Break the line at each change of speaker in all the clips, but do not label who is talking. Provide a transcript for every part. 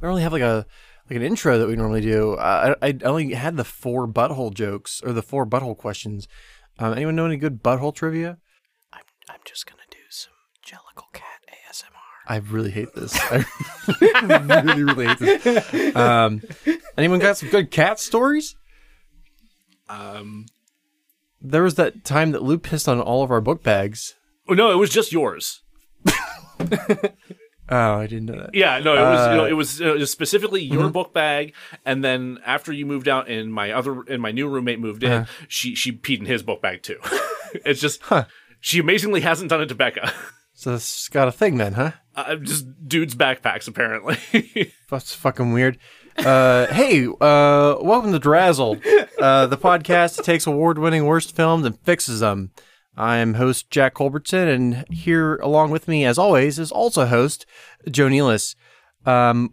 We only have like a like an intro that we normally do. Uh, I I only had the four butthole jokes or the four butthole questions. Um, anyone know any good butthole trivia?
I'm, I'm just going to do some Jellicle Cat ASMR.
I really hate this. I really really hate this. Um, anyone got some good cat stories?
Um,
There was that time that Lou pissed on all of our book bags.
oh, no, it was just yours.
Oh, I didn't know that.
Yeah, no, it was you know, it was uh, specifically your
mm-hmm.
book bag, and then after you moved out and my other and my new roommate moved in,
Uh-huh.
she she peed in his book bag too. it's just she amazingly hasn't done it to Becca.
So it's got a thing then, huh?
Uh, just dudes' backpacks apparently.
That's fucking weird. Uh, hey, uh, welcome to Drazzled, uh, the podcast that takes award-winning worst films and fixes them. I am host Jack Culbertson, and here along with me, as always, is also host Joe Nealis. Um,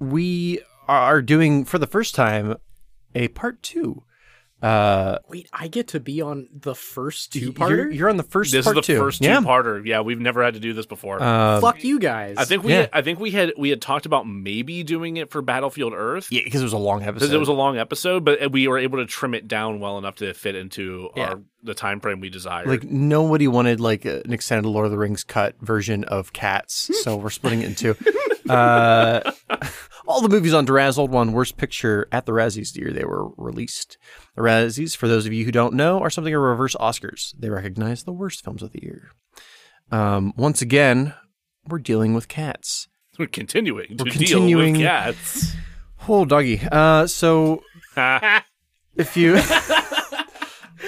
we are doing for the first time a part two. Uh,
Wait, I get to be on the first
you're-
two parter?
You're, on the first.
this is
part
the
two.
first
yeah.
two-parter. Yeah, we've never had to do this before.
Um,
Fuck you guys.
I think we
yeah.
I think we had we had talked about maybe doing it for Battlefield Earth.
yeah, because it was a long episode.
Because it was a long episode, but we were able to trim it down well enough to fit into our the time frame we desired.
like nobody wanted like a- an extended Lord of the Rings cut version of Cats, so we're splitting it in two. Uh, all the movies on Dazzled won Worst Picture at the Razzies the year they were released. The Razzies, for those of you who don't know, are something of reverse Oscars. They recognize the worst films of the year. Um, once again, we're dealing with cats.
We're continuing to
continuing-
deal with cats.
Oh, doggy. Uh, so if you,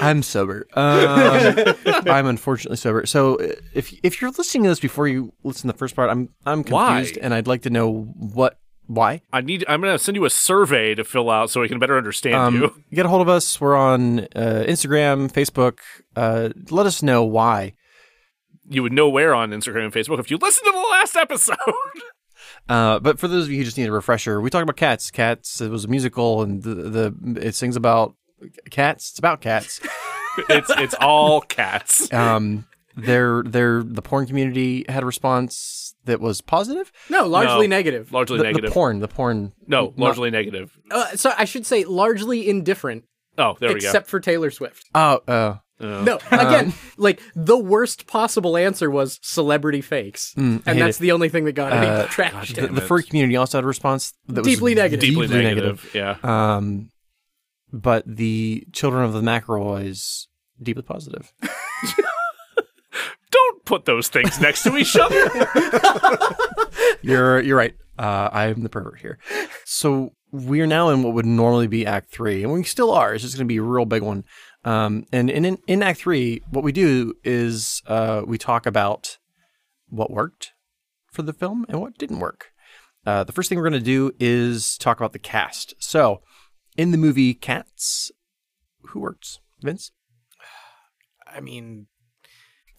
I'm sober. Um, I'm unfortunately sober. So uh, if if you're listening to this before you listen to the first part, I'm I'm
Why?
confused, and I'd like to know what why.
I need. I'm gonna send you a survey to fill out so we can better understand you.
Um, get a hold of us. We're on uh, Instagram, Facebook. Uh, let us know why.
You would know where on Instagram and Facebook if you listen to the last episode.
Uh, but for those of you who just need a refresher, we talked about cats. Cats. It was a musical, and the, the it sings about cats. It's about cats.
it's it's all cats.
um their their the porn community had a response that was positive
no, largely
No.
negative.
Largely
the, the
negative.
porn the porn
no, largely negative.
Uh, so I should say largely indifferent,
Oh, there we go.
except for Taylor Swift.
oh uh,
no, again, like the worst possible answer was celebrity fakes, and that's the only thing that got any traction.
the, the fur community also had a response that
Deeply
was
negative.
Deeply,
deeply
negative. Yeah.
um but the children of the McElroys deeply positive
Don't put those things next to each other.
you're you're right uh i'm the pervert here so we're now in what would normally be act 3 and we still are it's just going to be a real big one um and in in, in act 3 what we do is uh we talk about what worked for the film and what didn't work. Uh, the first thing we're going to do is talk about the cast. So, in the movie Cats, who works? Vince?
I mean,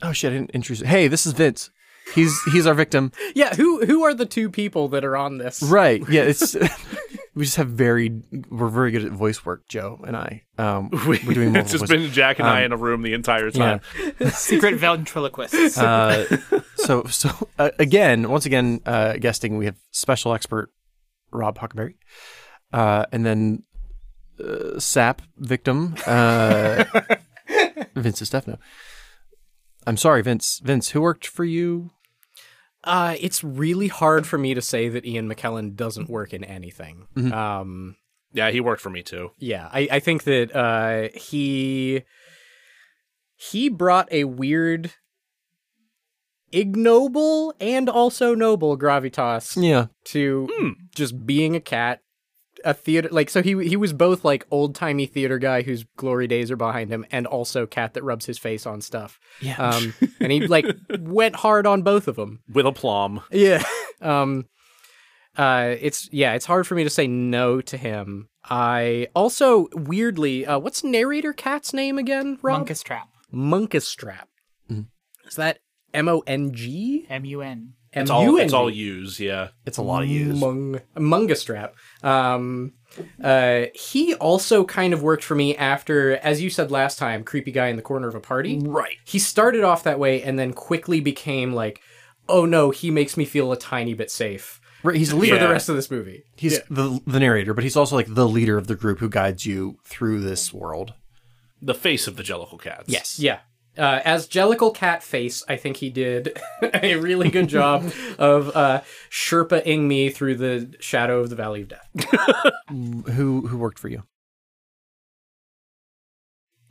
Oh shit! I didn't introduce. Hey, this is Vince. He's he's our victim.
yeah. Who who are the two people that are on this?
Right? Yeah. It's we just have very we're very good at voice work. Joe and I. Um, we're doing multiple
it's just
voice.
been Jack and I in a room the entire
Um, yeah.
time.
secret ventriloquists.
Uh, so so uh, again, once again, uh, guesting we have special expert Rob Huckberry, uh, and then uh, SAP victim uh, Vince Stefano. I'm sorry, Vince. Vince, who worked for you?
Uh, it's really hard for me to say that Ian McKellen doesn't work in anything. Um,
Yeah. he worked for me too.
Yeah, I, I think that uh, he he brought a weird, ignoble and also noble gravitas
Yeah,
to just being a cat, a theater like so he he was both like old timey theater guy whose glory days are behind him, and also cat that rubs his face on stuff.
Yeah.
um, and he like went hard on both of them.
With aplomb.
Yeah. Um uh, it's yeah, it's hard for me to say no to him. I also weirdly, uh, what's narrator cat's name again? Rob
Monkus Trap.
Monkastrap. Is that M O N G?
M U N.
It's all it's all use, yeah.
It's a lot of use.
Mung, Mungastrap. Um, uh, he also kind of worked for me after, as you said last time, creepy guy in the corner of a party.
Right.
He started off that way and then quickly became like, oh no, he makes me feel a tiny bit safe
Right, He's the leader.
for
Yeah.
the rest of this movie.
He's the the narrator, but he's also like the leader of the group who guides you through this world.
The face of the Jellicle cats.
Yeah. Uh, as Jellicle Catface, I think he did a really good job of uh, Sherpa-ing me through the shadow of the Valley of Death.
Who who worked for you?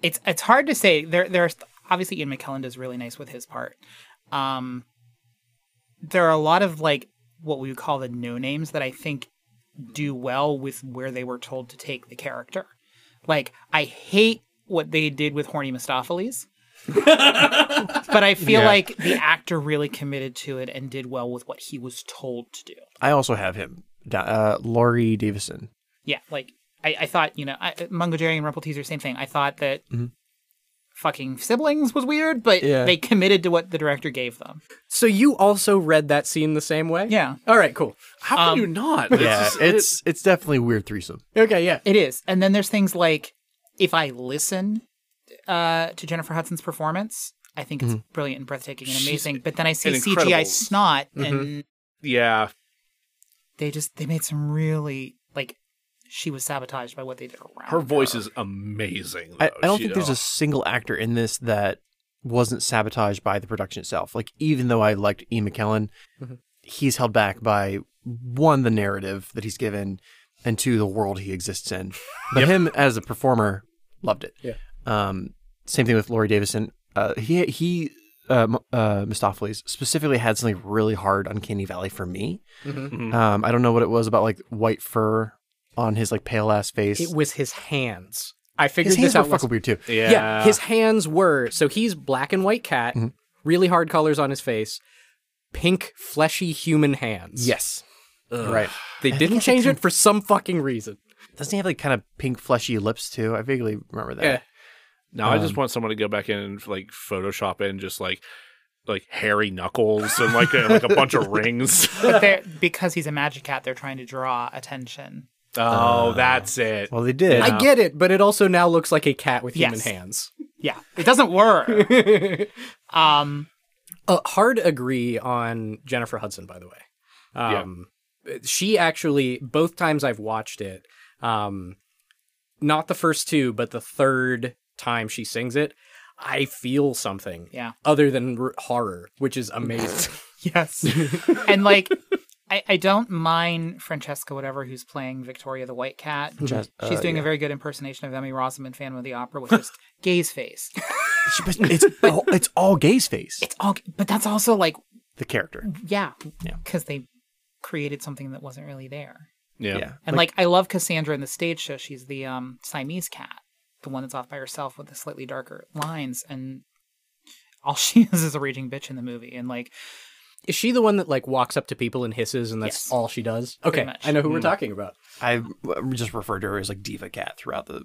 It's it's hard to say. There there's obviously Ian McKellen does really nice with his part. Um, there are a lot of like what we would call the no names that I think do well with where they were told to take the character. Like I hate what they did with Horny Mistopheles. but I feel
Yeah.
like the actor really committed to it and did well with what he was told to do.
I also have him. Da- Uh, Laurie Davison.
yeah, like I, I thought, you know, I, Mungo Jerry and Rumple Teaser, same thing. I thought that
Mm-hmm.
fucking siblings was weird, but
Yeah.
they committed to what the director gave them.
So you also read that scene the same way?
Yeah.
All right, cool.
How can you not? It's
Yeah,
just-
it's it's definitely a weird threesome.
Okay, yeah.
It is. And then there's things like if I listen uh, to Jennifer Hudson's performance, I think it's brilliant and breathtaking and amazing. but then I see
Mm-hmm. an
CGI
incredible- Mm-hmm.
snot, and
yeah.
they just they made some really like she was sabotaged by what they did around
Her voice is amazing.
I,
though.
I don't
She-
think there's
oh.
a single actor in this that wasn't sabotaged by the production itself. Like even though I liked E. McKellen,
Mm-hmm.
he's held back by one the narrative that he's given, and two the world he exists in. But him as a performer loved it.
Yeah.
Um, same thing with Laurie Davison. Uh, he he. Uh, M- uh, Mistopheles specifically had something really hard, uncanny valley for me.
Mm-hmm.
Um, I don't know what it was about, like white fur on his like pale ass face.
It was his hands. I figured
his hands
this
were
out.
fucking
last-
weird too.
Yeah.
yeah, Mm-hmm. his hands were. So he's black and white cat, really hard colors on his face, pink fleshy human hands.
Yes. Right.
They didn't change it for some fucking reason.
Doesn't he have like kind of pink fleshy lips too? I vaguely remember that.
Yeah.
Now I
um,
just want someone to go back in and like Photoshop in just like like hairy knuckles and like a, like a bunch of rings.
but they're because he's a magic cat, they're trying to draw attention.
Oh, that's it.
Uh, Well, they did.
I get it, but it also now looks like a cat with human
Yes.
hands.
Yeah, it doesn't work. um,
Uh, hard agree on Jennifer Hudson, by the way. Um, She actually, both times I've watched it, um, not the first two, but the third time she sings it, I feel something
Yeah. Mm-hmm.
other than r- horror, which is amazing.
Yes. and like I, I don't mind Francesca whatever who's playing Victoria the White Cat. She's doing a very good impersonation of Emmy Rossum in Phantom of the Opera with just gay's face.
She- but it's all, it's all Gay's face.
It's all but that's also like
The character.
yeah,
Yeah.
cuz they created something that wasn't really there.
Yeah.
Yeah.
And like, I love Cassandra in the stage show. She's the um Siamese cat, the one that's off by herself with the slightly darker lines and all she is is a raging bitch in the movie and like
is she the one that like walks up to people and hisses and that's
Yes.
all she does? Okay,
much. Mm.
I know who we're talking about.
I just referred to her as like Diva Cat throughout the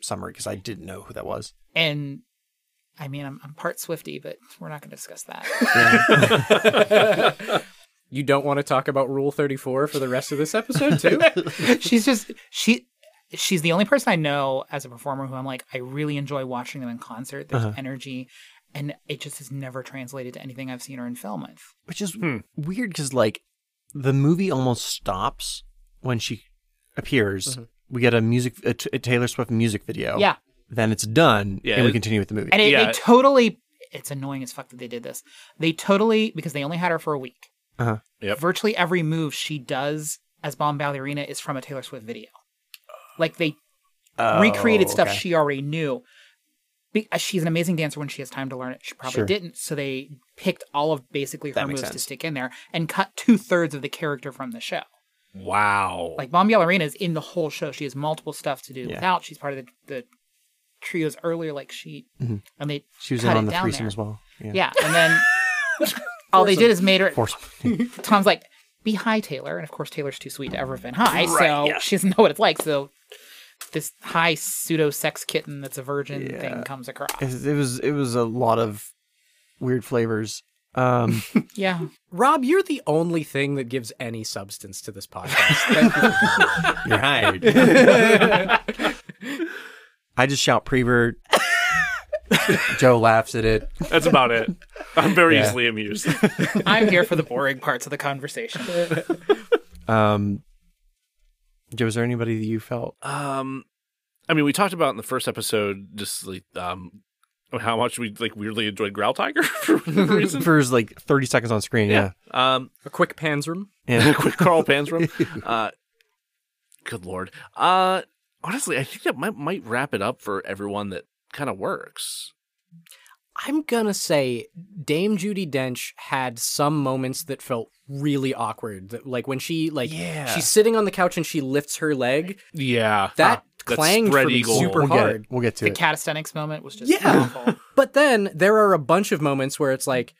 summary because I didn't know who that was.
and I mean, I'm, I'm part Swifty, but we're not going to discuss that.
You don't want to talk about Rule 34 for the rest of this episode, too?
she's just she she's the only person I know as a performer who I'm like I really enjoy watching them in concert. There's energy, and it just has never translated to anything I've seen her in film with.
Which is weird because like the movie almost stops when she appears. We get a music, a, t- a Taylor Swift music video.
Yeah.
Then it's done
Yeah,
and we
it-
continue with the movie.
And it,
Yeah.
they totally it's annoying as fuck that they did this. They totally because they only had her for a week.
Uh-huh.
Yep.
Virtually every move she does as bomb ballerina is from a Taylor Swift video. Like they recreated stuff
Oh, okay.
she already knew. Be- uh, she's an amazing dancer when she has time to learn it. She probably
Sure.
didn't, so they picked all of basically her
That
moves
makes
to
sense.
stick in there and cut two thirds of the character from the show.
Wow.
Like Bomb Ballerina is in the whole show. She has multiple stuff to do without. She's part of the, the trios earlier, like she and they
Mm-hmm. she was in
cut
on
it
the
down
threesome
there.
as well.
Yeah, and then all they did is made her.
Force.
Tom's like, be high Taylor, and of course Taylor's too sweet to ever have been high, so she doesn't know what it's like. So this high pseudo sex kitten that's a virgin
Yeah.
thing comes across.
It, it was it was a lot of weird flavors. Um,
Yeah,
Rob, you're the only thing that gives any substance to this podcast.
you're hired. I just shout prevert. Joe laughs at it.
That's about it. I'm very
Yeah.
easily amused.
I'm here for the boring parts of the conversation.
Um, Joe, is there anybody that you felt?
Um, I mean, we talked about in the first episode just like um how much we like weirdly enjoyed Growl Tiger for whatever reason.
For his, like 30 seconds on screen, yeah.
Um,
a quick pansrum.
And
quick Carl Panzrum. Uh, good lord. Uh, honestly, I think that might might wrap it up for everyone that kind of works.
I'm gonna say Dame Judy Dench had some moments that felt really awkward. That like when she like
Yeah.
she's sitting on the couch and she lifts her leg.
Yeah,
That clanged for
spread
me
eagle.
super
we'll get
hard.
it. We'll get to
the
it.
calisthenics moment was just
Yeah.
awful.
But then there are a bunch of moments where it's like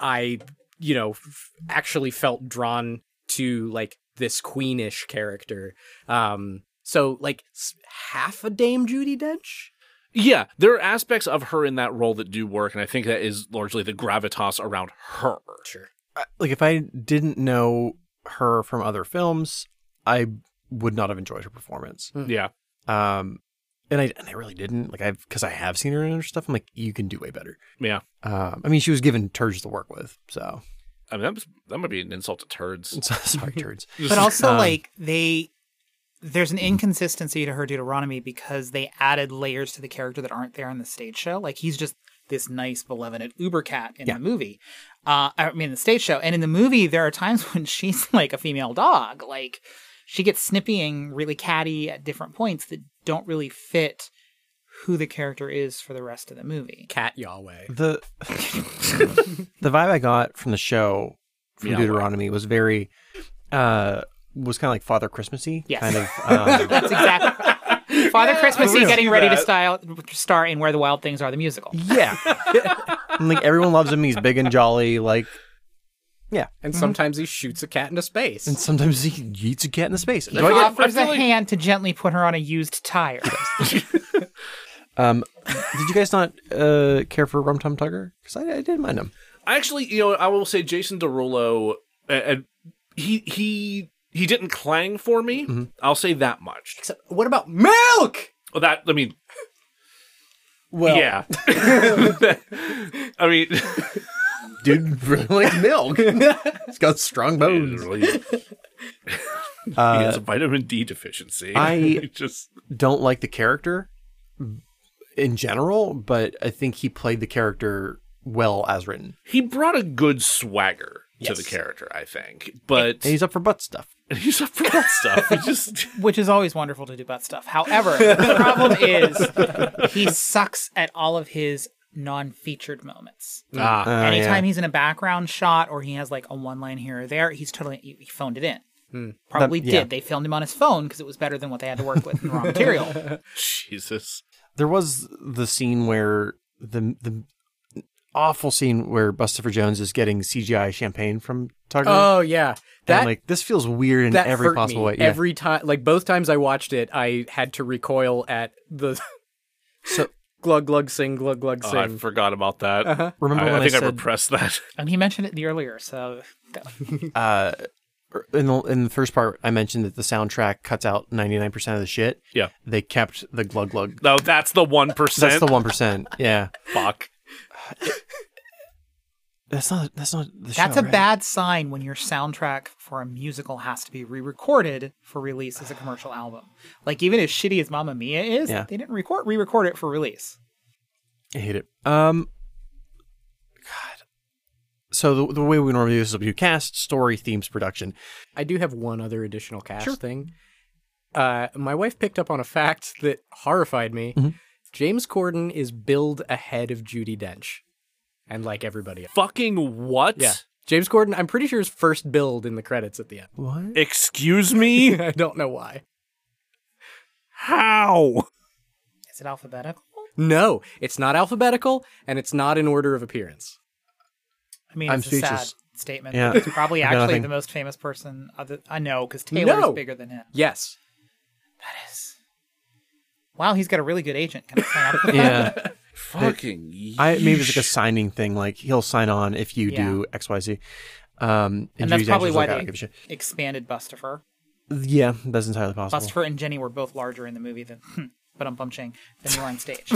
I, you know, f- actually felt drawn to like this queenish character. Um, so like s- half a Dame Judy Dench.
Yeah, there are aspects of her in that role that do work, and I think that is largely the gravitas around her.
Sure.
like if I didn't know her from other films, I would not have enjoyed her performance.
Yeah,
Um, and I and I really didn't like I because I have seen her in other stuff. I'm like, you can do way better.
yeah.
Um, I mean, she was given turds to work with, so
I mean, that, was, that might be an insult to turds.
sorry, turds.
but also
Um,
like they there's an inconsistency to her deuteronomy because they added layers to the character that aren't there in the stage show like he's just this nice benevolent uber cat in
Yeah.
the movie uh i mean the stage show and in the movie there are times when she's like a female dog like she gets snippy and really catty at different points that don't really fit who the character is for the rest of the movie
Cat Yahweh.
The the vibe I got from the show from
Yeah.
Deuteronomy was very uh was kind of like Father Christmassy.
Yes.
Kind of. Um,
that's exactly father christmas
I
is getting ready to
that.
style, star in where the wild things are the musical
yeah. And, like everyone loves him. He's big and jolly. Like
And sometimes he shoots a cat into space.
Mm-hmm. and sometimes he yeets a cat into space.
He
Do I get-
offers
I
a
feel like-
hand to gently put her on a used tire.
Um, did you guys not uh, care for Rum Tum Tugger? Because I, I didn't mind him.
I actually, you know, I will say Jason Derulo, uh, uh, he he he didn't clang for me.
Mm-hmm.
I'll say that much.
Except, what about milk?
Well, that I mean,
Well,
yeah. I mean,
dude really like milk. He's got strong bones.
he has a vitamin D deficiency.
Uh, I-
He just
Don't like the character in general, but I think he played the character well as written.
he brought a good swagger to the
Yes.
character, I think. But
And he's up for butt stuff.
he's up for that stuff. He just
Which is always wonderful to do butt stuff. However, the problem is he sucks at all of his non featured moments.
ah,
Anytime he's in a background shot or he has like a one line here or there, he's totally, he he phoned it in.
Hmm.
Probably
That- yeah.
did. They filmed him on his phone because it was better than what they had to work with in raw material.
Jesus.
There was the scene where the the awful scene where Bustafer Jones is getting CGI champagne from Tugger.
Oh yeah,
and
that
like this feels weird in
that
every
hurt
possible
me.
way. Yeah.
Every time, like both times I watched it, I had to recoil at the
so
glug glug sing glug glug
Oh,
sing.
I forgot about that.
Uh-huh.
remember
I,
when
I
I,
think I,
said
repressed that.
And he mentioned it earlier, so that-
in the in the first part, I mentioned that the soundtrack cuts out ninety nine percent of the shit.
Yeah.
they kept the glug glug.
No, that's the one percent.
That's the one percent. Yeah,
Fuck.
that's not that's not the
that's
show,
a
right?
bad sign when your soundtrack for a musical has to be re-recorded for release as a commercial album. Like even as shitty as Mamma Mia is,
Yeah.
they didn't record re-record it for release.
I hate it. Um, God. So the the way we normally do this is we do cast, story, themes, production.
I do have one other additional cast thing. Uh, my wife picked up on a fact that horrified me.
Mm-hmm.
James Corden is billed ahead of Judy Dench, and like everybody else.
Fucking what?
Yeah, James Corden. I'm pretty sure is first billed in the credits at the end.
What?
Excuse me?
I don't know why.
How?
Is it alphabetical?
No, it's not alphabetical, and it's not in order of appearance.
I mean,
I'm
it's a sad,
speechless.
statement.
Yeah.
It's probably
I got
actually
nothing.
the most famous person other I know because Taylor's
No.
bigger than him.
Yes.
Wow, he's got a really good agent. Can I sign up? for that?
Yeah.
Fucking. Yeesh.
I maybe it's like a signing thing. Like he'll sign on if you do X Y Z. Um,
And that's
Judy's
probably
Angel's
why
like, "I don't
they
give a shit." Oh.
expanded Bustifer.
Yeah, that's entirely possible.
Bustifer and Jenny were both larger in the movie than, but I'm bumching than you were on stage.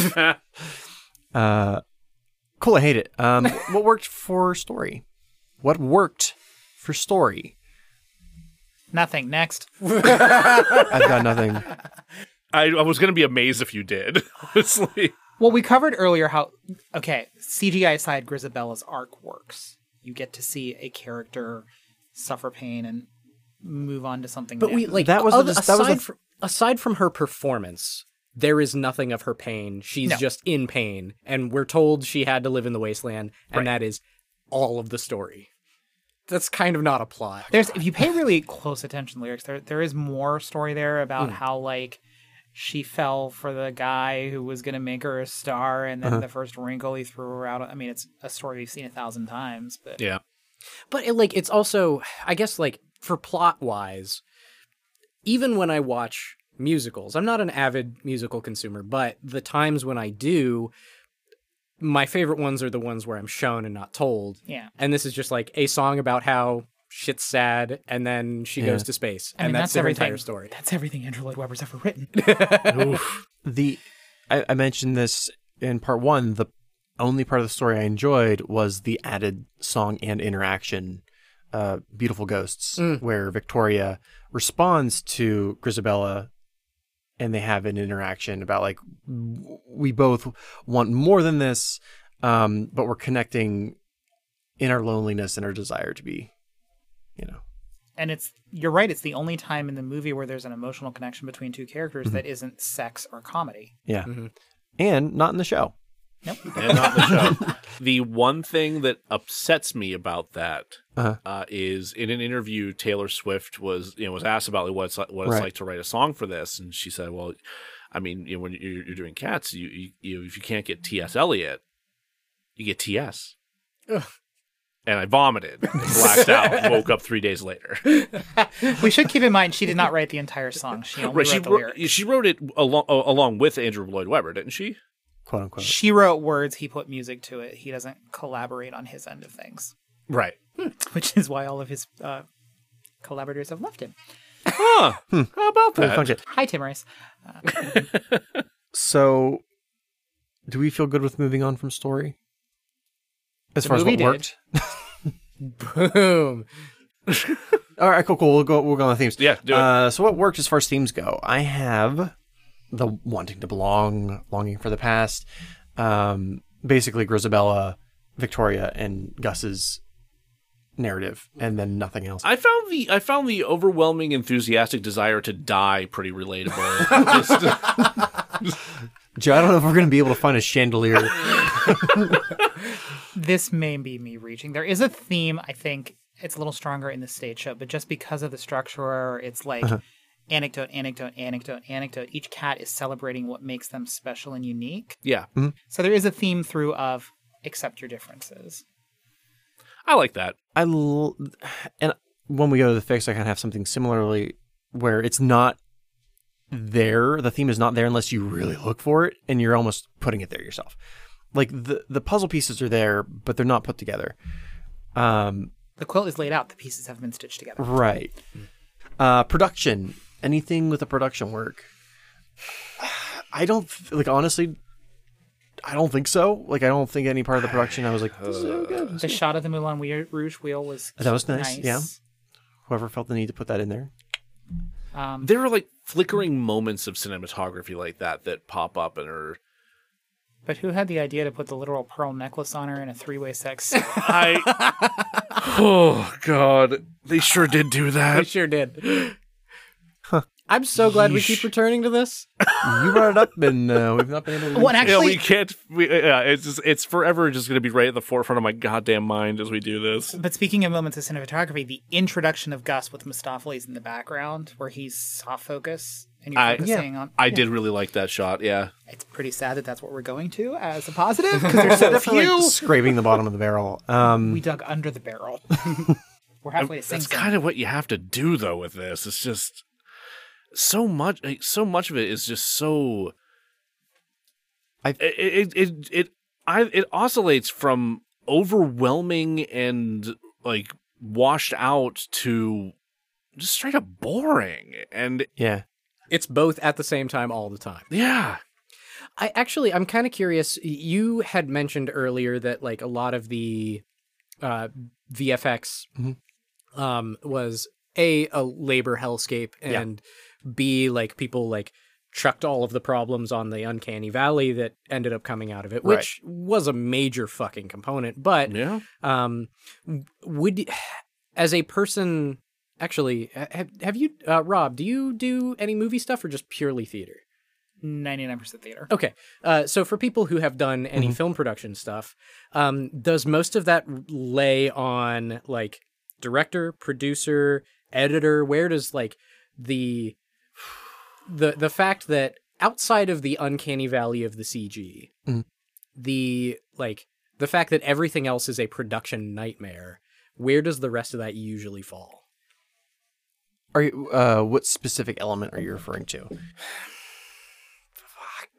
Cool. I hate it. Um, what worked for story? What worked for story?
Nothing. Next.
I've got nothing.
I, I was gonna be amazed if you did. Honestly,
Well, we covered earlier how okay, CGI aside, Grisabella's arc works. You get to see a character suffer pain and move on to something.
But
new.
we like
That
that
was a-
was other,
that
aside,
was a-
fr- aside from her performance, there is nothing of her pain. She's
No.
just in pain, and we're told she had to live in the wasteland, and
Right.
that is all of the story. That's kind of not a plot.
there's if you pay really close attention to lyrics, there there is more story there
Mm.
about how like she fell for the guy who was gonna make her a star, and
Uh-huh.
then the first wrinkle he threw her out. I mean, it's a story we've seen a thousand times, but
yeah.
But it, like, it's also, I guess, like for plot wise, even when I watch musicals, I'm not an avid musical consumer, but the times when I do, my favorite ones are the ones where I'm shown and not told.
yeah.
and this is just like a song about how shit's sad and then she goes to space
I mean,
and that's,
that's
their
everything.
entire story
That's everything Andrew Lloyd Webber's ever written.
the I, I mentioned this in part one the only part of the story i enjoyed was the added song and interaction uh, beautiful ghosts where victoria responds to grisabella and they have an interaction about like w- we both want more than this um, but we're connecting in our loneliness and our desire to be you know
and it's you're right it's the only time in the movie where there's an emotional connection between two characters
Mm-hmm.
that isn't sex or comedy
yeah and not in the show
and not the show. the one thing that upsets me about that uh is in an interview, Taylor Swift was you know was asked about like, what it's like, what it's
Right.
like to write a song for this, and she said, "Well, I mean, you know, when you're, you're doing Cats, you, you, you if you can't get T. S. Eliot, you get T. S." And I vomited, and blacked out, and woke up three days later.
we should keep in mind she did not write the entire song she only
Right,
wrote
she
the
wrote,
lyrics
she wrote it along along with Andrew Lloyd Webber, didn't she?
quote unquote
she wrote words he put music to it he doesn't collaborate on his end of things Hmm.
Right.
which is why all of his uh, collaborators have left him
Huh. How about
Really
that?
function.
hi tim rice
So, do we feel good with moving on from story? As
The
far as
movie
what
did.
worked.
boom
All right, cool, cool. We'll go. We'll go on the themes.
Yeah, do it.
Uh, so, what worked as far as themes go? I have the wanting to belong, longing for the past. Um, basically, Grisabella, Victoria, and Gus's narrative, and then nothing else.
I found the I found the overwhelming enthusiastic desire to die pretty relatable. Just- uh,
Joe, I don't know if we're going to be able to find a chandelier.
this may be me reaching. There is a theme, I think it's a little stronger in the stage show, but just because of the structure, it's like
Uh-huh.
anecdote, anecdote, anecdote, anecdote. Each cat is celebrating what makes them special and unique.
yeah,
So there is a theme through of accept your differences.
I like that.
I l- and when we go to the fix, I kind of have something similarly where it's not there. The theme is not there unless you really look for it, and you're almost putting it there yourself. Like the the puzzle pieces are there, but they're not put together. Um,
The quilt is laid out, the pieces have been stitched together.
right. Uh, production. Anything with the production work. I don't f- like honestly. I don't think so. Like I don't think any part of the production. I was like, this is so good.
The shot of the Moulin Wheel- Rouge wheel was
Oh, That was nice, yeah. Whoever felt the need to put that in there.
Um,
There are like flickering moments of cinematography like that that pop up and are.
but who had the idea to put the literal pearl necklace on her in a three-way sex?
I. oh God, they sure did do
i
that.
sure did i'm so glad we keep
Yeesh.
returning to this
you brought it up, and uh, we've not been able to.
Well, and
Yeah,
actually,
we can't. We, uh, yeah, it's just, it's forever just going to be right at the forefront of my goddamn mind as we do this.
But speaking of moments of cinematography, the introduction of Gus with Mistopheles in the background, where he's soft focus, and you're
I-
focusing on.
I did really like that shot. Yeah.
It's pretty sad that that's what we're going to as a positive because there's so few.
scraping the bottom of the barrel. Um,
we dug under the barrel. we're halfway to sing.
That's kind of what you have to do though with this. It's just so much like, so much of it is just so
I-
it it it it, I, it oscillates from overwhelming and like washed out to just straight up boring and
yeah,
It's both at the same time all the time.
yeah
I actually, I'm kind of curious. You had mentioned earlier that like a lot of the uh, VFX um, was a a labor hellscape and b like people like chucked all of the problems on the uncanny valley that ended up coming out of it,
Right.
which was a major fucking component. But
yeah
um, w- would as a person actually ha- have, have you uh, Rob? Do you do any movie stuff or just purely theater?
Ninety-nine percent theater.
Okay. Uh, so for people who have done any film production stuff, um, does most of that lay on like director, producer, editor? Where does like the the the fact that outside of the uncanny valley of the CG,
Mhm.
the like the fact that everything else is a production nightmare, where does the rest of that usually fall?
Are you, uh, what specific element are you referring to?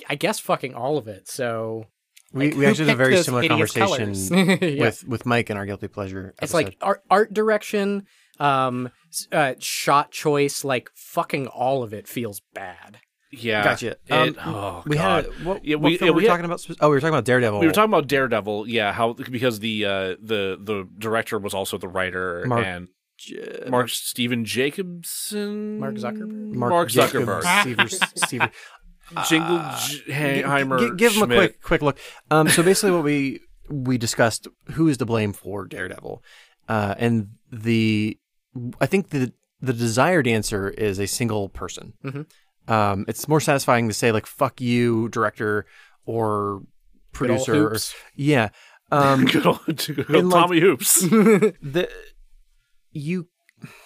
I guess fucking all of it. So
We,
Like,
we
who
actually had a
picked
very
those
similar
hideous
conversation
Yeah.
with with Mike in our guilty pleasure.
It's
episode.
like art, art direction, um, s- uh, shot choice, like fucking all of it feels bad.
yeah
gotcha.
It-
Um,
oh
we had
god
a, what,
Yeah,
what
we-
film
yeah,
were
we
we
had-
talking about? spe- Oh, we were talking about Daredevil.
We were talking about Daredevil, yeah. How because the uh, the the director was also the writer
Mark-
and Mark Steven Jacobson,
Mark Zuckerberg?
Mark, Zuckerberg, Ah,
Jacobs, Seaver- Seaver-
Jingleheimer.
G- g- give him a
Schmidt.
quick quick look. Um, so basically, what we we discussed who is to blame for Daredevil, uh, and the I think the the desired answer is a single person.
Mm-hmm.
Um, it's more satisfying to say like "fuck you," director or
Good ol'
producer. Or,
hoops.
yeah, um,
Good old, good
In
old
like-
Tommy Hoops.
the you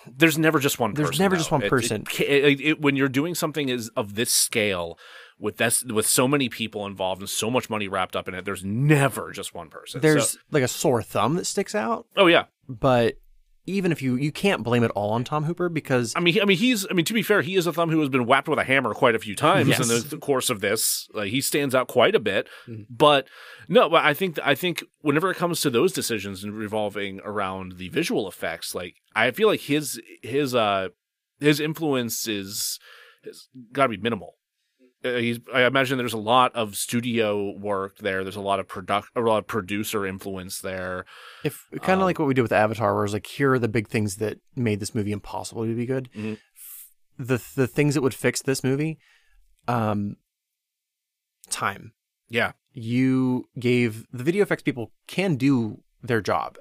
There's never just one.
There's
person,
never just
though.
one
It- it
person.
ca- it- it- when you're doing something is of this scale with this with so many people involved and so much money wrapped up in it, there's never just one person.
there's
So-
like a sore thumb that sticks out,
oh yeah,
but even if you you can't blame it all on Tom Hooper because
I mean, he- I mean, he's. I mean, to be fair, he is a thumb who has been whacked with a hammer quite a few times in the,
Yes. Mm-hmm.
the course of this. Like he stands out quite a bit. But no, but I think I think whenever it comes to those decisions and revolving around the visual effects, like I feel like his his uh his influence is has got to be minimal. Uh, he's, I imagine there's a lot of studio work there. There's a lot of product, a lot of producer influence there.
if
Um,
kind of like what we did with Avatar, where it's like here are the big things that made this movie impossible to be good.
Mhm.
F- The the things that would fix this movie, um, time.
Yeah,
you gave the video effects people can do their job.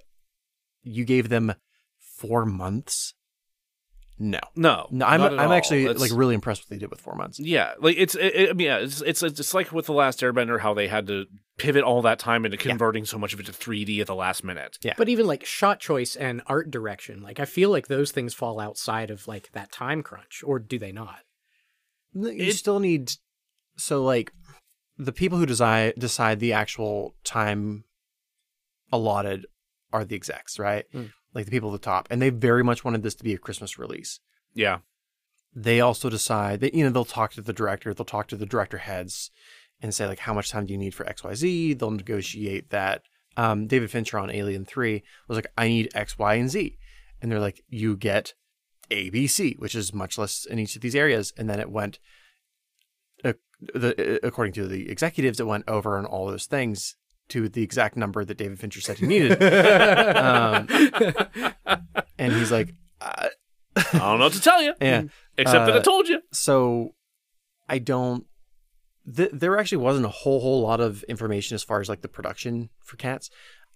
You gave them four months. No,
no,
no, I'm
not at
I'm
all.
actually
That's-
like really impressed with what they did with four months.
Yeah, like it's it, it- I mean, yeah, it's, it's it's just like with the last Airbender, how they had to pivot all that time into converting so much of it to 3D at the last minute.
Yeah.
But even like shot choice and art direction, like I feel like those things fall outside of like that time crunch, or do they not?
No, You
It-
still need so like the people who decide decide the actual time allotted are the execs, right?
Mm.
Like the people at the top, and they very much wanted this to be a Christmas release.
Yeah,
they also decide that you know they'll talk to the director they'll talk to the director heads and say like how much time do you need for xyz they'll negotiate that um, david fincher on alien 3 was like i need x y and z and they're like you get a b c which is much less in each of these areas and then it went uh, the, according to the executives it went over on all those things to the exact number that david fincher said he needed um, and he's like uh,
I don't know what to tell you,
yeah
except that I
Uh,
told you.
so I don't. Th- there actually wasn't a whole whole lot of information as far as like the production for Cats,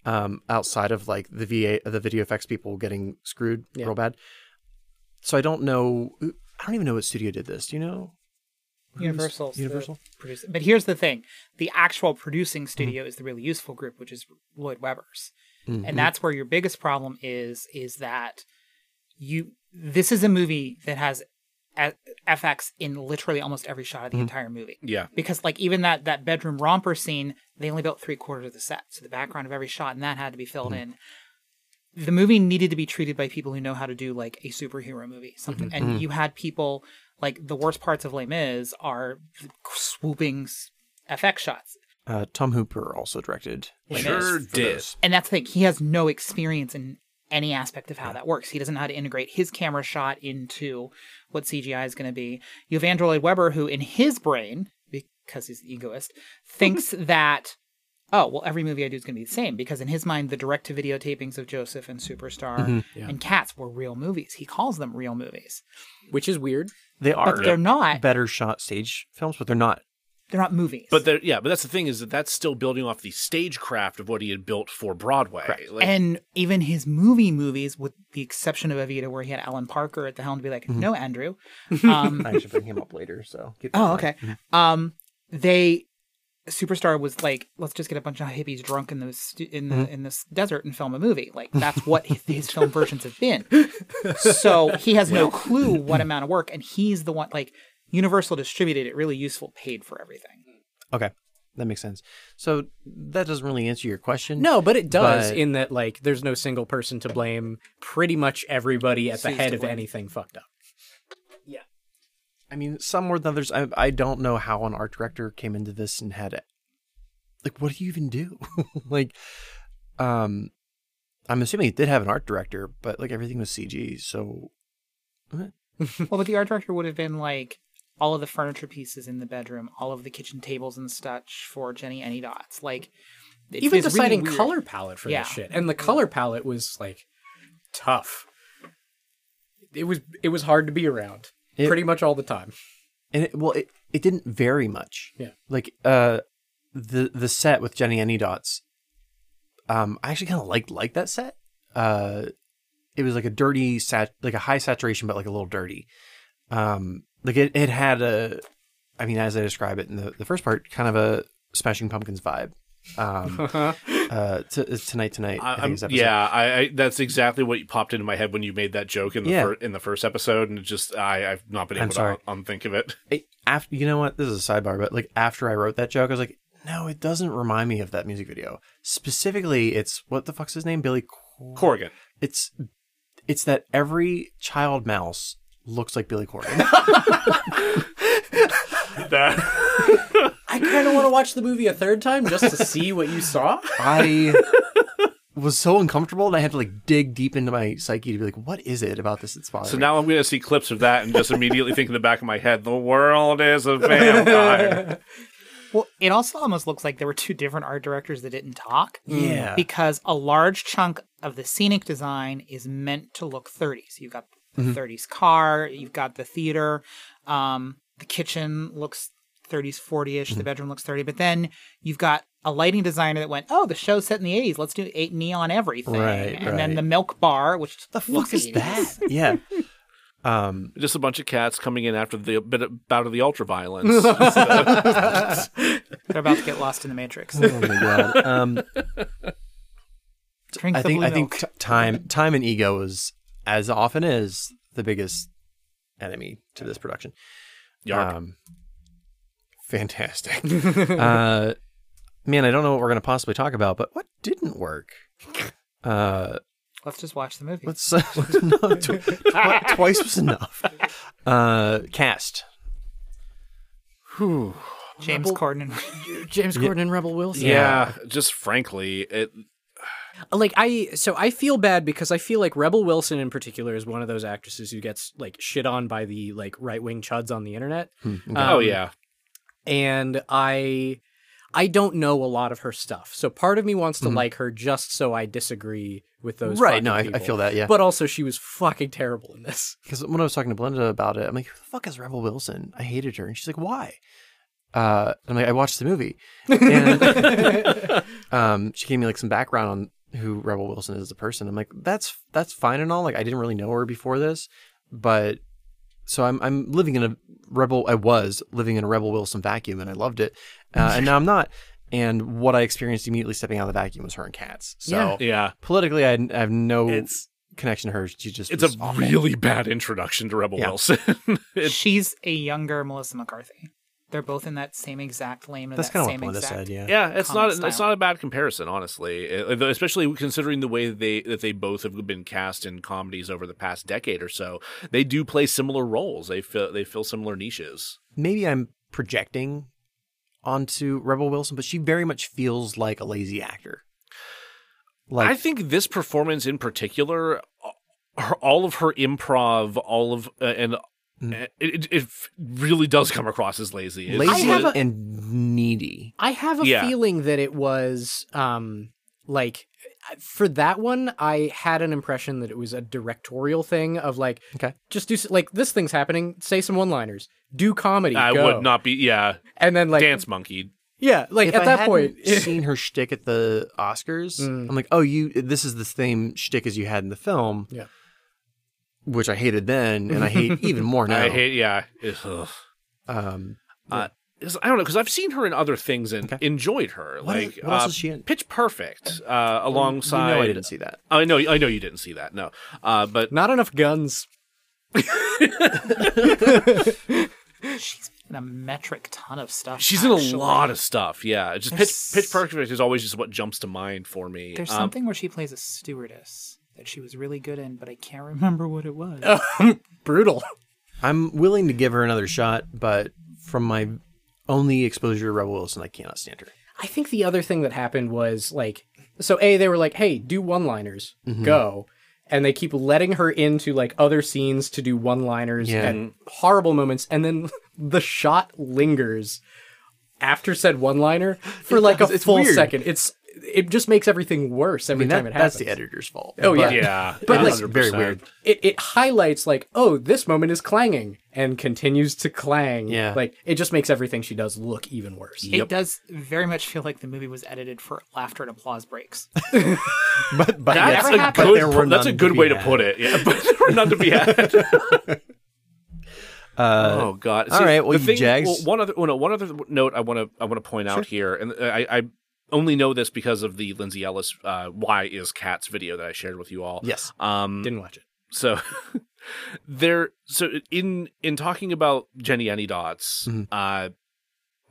um, outside of like the VA the video effects people getting screwed
Yeah.
real bad. So I don't know. I don't even know what studio did this. Do you know?
Universal.
Universal?
Producing. But here's the thing: the actual producing studio is the really useful group, which is Lloyd Webber's, and that's where your biggest problem is. Is that you? This is a movie that has a- FX in literally almost every shot of the entire movie.
Yeah.
Because like even that that bedroom romper scene, they only built three quarters of the set, so the background of every shot and that had to be filled in. The movie needed to be treated by people who know how to do like a superhero movie, something, and you had people like the worst parts of Les Mis are swooping s- FX shots.
Uh, Tom Hooper also directed. Les Mis
Sure
for
did.
those.
And that's the thing. He has no experience in any aspect of how that works. He doesn't know how to integrate his camera shot into what CGI is going to be. You have Andrew Lloyd Webber, who in his brain, because he's the egoist, thinks that, oh, well, every movie I do is going to be the same. Because in his mind, the direct to video tapings of Joseph and Superstar and Cats were real movies. He calls them real movies.
which is weird.
They are
But they're not.
better shot stage films, but they're not.
They're not movies.
But there, yeah, but that's the thing is that that's still building off the stagecraft of what he had built for Broadway. Like,
and even his movie movies, with the exception of Evita, where he had Alan Parker at the helm to be like, no, Andrew. Um,
I should bring him up later. So get that
Oh,
Uh,
one.
okay. Um, they superstar was like, let's just get a bunch of hippies drunk in the stu- in the
Mm-hmm.
in this desert and film a movie. Like that's what his, his film versions have been. So he has no clue what amount of work, and he's the one like Universal distributed it really useful, paid for everything.
Okay, that makes sense. So that doesn't really answer your question.
No, but it does
But-
in that like there's no single person to blame. Pretty much everybody at the
Who's
head
to
of
blame?
anything fucked up.
I mean, some more than others. I, I don't know how an art director came into this and had it. Like, what do you even do? like, um, I'm assuming it did have an art director, but like everything was CG. So,
Well, but the art director would have been like all of the furniture pieces in the bedroom, all of the kitchen tables and such for Jenny Any Dots. Like it's-
Even
it's really
deciding
weird.
color palette for
Yeah.
this shit, and the color palette was like tough. It was it was hard to be around
It-
pretty much all the time.
and it, well, it, it didn't vary much.
Yeah.
Like, uh, the the set with Jenny Any Dots. Um, I actually kind of liked like that set. Uh, it was like a dirty sat, like a high saturation, but like a little dirty. Um, like it, it had a, I mean, as I describe it in the, the first part, kind of a Smashing Pumpkins vibe. Um, uh, t- it's tonight, tonight.
Uh-huh. I,
think
I'm,
is the episode.
yeah, I, I that's exactly what popped into my head when you made that joke in the
Yeah.
fir- in the first episode, and it just I I've not been
I'm
able to
sorry.
un- unthink of it.
It- after you know what, this is a sidebar, but like after I wrote that joke, I was like, no, it doesn't remind me of that music video. Specifically, it's what the fuck's his name, Billy. Cor-
Corrigan.
it's it's that every child mouse looks like Billy Corgan.
That-
I kind of want to watch the movie a third time just to see what you saw.
I was so uncomfortable, and I had to like dig deep into my psyche to be like, what is it about this that's bothering?
so
me?
now I'm going to see clips of that and just immediately think in the back of my head, the world is a vampire.
Well, it also almost looks like there were two different art directors that didn't talk.
Mm. Yeah.
Because a large chunk of the scenic design is meant to look 30s. You've got the
Mm-hmm.
30s car, you've got the theater, um, the kitchen looks 30s, 40
Mm-hmm.
ish, the bedroom looks 30. But then you've got a lighting designer that went, oh, the show's set in the 80s. Let's do eight neon everything.
Right,
and then
right.
the milk bar, which
the fuck is that? yeah. Um,
just a bunch of cats coming in after the bit of, bout of the ultraviolence.
They're about to get lost in the Matrix.
oh my god. Um,
Drink
I
the
think
blue
I think
milk.
t- time time and ego is as often is the biggest enemy to this production.
Yarp.
Um, fantastic. uh, man, I don't know what we're going to possibly talk about, but what didn't work? Uh,
Let's just watch the movie.
let's, let's no, tw- tw- twice was enough. Uh, cast.
James Corden.
James Corden and Rebel Wilson.
yeah, just frankly, it
like I so I feel bad because I feel like Rebel Wilson in particular is one of those actresses who gets like shit on by the like right wing chuds on the internet.
Hmm.
oh yeah,
And I I don't know a lot of her stuff. So part of me wants to like her just so I disagree with those.
Hmm. Right,
fucking
no, I- I
people.
feel that, yeah.
But also she was fucking terrible in this.
Because when I was talking to Belinda about it, I'm like, who the fuck is Rebel Wilson? I hated her. And she's like, why? Uh, I'm like, I watched the movie. And um, she gave me like some background on who Rebel Wilson is as a person. I'm like, that's that's fine and all. Like, I didn't really know her before this, but so I'm I'm living in a Rebel. I was living in a Rebel Wilson vacuum, and I loved it. Uh, and now I'm not. And what I experienced immediately stepping out of the vacuum was her and cats. So
Yeah.
yeah.
politically, I, I have no
It's
connection to her. She just
It's
was
a
awful.
really bad introduction to Rebel
Yeah.
Wilson. It's
She's a younger Melissa McCarthy. They're both in that same exact lane. of
That's
that
kind
same
of what Melinda said.
exact.
Yeah.
yeah, it's not
comic
it's
style.
not a bad comparison, honestly. Uh, Especially considering the way that they that they both have been cast in comedies over the past decade or so. They do play similar roles. They fill they fill similar niches.
Maybe I'm projecting onto Rebel Wilson, but she very much feels like a lazy actor. Like
I think this performance in particular, uh, her, all of her improv, all of uh, and
Mm.
uh, it, it f- really does come across as lazy. It's-
lazy
I have a-
and needy.
I have a
Yeah.
feeling that it was um like for that one I had an impression that it was a directorial thing of like
Okay.
just do s- like this thing's happening say some one-liners do comedy
I
go.
would not be. Yeah,
and then like
dance monkey.
yeah like
If
at
I
that
hadn't
point
seen her shtick at the Oscars,
Mm.
I'm like, oh, you. This is the same shtick as you had in the film.
Yeah.
Which I hated then, and I hate even more now.
I hate. Yeah. Ugh.
Um,
Uh, 'cause I don't know because I've seen her in other things and enjoyed her.
What
like
is- what else
uh,
is she in? Oh,
Pitch Perfect uh, alongside.
you know, I didn't see that.
I know. I know you didn't see that. No, uh, but
not enough guns
She's in a metric ton of stuff.
she's in a
actually.
lot of stuff. Yeah, It's just
There's-
Pitch, Pitch Perfect is always just what jumps to mind for me.
There's
Um,
something where she plays a stewardess that she was really good in, but I can't remember what it was.
brutal
I'm willing to give her another shot, but from my only exposure to Rebel Wilson, I cannot stand her.
I think the other thing that happened was like, so A, they were like, hey, do one liners,
Mm-hmm.
go. And they keep letting her into like other scenes to do one liners
Yeah.
at horrible moments. And then the shot lingers after said one liner for like
does.
a
It's
full
weird.
second. It's it just makes everything worse
I
every
mean, that,
time it happens.
that's the editor's fault.
Oh, yeah.
Yeah,
But, like,
That's very weird.
It it highlights like, oh, this moment is clanging and continues to clang.
Yeah. Mm-hmm.
Like it just makes everything she does look even worse.
It does very much feel like the movie was edited for laughter and applause breaks.
But, but
That's
never
a
happened.
But
good.
there were
pro- that's a
none to
good
be
way to
had. Uh,
put it. Yeah, but there were none to be had. oh God!
all right, well,
the
you
thing-
jags.
well, one other, well, no, one other note I want to I want to point out here, and I, I only know this because of the Lindsay Ellis uh, "Why Is Cats" video that I shared with you all.
Yes.
Um.
Didn't watch it.
So there. So in in talking about Jenny Anydots, uh,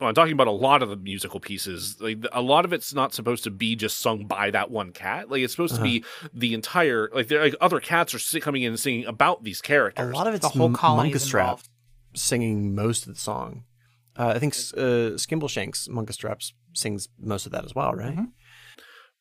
well, I'm talking about a lot of the musical pieces. Like the- a lot of it's not supposed to be just sung by that one cat. Like it's supposed to be the entire. Like there, like other cats are si- coming in and singing about these
a
characters.
lot of it's
The whole colony is
Monkastrap
involved.
singing most of the song. Uh, I think uh, Skimbleshanks Monkastrap sings most of that as well, right?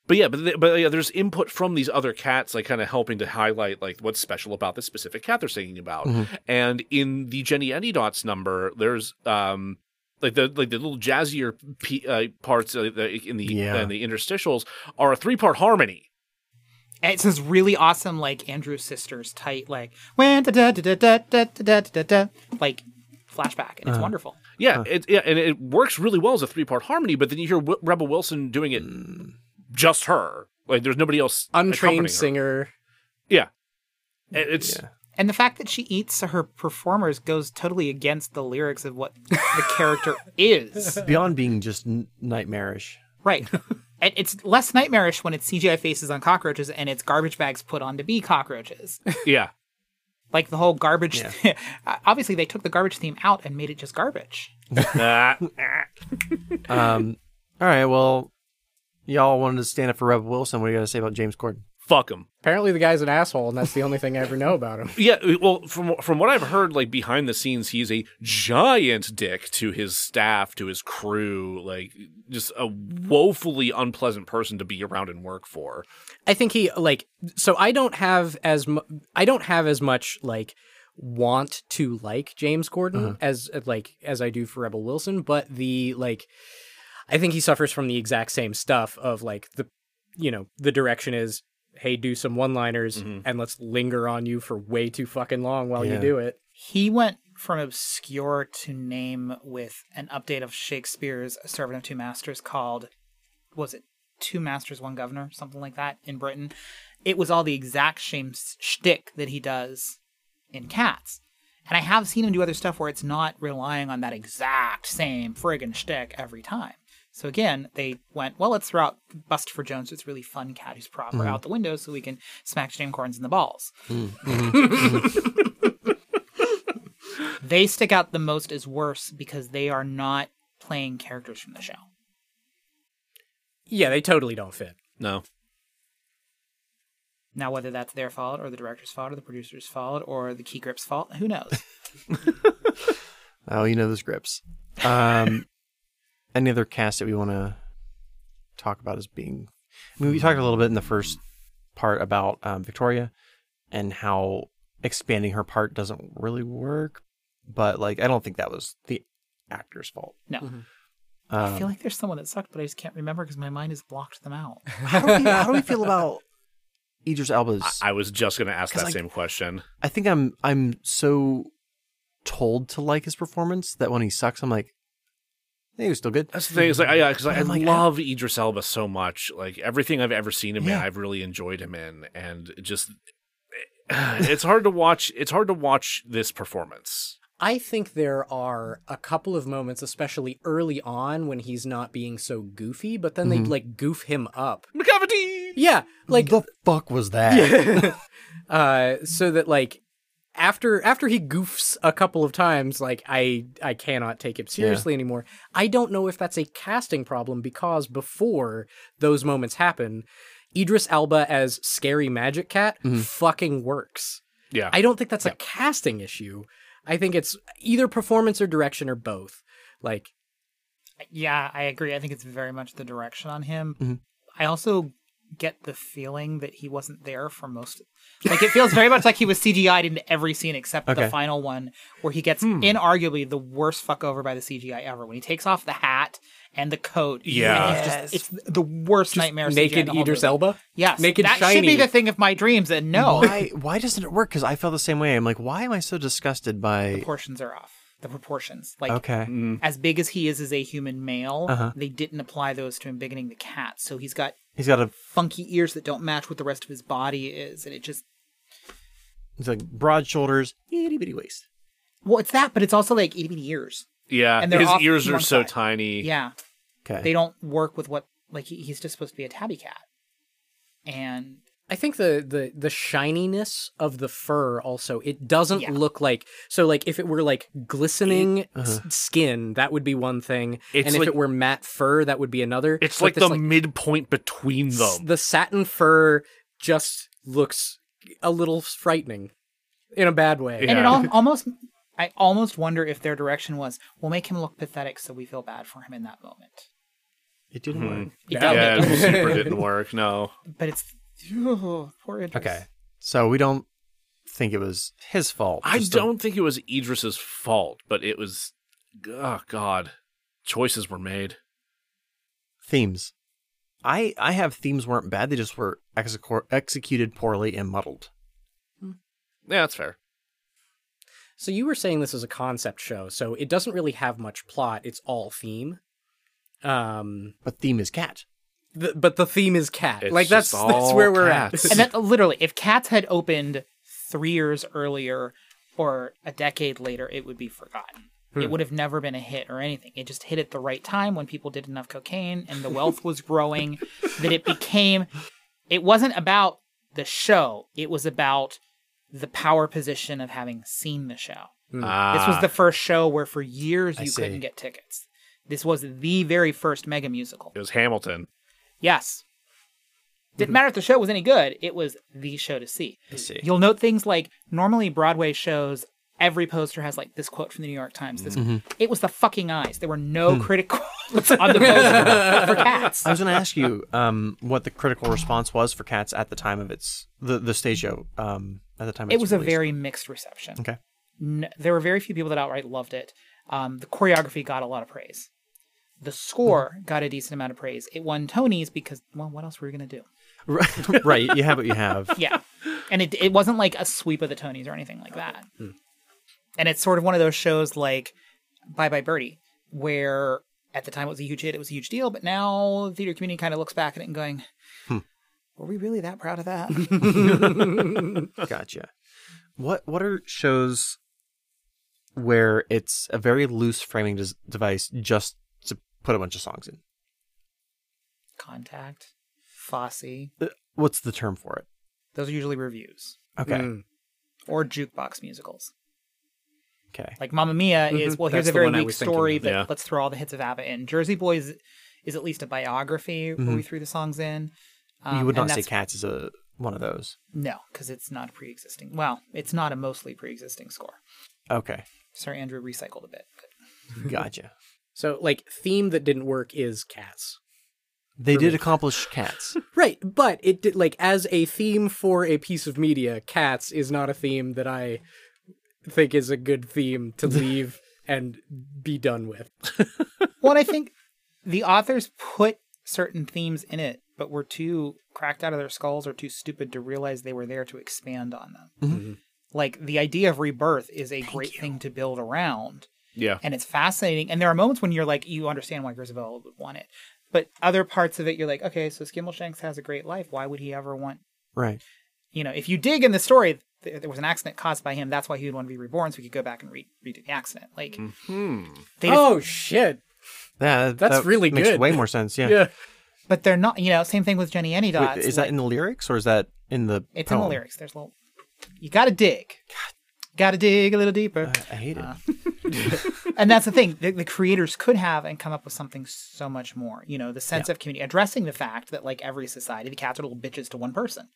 but yeah, but th- but yeah, there's input from these other cats, like kind of helping to highlight like what's special about this specific cat they're singing about.
Mm-hmm.
And in the Jenny Anydots number, there's um like the like the little jazzier p- uh, parts uh, the- in the
Yeah.
and the interstitials are a three part harmony.
And it's this really awesome, like Andrew Sisters tight, like when da da da da da da da da da, like flashback,
Uh-huh.
and it's wonderful.
Yeah, it, yeah, and it works really well as a three part harmony. But then you hear w- Rebel Wilson doing it just her. Like there's nobody else accompanying her.
Mm. Untrained singer.
Yeah, It- it's
And the fact that she eats her performers goes totally against the lyrics of what the character is.
Beyond being just n- nightmarish.
Right. And it's less nightmarish when it's CGI faces on cockroaches and it's garbage bags put on to be cockroaches.
yeah.
Like the whole garbage. obviously, they took the garbage theme out and made it just garbage.
Ah.
Um, all right, well, y'all wanted to stand up for Rebel Wilson. What do you got to say about James Corden?
fuck him.
Apparently, the guy's an asshole, and that's the only thing I ever know about him.
Yeah, uh, well, from from what I've heard, like behind the scenes, he's a giant dick to his staff, to his crew, like just a woefully unpleasant person to be around and work for.
I think he like so I don't have as mu- I don't have as much like want to like James Gordon as like as I do for Rebel Wilson, but the like I think he suffers from the exact same stuff of like the you know the direction is hey do some one liners and let's linger on you for way too fucking long while
Yeah.
you do it.
He went from obscure to name with an update of Shakespeare's A Servant of Two Masters called, was it Two Masters, One Governor, something like that in Britain. It was all the exact same s- shtick that he does in Cats. And I have seen him do other stuff where it's not relying on that exact same friggin' shtick every time. So again, they went, well, let's throw out Buster for Jones. It's really fun cat who's proper out the window so we can smack Jim Corns in the balls. they stick out the most as worse because they are not playing characters from the show.
Yeah, they totally don't fit.
No.
Now, whether that's their fault or the director's fault or the producer's fault or the key grip's fault, who knows?
Oh, you know those grips. Um, any other cast that we want to talk about as being? I mean, we talked a little bit in the first part about um, Victoria and how expanding her part doesn't really work, but like I don't think that was the actor's fault.
No. I feel like there's someone that sucked, but I just can't remember because my mind has blocked them out.
How do we, how do we feel about Idris Elba's?
I was just going to ask
'Cause,
that
like-
same question.
I think I'm I'm so told to like his performance that when he sucks, I'm like, hey, he was still good.
That's the thing. It's like, I, yeah, 'cause I, I
I'm like,
love Idris Elba so much. Like everything I've ever seen him
Yeah.
in, I've really enjoyed him in, and it just eh, it's hard to watch. It's hard to watch this performance.
I think there are a couple of moments, especially early on, when he's not being so goofy, but then they like goof him up.
McCavity.
Yeah, like
the fuck was that?
uh, so that like after after he goofs a couple of times, like I I cannot take him seriously anymore. I don't know if that's a casting problem because before those moments happen, Idris Alba as scary magic cat fucking works.
Yeah.
I don't think that's a casting issue. I think it's either performance or direction or both. Like
yeah, I agree. I think it's very much the direction on him.
Mm-hmm.
I also get the feeling that he wasn't there for most. Like it feels very much like he was CGI'd into every scene except
Okay.
the final one, where he gets
Hmm.
inarguably the worst fuck over by the CGI ever. When he takes off the hat and the coat,
Yeah.
and it's, just, it's the worst nightmare. CGI in
naked
the whole
Idris
movie.
Elba.
Yes,
naked
that
shiny.
should be the thing of my dreams, and no,
why why doesn't it work? Because I felt the same way. I'm like, why am I so disgusted by?
proportions are off. The proportions, like
Okay,
as big as he is as a human male, they didn't apply those to him beginning the cat. So he's got
he's got a
funky ears that don't match what the rest of his body is, and it just
he's like broad shoulders, itty bitty waist.
well, it's that, but it's also like itty bitty ears.
yeah.
And they're
His
off
ears
to
are
one
so
side.
tiny.
Yeah,
Okay,
they don't work with what like he, he's just supposed to be a tabby cat, and
I think the the the shininess of the fur also it doesn't
Yeah.
look like so like if it were like glistening s- skin that would be one thing
uh-huh. It's
and if
like-
it were matte fur that would be another.
It's
But
like
this,
the midpoint between
s-
them.
the satin fur just looks a little frightening in a bad way.
and it
Yeah.
al- almost I almost wonder if their direction was we'll make him look pathetic so we feel bad for him in that moment.
It didn't work.
It
Yeah.
does
yeah,
make-
it super didn't work. No.
but it's oh, poor Idris.
Okay, so we don't think it was his fault.
I
Just a-
don't think it was Idris's fault, but it was. Oh God, choices were made.
themes. I I have themes weren't bad. They just were execor- executed poorly and muddled.
Yeah, that's fair.
So you were saying this is a concept show, so it doesn't really have much plot. It's all theme. Um,
But theme is cat.
th- but the theme is cat.
It's
like that's
just
that's
all
where we're
cats.
at.
And that literally, if cats had opened three years earlier or a decade later, it would be forgotten. It would have never been a hit or anything. It just hit at the right time when people did enough cocaine and the wealth was growing that it became. It wasn't about the show, it was about the power position of having seen the show. This was the first show where for years you
see.
couldn't get tickets. This was the very first mega musical.
It was Hamilton.
Yes. Didn't matter if the show was any good, it was the show to see.
Mm-hmm. I see.
You'll note things like normally Broadway shows, every poster has like this quote from the New York Times. This
Mm-hmm.
it was the fucking eyes. There were
Hmm.
no critic quotes on the poster for cats.
I was going to ask you um, what the critical response was for Cats at the time of its the the stage show um, at the time. of
It
its
was a
release.
very mixed reception.
okay.
N- there were very few people that outright loved it. Um, the choreography got a lot of praise. The score
Mm-hmm.
got a decent amount of praise. It won Tony's because well, what else were we gonna do?
right, you have what you have.
yeah and it, it wasn't like a sweep of the tonys or anything like that
Hmm.
and it's sort of one of those shows like bye bye birdie where at the time it was a huge hit it was a huge deal but now the theater community kind of looks back at it and going
Hmm.
were we really that proud of that
Gotcha. What what are shows where it's a very loose framing des- device just to put a bunch of songs in?
Contact, Fosse.
Uh, What's the term for it?
Those are usually reviews
Okay.
Mm.
or jukebox musicals.
Okay.
Like Mamma Mia is
Mhm,
well, here's
that's
a
the
very
one I
weak
was thinking
story,
of,
but
yeah.
let's throw all the hits of ABBA in. Jersey Boys is at least a biography
Mm-hmm.
where we threw the songs in. Um,
you would
and
not say
that's-
cats is a one of those.
No, because it's not pre-existing. Well, it's not a mostly pre-existing score.
Okay.
Sir Andrew recycled a bit. But
Gotcha.
So like theme that didn't work is cats.
They did accomplish cats.
Right, but it did like as a theme for a piece of media, cats is not a theme that I think is a good theme to leave and be done with.
well, and I think the authors put certain themes in it, but were too cracked out of their skulls or too stupid to realize they were there to expand on them. Like the idea of rebirth is a great thing to build around,
Yeah.
and it's fascinating. And there are moments when you're like, you understand why Grisabella would want it, but other parts of it, you're like, okay, so Skimbleshanks has a great life. Why would he ever want?
right.
You know, if you dig in the story, th- there was an accident caused by him. That's why he would want to be reborn, so he could go back and re- redo the accident. Like,
Mm-hmm.
they just
Oh shit.
Yeah, that-
That's
that
really
makes
good.
way more sense. Yeah.
Yeah.
but they're not you know same thing with jenny any
Wait,
dots
is that
like,
in the lyrics or is that in the?
it's in
poem?
the lyrics there's a little you gotta dig gotta dig a little deeper
I hate it.
Uh. and that's the thing the, the creators could have and come up with something so much more you know the sense of community addressing the fact that like every society the cats are little bitches to one person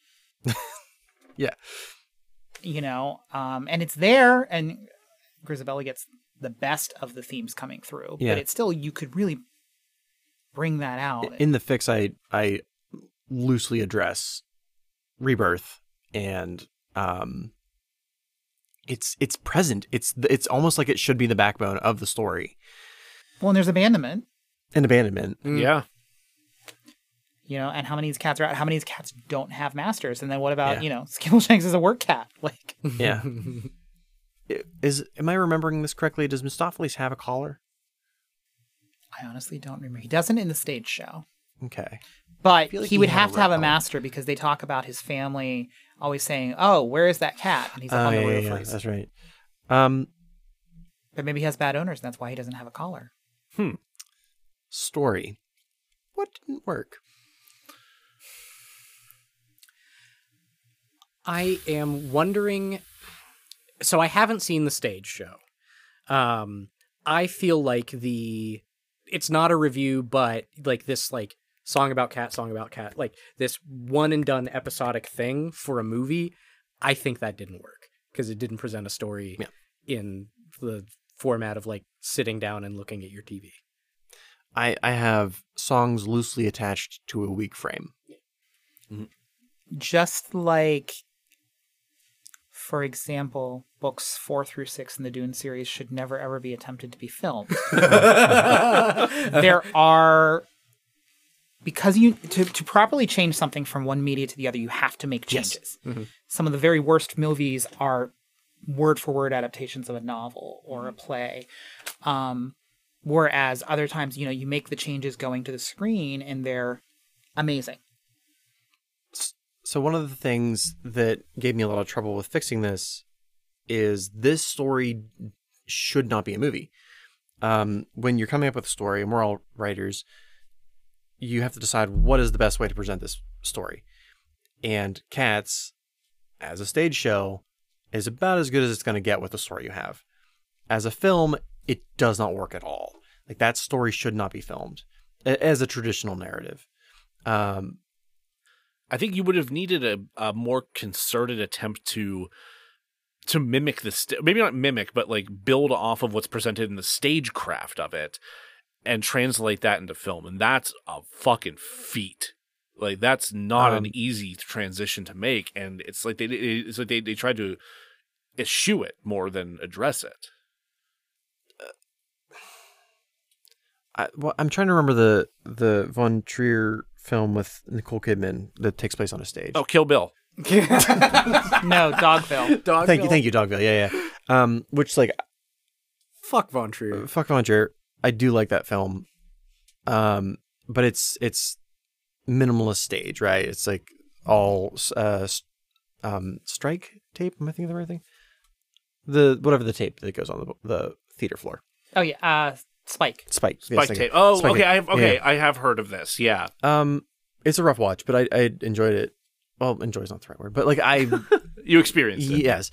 yeah.
you know um and it's there and grisabella gets the best of the themes coming through
Yeah.
but it's still you could really bring that out
In the fix, I I loosely address rebirth and um. It's it's present. It's it's almost like it should be the backbone of the story.
well and there's abandonment
And abandonment.
Yeah.
you know, and how many of these cats are out? How many of these cats don't have masters? And then what about
Yeah.
you know, Skimbleshanks is a work cat? Like,
Yeah. I- Is am I remembering this correctly? Does Mistopheles have a collar?
I honestly don't remember. He doesn't in the stage show,
Okay.
but
feel like
he
he
would
had a
have to have a
red collar.
master because they talk about his family always saying, "Oh, where is that cat?" And he's up
Oh,
on the
yeah,
roof.
yeah,
or he's-
that's right. Um,
But maybe he has bad owners, and that's why he doesn't have a collar.
story. What didn't work?
I am wondering. So I haven't seen the stage show. Um, I feel like the it's not a review, but like this like song about cat, song about cat, like this one and done episodic thing for a movie. I think that didn't work because it didn't present a story
Yeah.
in the format of like sitting down and looking at your TV.
I I have songs loosely attached to a weak frame.
Just like, for example, books four through six in the Dune series should never ever be attempted to be filmed. there are because you to, to properly change something from one media to the other you have to make changes some of the very worst movies are word for word adaptations of a novel or a play um, whereas other times you know you make the changes going to the screen and they're amazing
So one of the things that gave me a lot of trouble with fixing this is this story should not be a movie. Um, when you're coming up with a story, and we're all writers, you have to decide what is the best way to present this story. And Cats, as a stage show, is about as good as it's going to get with the story you have. As a film, it does not work at all. Like that story should not be filmed a- as a traditional narrative. Um,
I think you would have needed a, a more concerted attempt to to mimic the st- maybe not mimic, but like build off of what's presented in the stagecraft of it and translate that into film. And that's a fucking feat. Like that's not
Um,
an easy transition to make, and it's like they it's like they, they tried to eschew it more than address it.
I, well, I'm trying to remember the the Von Trier film with Nicole Kidman that takes place on a stage.
Oh, Kill Bill.
no dogville
Dog
thank you, thank you, Dogville. Yeah, yeah. Um, which like
Fuck Von Trier.
fuck Von Trier, I do like that film. Um, but it's it's minimalist stage, right? It's like all uh, s- um, strike tape. Am I thinking of the right thing? The whatever the tape that goes on the the theater floor.
oh yeah uh Spike.
Spike. yes,
Spike
thank you.
tape. Oh,
Spike
okay.
tape.
I have okay.
Yeah.
I have heard of this. Yeah.
Um, it's a rough watch, but I, I enjoyed it. Well, enjoy is not the right word, but like I
You experienced it.
yes,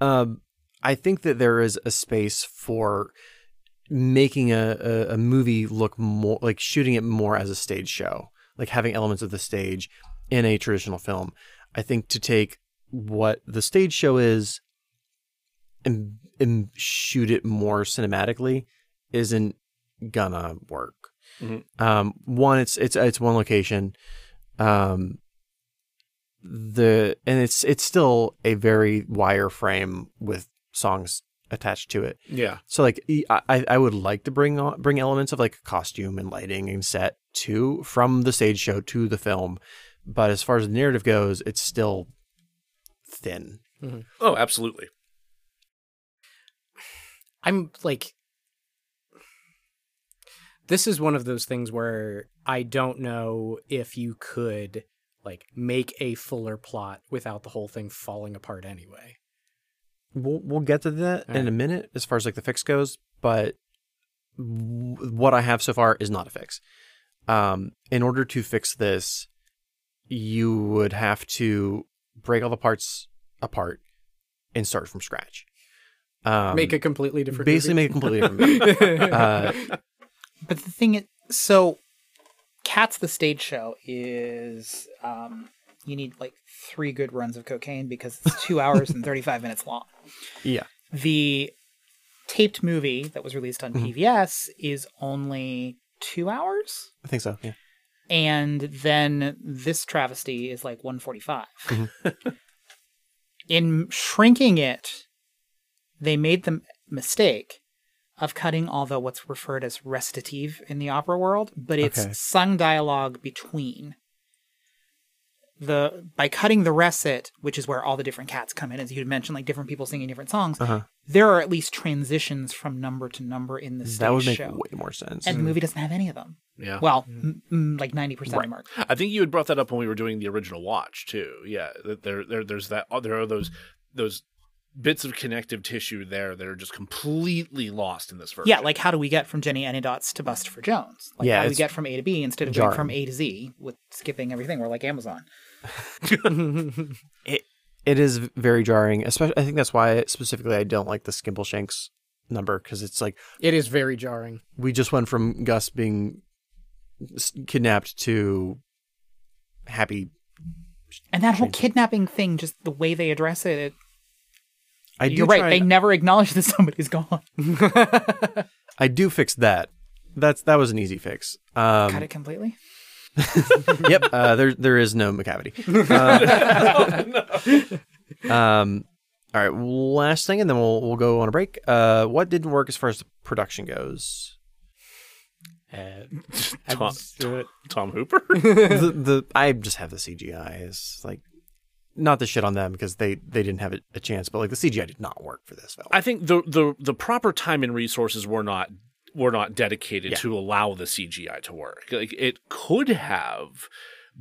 um, I think that there is a space for making a, a, a movie look more like shooting it more as a stage show, like having elements of the stage in a traditional film. I think to take what the stage show is and and shoot it more cinematically isn't gonna work.
Mhm.
Um, one, it's it's it's one location. Um, the and it's it's still a very wireframe with songs attached to it.
Yeah.
So like e- I I- I would like to bring on, bring elements of like costume and lighting and set to from the stage show to the film, but as far as the narrative goes, it's still thin.
Oh, absolutely.
I'm like this is one of those things where I don't know if you could like make a fuller plot without the whole thing falling apart anyway.
We'll we'll get to that in a
Alright.
minute as far as like the fix goes, but w- what I have so far is not a fix. Um, in order to fix this, you would have to break all the parts apart and start from scratch. Um,
make a completely different
basically
movie.
make a completely different movie. uh,
But the thing is, so Cats the Stage Show is um, you need like three good runs of cocaine because it's two hours and 35 minutes long.
yeah,
The taped movie that was released on PVS is only two hours.
I think so. Yeah.
And then this travesty is like 145.
Mm-hmm.
In shrinking it, they made the m- mistake of cutting all the what's referred as recitative in the opera world, but it's
Okay.
sung dialogue between the by cutting the recit, which is where all the different cats come in, as you had mentioned, like different people singing different songs.
Uh-huh.
There are at least transitions from number to number in the stage
That would make
show,
way more sense.
and the movie doesn't have any of them.
Yeah.
Well, m- m- like ninety percent
Right.
of mark.
I think you had brought that up when we were doing the original watch too. Yeah, that there, there, there's that. oh, There are those, those bits of connective tissue there that are just completely lost in this version.
Yeah, like how do we get from Jenny Anydots to Bust for Jones? Like
Yeah,
how do we
it's
get from A to B instead of
jarring.
going from A to Z with skipping everything? We're like Amazon.
it is very jarring. Especially, I think that's why specifically I don't like the Skimbleshanks number because it's like
it is very jarring.
we just went from Gus being s- kidnapped to happy.
And that whole kidnapping thing, just the way they address it, it
I do
you're right.
try-
They never acknowledge that somebody's gone.
I do fix that. That's that was an easy fix. Um,
Cut it completely.
yep. Uh, there there is no McCavity. Um, um, all right. Last thing, and then we'll we'll go on a break. Uh, what didn't work as far as the production goes?
Tom,
do it.
Tom Hooper.
the, the I just have the CGI is like not the shit on them because they they didn't have a, a chance, but like the CGI did not work for this film.
I think the the the proper time and resources were not were not dedicated
Yeah.
to allow the CGI to work. Like it could have,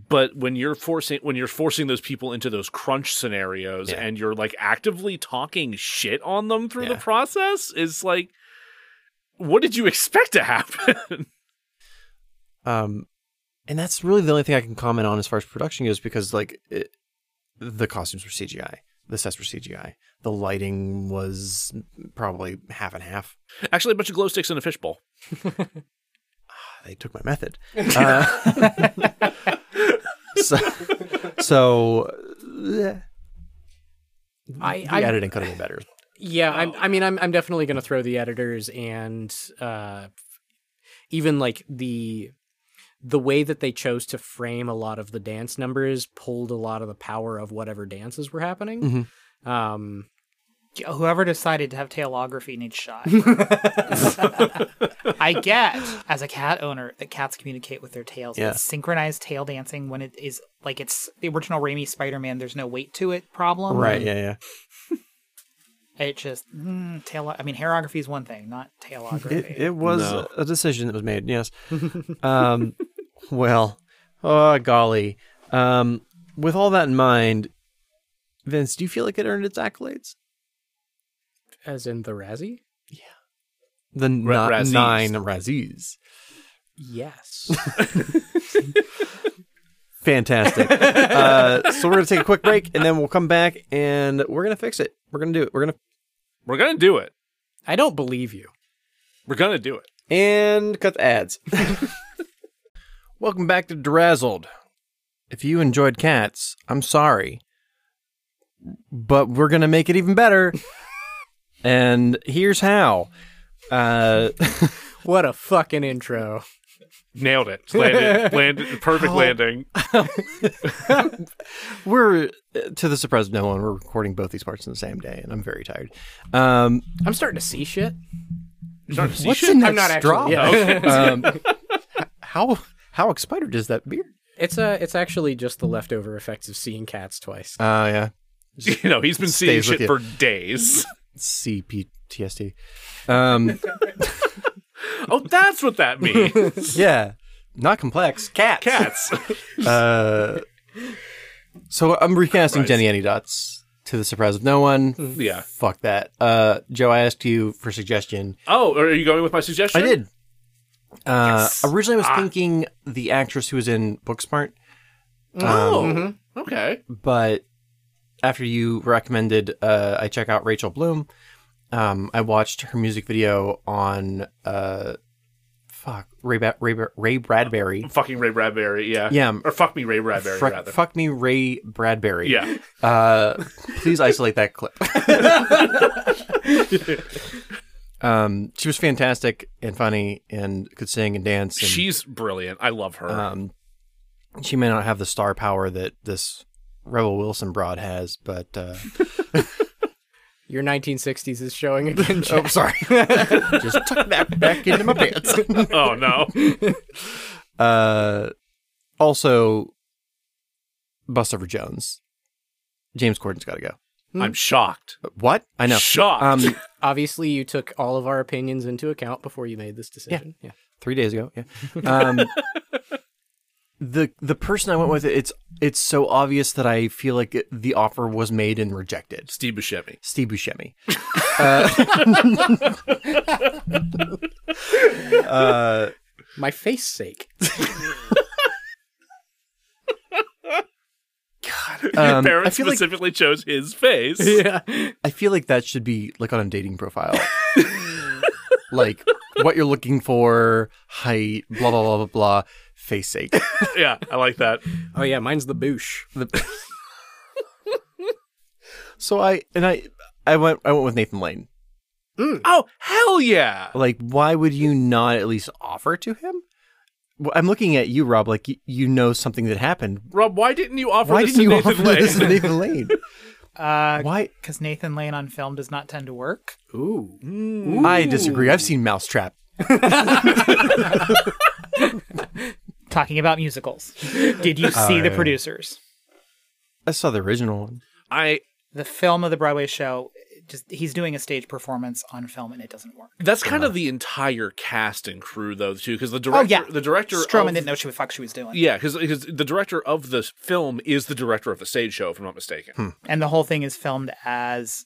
but when you're forcing when you're forcing those people into those crunch scenarios
Yeah.
and you're like actively talking shit on them through the
Yeah.
process, is like what did you expect to happen?
Um, and that's really the only thing I can comment on as far as production goes because like it, the costumes were CGI, the sets were CGI, the lighting was probably half and half.
Actually, a bunch of glow sticks in a fishbowl.
They took my method. Uh, so, so eh,
I,
the
I
editing could have been better.
Yeah, I'm, I mean, I'm I'm definitely going to throw the editors and uh, even like the the way that they chose to frame a lot of the dance numbers pulled a lot of the power of whatever dances were happening.
Mm-hmm.
Um,
Whoever decided to have tailography needs shot. I get, as a cat owner, that cats communicate with their tails.
Yeah.
It's synchronized tail dancing when it is like it's the original Raimi Spider Man, there's no weight to it problem.
Right? Yeah, yeah.
It just, mm, tail, I mean, hairography is one thing, not tailography.
It, it was
No.
a decision that was made, yes. um, well, oh, golly. Um, with all that in mind, Vince, do you feel like it earned its accolades?
as in the Razzie.
The n-
Ra- Razzies.
nine Razzies.
Yes.
Fantastic. uh, so we're gonna take a quick break, and then we'll come back, and we're gonna fix it. We're gonna do it. We're gonna
We're gonna do it.
I don't believe you.
We're gonna do it.
and cut the ads. Welcome back to Drazzled. If you enjoyed cats, I'm sorry, but we're gonna make it even better. and here's how. Uh,
What a fucking intro.
Nailed it. Landed. landed. Perfect landing.
we're uh, to the surprise of no one. We're recording both these parts on the same day, and I'm very tired. Um,
I'm starting to see shit.
You're starting to see
what's
shit?
in that
I'm not actually-
straw?
yeah.
um, h- how how expired is that beer?
It's uh it's actually just the leftover effects of seeing cats twice.
Oh yeah,
You know, he's been seeing
Stays with
shit
you.
for days.
CPTSD. Um,
Oh, that's what that means.
yeah, not complex. Cats.
Cats.
Uh, so I'm recasting
Christ.
Jenny Any Dots to the surprise of no one.
yeah.
Fuck that. Uh, Joe, I asked you for suggestion.
Oh, are you going with my suggestion?
I did. Uh, Originally, I was
Ah.
thinking the actress who was in Booksmart,
Oh.
Mm-hmm.
Okay.
but after you recommended uh, I check out Rachel Bloom, um, I watched her music video on uh, fuck Ray, ba- Ray, Ba- Ray Bradbury.
Fucking Ray Bradbury. Yeah.
Yeah.
Or fuck me, Ray Bradbury.
Frick-
rather.
fuck me, Ray Bradbury.
Yeah.
Uh, please isolate that clip. um, she was fantastic and funny and could sing and dance. And,
She's brilliant. I love her.
um, she may not have the star power that this Rebel Wilson broad has, but uh,
Your 1960s is showing again. Jack.
oh, sorry, just tuck that back into my pants.
oh no.
uh, also, Bustover Jones, James Corden's got to go.
I'm shocked.
What I know.
Shocked.
Um,
Obviously, you took all of our opinions into account before you made this decision. Yeah.
three days ago. Yeah. Um, the the person I went with, it's it's so obvious that I feel like it, the offer was made and rejected.
Steve Buscemi.
Steve Buscemi.
My face sake.
Your
Um, I
parents
feel like
specifically chose his face.
yeah.
I feel like that should be like on a dating profile. like what you're looking for, height, blah blah blah blah blah, face sake.
yeah, I like that.
Oh yeah, mine's the boosh.
The- so I and I I went I went with Nathan Lane.
Oh, hell yeah.
Like why would you not at least offer to him? Well, I'm looking at you, Rob. Like y- you know something that happened.
Rob, why didn't you offer
Why
this
didn't you
to Nathan
offer
Lane? Uh,
this to Nathan Lane? Why?
because Nathan Lane on film does not tend to work.
Ooh.
I disagree. I've seen Mousetrap.
Talking about musicals, did you see the producers?
I saw the original one.
I
The film of the Broadway show, just he's doing a stage performance on film and it doesn't work.
that's kind
Uh.
of the entire cast and crew though too because the
Oh,
director
Oh, yeah.
the director
Stroman
of,
didn't know she would fuck she was doing,
yeah because the director of the film is the director of the stage show if I'm not mistaken
and the whole thing is filmed as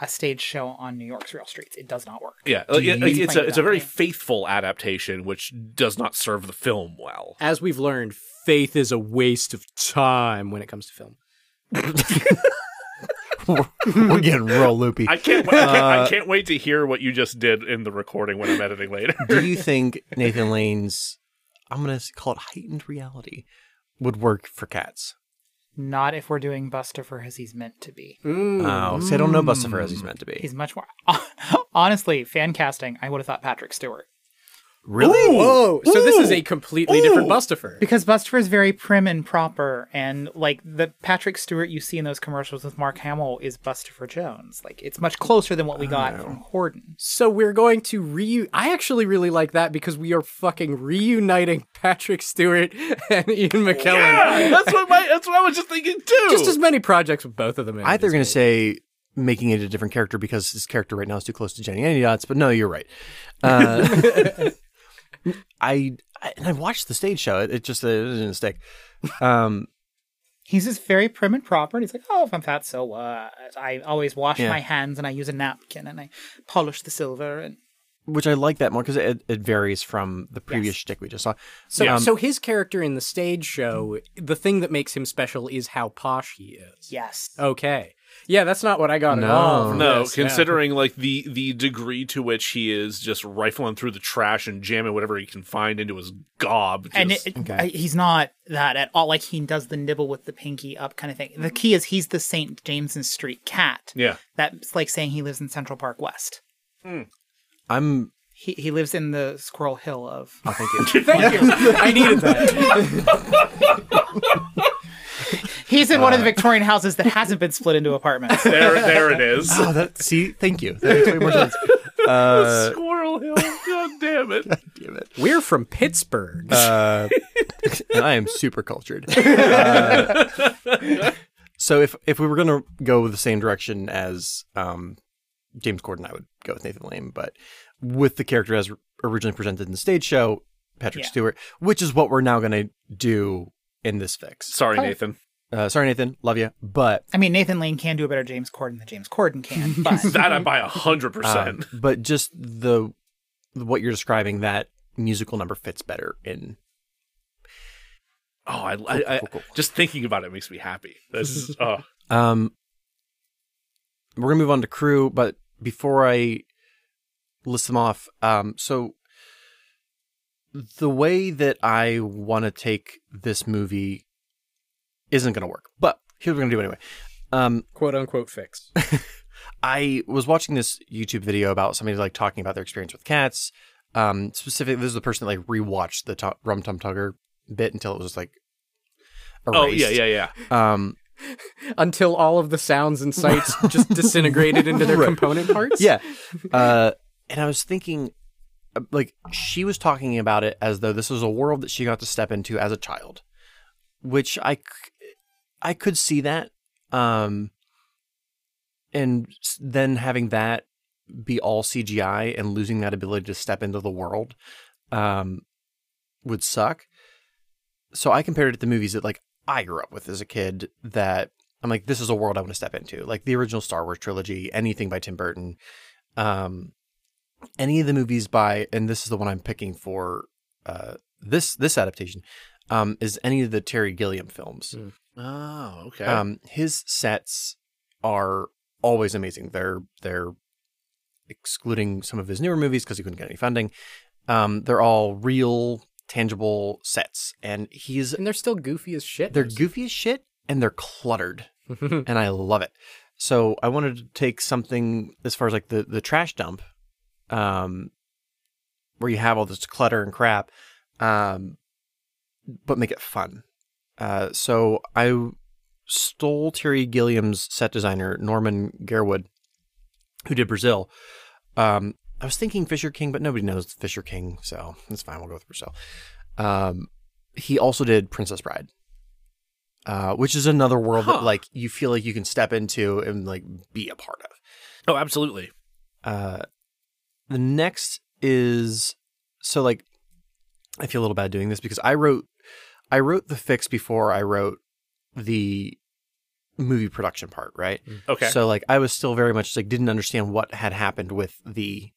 a stage show on New York's real streets. It does not work.
yeah like, it-
you
like, it's a
think
it's a
that
very
way?
faithful adaptation which does not serve the film well
As we've learned, faith is a waste of time when it comes to film.
We're getting real loopy.
I can't, I can't I can't wait to hear what you just did in the recording when I'm editing later
Do you think Nathan Lane's, I'm going to call it heightened reality, would work for cats?
Not if we're doing Buster for as he's meant to be.
Oh, see, I don't know Bustafer as he's meant to be.
He's much more. Honestly, fan casting, I would have thought Patrick Stewart.
Really?
Whoa! So this is a completely different Bustifer.
Because Buster is very prim and proper, and like the Patrick Stewart you see in those commercials with Mark Hamill is Buster for Jones. Like it's much closer than what we got from Horton.
So we're going to reu. I actually really like that because we are fucking reuniting Patrick Stewart and Ian McKellen.
yeah that's what my that's what I was just thinking too
Just as many projects with both of them. in
I
it
thought you were
as
going to
me.
say making it a different character because his character right now is too close to Jenny Anydots, but no, you're right. Uh, I, I and I watched the stage show. It, it just uh, it didn't stick. Um,
He's just very prim and proper, and he's like, "Oh, if I'm fat, so what? I always wash
Yeah.
my hands, and I use a napkin, and I polish the silver." And
which I like that more because it, it varies from the previous shtick we just saw.
So,
Um,
so his character in the stage show, the thing that makes him special is how posh he is.
Yes.
Okay. Yeah, that's not what I got
No.
at all. from
No,
this, yeah.
considering like the the degree to which he is just rifling through the trash and jamming whatever he can find into his gob.
and
just-
it, it-
Okay.
I- he's not that at all. Like he does the nibble with the pinky up kind of thing. The key is he's the St. James's Street cat.
yeah,
That's like saying he lives in Central Park West.
I'm
He he lives in the Squirrel Hill of.
I think it,
Thank you. I needed that.
He's in one of the Victorian houses that hasn't been split into apartments.
there, there it is.
oh, that, see, thank you. That makes way more sense.
Squirrel Hill. Oh, God damn it.
Damn it.
We're from Pittsburgh.
and I am super cultured. Uh, so if if we were gonna go the same direction as um, James Corden, I would go with Nathan Lane, but with the character as originally presented in the stage show, Patrick
Yeah.
Stewart, which is what we're now gonna do in this fix.
Sorry, Nathan.
Uh, sorry, Nathan, love you, but
I mean, Nathan Lane can do a better James Corden than James Corden can, but
That I buy a hundred
um,
percent.
but just the what you're describing that musical number fits better in.
Oh, I, I, I just thinking about it makes me happy. This is oh,
Um, we're gonna move on to crew, but before I list them off, um, so the way that I want to take this movie isn't gonna work. But here's what we're gonna do anyway. Um,
Quote unquote fix.
I was watching this YouTube video about somebody like talking about their experience with cats. Um, specifically, this is the person that like rewatched the to- Rum Tum Tugger bit until it was like erased.
oh yeah, yeah, yeah.
Um,
Until all of the sounds and sights just disintegrated into their component parts.
yeah. Uh, and I was thinking, uh, like, she was talking about it as though this was a world that she got to step into as a child, which I, c- I could see that. Um, and s- then having that be all CGI and losing that ability to step into the world um, would suck. So I compared it to movies that, like, I grew up with as a kid that I'm like, this is a world I want to step into. Like the original Star Wars trilogy, anything by Tim Burton, um, any of the movies by, and this is the one I'm picking for uh, this this adaptation, um, is any of the Terry Gilliam films.
Mm.
Oh, okay.
Um, his sets are always amazing. They're they're excluding some of his newer movies because he couldn't get any funding. Um, they're all real, tangible sets, and he's
And they're still goofy as shit.
they're goofy as shit and they're cluttered
goofy.
and I love it. So I wanted to take something as far as like the the trash dump, um, where you have all this clutter and crap, um, but make it fun. Uh, so I stole Terry Gilliam's set designer Norman Gerwood, who did Brazil. Um, I was thinking Fisher King, but nobody knows Fisher King, so that's fine. We'll go with Brazil. Um, he also did Princess Bride, uh, which is another world
Huh.
that like you feel like you can step into and like be a part of.
oh, absolutely.
Uh, the next is so like I feel a little bad doing this because I wrote I wrote the fix before I wrote the movie production part, right?
Okay.
So like I was still very much like didn't understand what had happened with the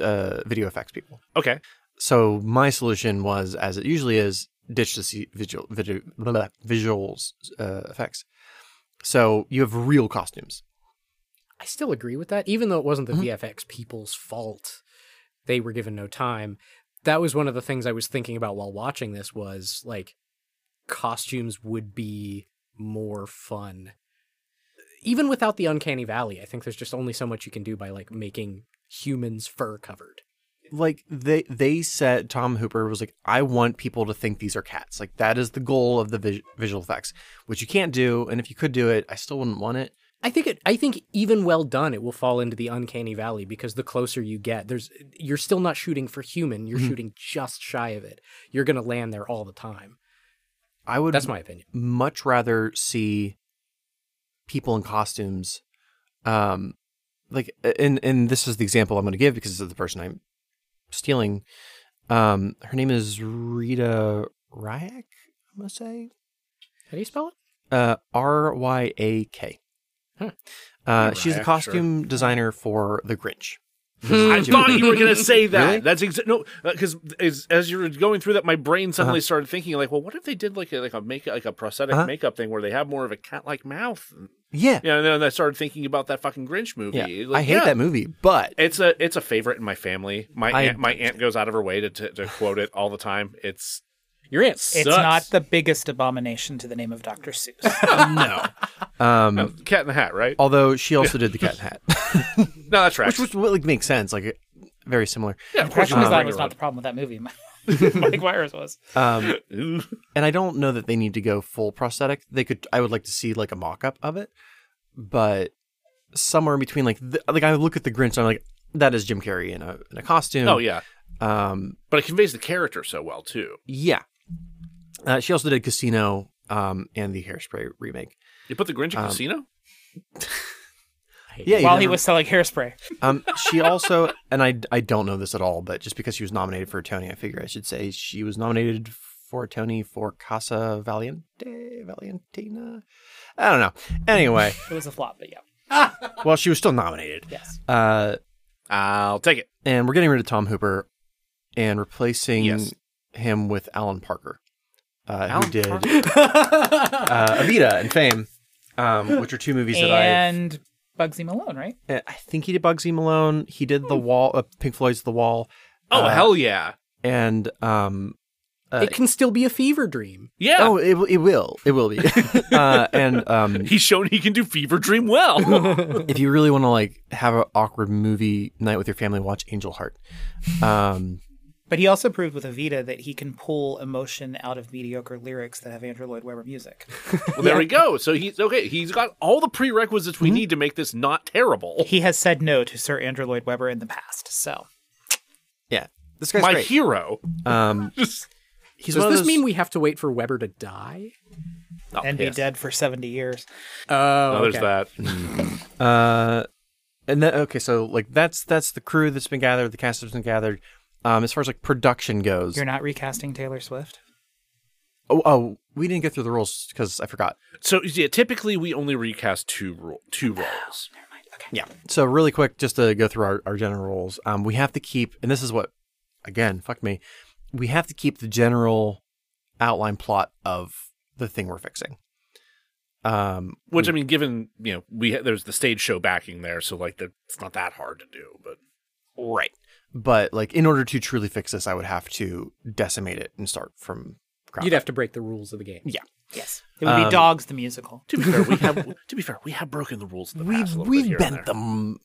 uh, video effects people.
okay.
So my solution was, as it usually is, ditch the C- visual, visual blah, visuals uh, effects. So you have real costumes.
I still agree with that, even though it wasn't the VFX people's fault. They were given no time. That was one of the things I was thinking about while watching this was like costumes would be more fun. Even without the uncanny valley, I think there's just only so much you can do by like making humans fur covered.
like they they said Tom Hooper was like, I want people to think these are cats. Like that is the goal of the vis- visual effects, which you can't do. And if you could do it, I still wouldn't want it.
I think it I think even well done it will fall into the uncanny valley because the closer you get, there's you're still not shooting for human, you're shooting just shy of it. You're going to land there all the time.
I would
That's my opinion.
much rather see people in costumes, um, like and and this is the example I'm going to give because this is the person I'm stealing. Um, her name is Rita Ryak. I'm gonna say
How do you spell it?
Uh, R Y A K.
Huh.
Uh, she's a
Ryak,
costume designer for The Grinch.
I thought you were gonna say that. That's exa- no, because as, as you were going through that, my brain suddenly started thinking like, well, what if they did like a, like a make like a prosthetic makeup thing where they have more of a cat like mouth?
Yeah.
Yeah, and then I started thinking about that fucking Grinch movie.
Yeah.
Like,
I hate
yeah.
that movie, but
It's a it's a favorite in my family. My
I-
aunt, my aunt goes out of her way to, to, to quote it all the time. It's
Your aunt
It's
sucks.
not the biggest abomination to the name of Dr. Seuss.
no
um,
Cat in the Hat, right?
although she also did the Cat in the Hat,
no, that's right.
which was, like makes sense, like very similar.
yeah, of course,
Question was
you
that
was
was not the problem with that movie. Mike Myers was.
Um,
Ooh.
and I don't know that they need to go full prosthetic. They could. I would like to see like a mock up of it, but somewhere in between, like the, like I look at the Grinch, and I'm like, that is Jim Carrey in a in a costume.
Oh yeah,
Um,
but it conveys the character so well too.
yeah. Uh, she also did Casino um, and the Hairspray remake.
You put the Grinch
Um,
in Casino.
Yeah, you
While he
never-
was selling hairspray.
Um, she also, and I, I don't know this at all, but just because she was nominated for a Tony, I figure I should say she was nominated for a Tony for Casa Valiente, Valentina. I don't know. Anyway,
It was a flop, but yeah.
well, she was still nominated.
Yes.
Uh,
I'll take it.
and we're getting rid of Tom Hooper and replacing
Yes.
him with Alan Parker, uh,
Alan
who did
Parker?
uh, Evita and Fame, um, which are two movies that I
And Bugsy Malone, right?
Uh, I think he did Bugsy Malone. He did The Wall, uh, Pink Floyd's The Wall,
Oh
Uh,
hell yeah,
and um, uh,
it can still be a fever dream.
yeah.
oh, it, w- it will, it will be. uh, and um,
He's shown he can do Fever Dream well.
if you really want to like have an awkward movie night with your family, watch Angel Heart. Um,
But he also proved with Evita that he can pull emotion out of mediocre lyrics that have Andrew Lloyd Webber music.
well, there we go. So he's okay. He's got all the prerequisites
Mm-hmm.
we need to make this not terrible.
He has said no to Sir Andrew Lloyd Webber in the past, so
yeah, this guy's
My
great.
hero.
um,
Just
he's
Does
one of
this
those-
mean we have to wait for Weber to die?
oh,
and
yes.
be dead for seventy years.
Oh,
Oh, there's that.
Mm-hmm. Uh, and then okay, so like that's that's the crew that's been gathered, the cast that's been gathered. Um, as far as like production goes,
You're not recasting Taylor Swift.
oh, oh, we didn't get through the rules because I forgot.
So yeah, typically we only recast two role two roles.
Yeah. So really quick, just to go through our, our general rules, um, we have to keep, and this is what, again, fuck me, we have to keep the general outline plot of the thing we're fixing. Um,
Which I mean, given you know we ha- there's the stage show backing there, so like that it's not that hard to do. But
right. But like, in order to truly fix this, I would have to decimate it and start from ground.
You'd have to break the rules of the game.
yeah.
Yes, it would be Dogs the musical.
to be fair, we have to be fair, we have broken the rules. In the
We've
past a little bit
we've
here and there.
bent them.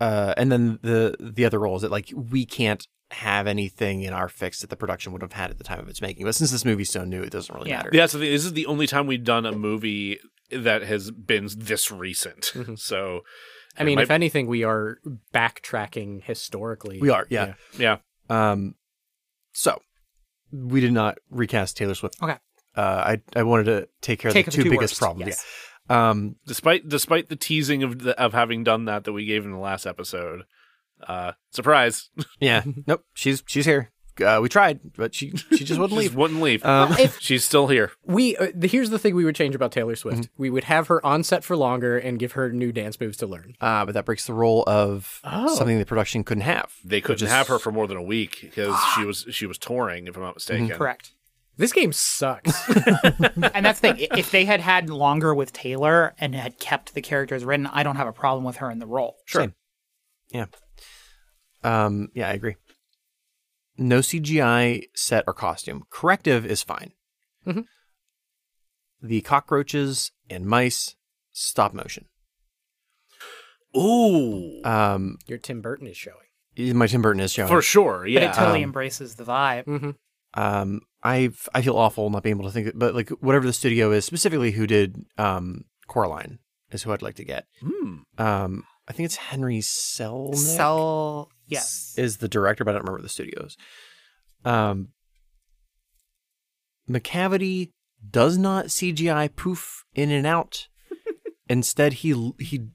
Uh, and then the the other role is that like we can't have anything in our fix that the production would have had at the time of its making. But since this movie's so new, it doesn't really
Yeah.
matter.
Yeah, so this is the only time we've done a movie that has been this recent. So
I mean,
my-
if anything, we are backtracking historically.
We are, yeah.
yeah,
Um, so we did not recast Taylor Swift.
Okay.
Uh, I I wanted to take care
Take
of
the
the two,
two
biggest
worst,
problems.
yes.
Yeah. Um,
despite despite the teasing of the, of having done that that we gave in the last episode, uh, surprise,
yeah. nope. She's she's here. Uh, we tried, but she she just wouldn't
just
leave.
wouldn't leave. Um, She's still here.
We uh, the, here's the thing we would change about Taylor Swift.
Mm-hmm.
We would have her on set for longer and give her new dance moves to learn.
Uh, but that breaks the rule of something the production couldn't have.
Oh. They couldn't have her for more than a week because she was she was touring, if I'm not mistaken.
Ah! Correct.
This game sucks.
And that's the thing. i- If they had had longer with Taylor and had kept the characters written, I don't have a problem with her in the role.
Sure. Yeah. Um. Yeah, I agree. No CGI set or costume. Corrective is fine.
Mhm.
The cockroaches and mice, stop motion.
Ooh,
Um,
Your Tim Burton is showing.
my Tim Burton is showing.
for sure.
But
Yeah,
it totally
Um,
embraces the vibe.
um i i feel awful not being able to think but like whatever the studio is specifically who did um coraline is who i'd like to get
Hmm.
um i think it's henry selnick
Sell. Yes.
is the director but i don't remember the studios um mccavity does not cgi poof in and out instead he he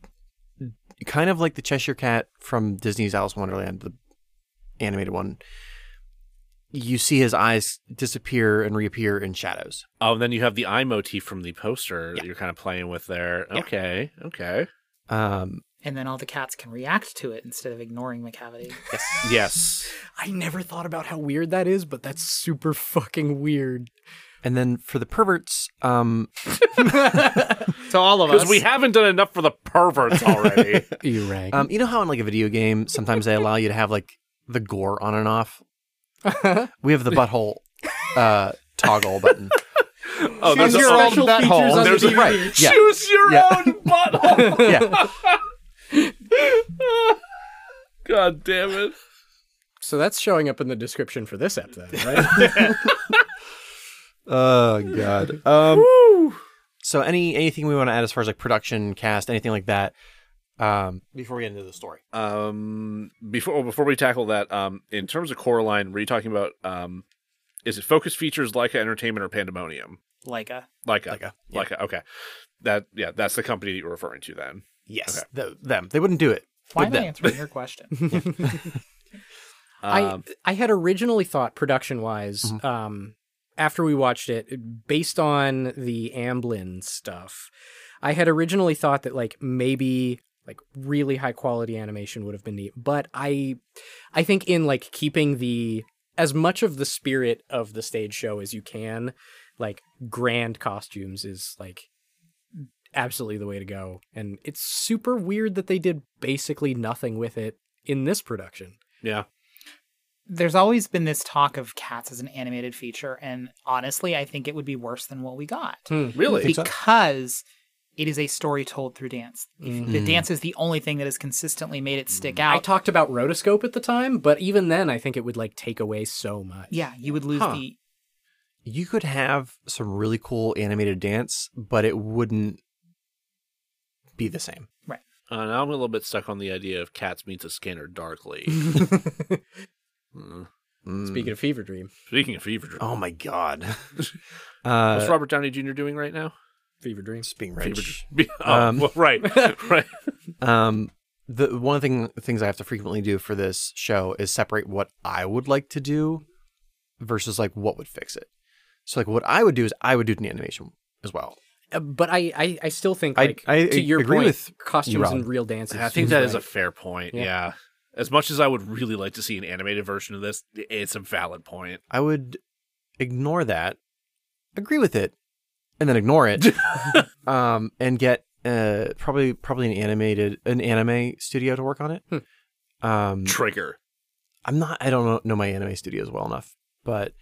kind of like the cheshire cat from disney's alice in wonderland the animated one you see his eyes disappear and reappear in shadows
Oh, and then you have the eye motif from the poster that you're kind of playing with there. Okay, okay.
um
and then all the cats can react to it instead of ignoring the cavity.
Yes.
I never thought about how weird that is, but that's super fucking weird.
And then for the perverts, um,
to all of us,
Because we haven't done enough for the perverts already.
You're right.
um, you know how in like a video game, sometimes they allow you to have like the gore on and off. we have the butthole uh, toggle button.
Oh, there's
Choose
a,
your
oh,
special
that
features
hole.
on
There's
the
a-
DVD.
right. Yeah.
choose your
Yeah.
own butthole.
Yeah,
God damn it.
So that's showing up in the description for this app, then, right?
Oh god. Um, so any anything we want to add as far as like production, cast, anything like that, um, before we get into the story. Uh,
Um, before well, before we tackle that, um, in terms of Coraline, were you talking about um, is it focus features Leica Entertainment or Pandemonium?
Leica.
Leica,
Leica,
Leica,
yeah.
Okay, that yeah, that's the company that you're referring to. Then
Yes, th- them. They wouldn't do it.
Why
with
am I
them.
answering your question?
Um,
I I had originally thought production wise, um, after we watched it, based on the Amblin stuff, I had originally thought that like maybe like really high quality animation would have been neat, but I I think in like keeping the as much of the spirit of the stage show as you can, like grand costumes is like absolutely the way to go. And it's super weird that they did basically nothing with it in this production.
yeah,
There's always been this talk of cats as an animated feature, and honestly, I think it would be worse than what we got.
really,
because it is a story told through dance.
Mm-hmm.
Mm.
The dance is the only thing that has consistently made it stick
I
out.
talked about rotoscope at the time, but even then, I think it would like take away so much.
yeah, you would lose
Huh.
the.
You could have some really cool animated dance, but it wouldn't be the same.
uh, now I'm a little bit stuck on the idea of Cats meets a Scanner Darkly. Mm.
Speaking of fever dream,
Speaking of fever, dream,
Oh my god.
what's
uh,
Robert Downey Jr. doing right now?
fever dream.
being rich.
oh,
Um,
well, right, right.
Um, the one of the thing, things I have to frequently do for this show is separate what I would like to do versus like what would fix it. So like what I would do is I would do the animation as well.
Uh, but I, I, I still think
I-
like
I
to your
agree
point,
with you,
costumes
Rob.
and real dances.
I think that is a
right.
fair point.
Yeah.
Yeah. As much as I would really like to see an animated version of this, it's a valid point.
I would ignore that, agree with it, and then ignore it, um, and get uh, probably probably an animated an anime studio to work on it. Um,
Trigger.
I'm not. I don't know, know my anime studios well enough, but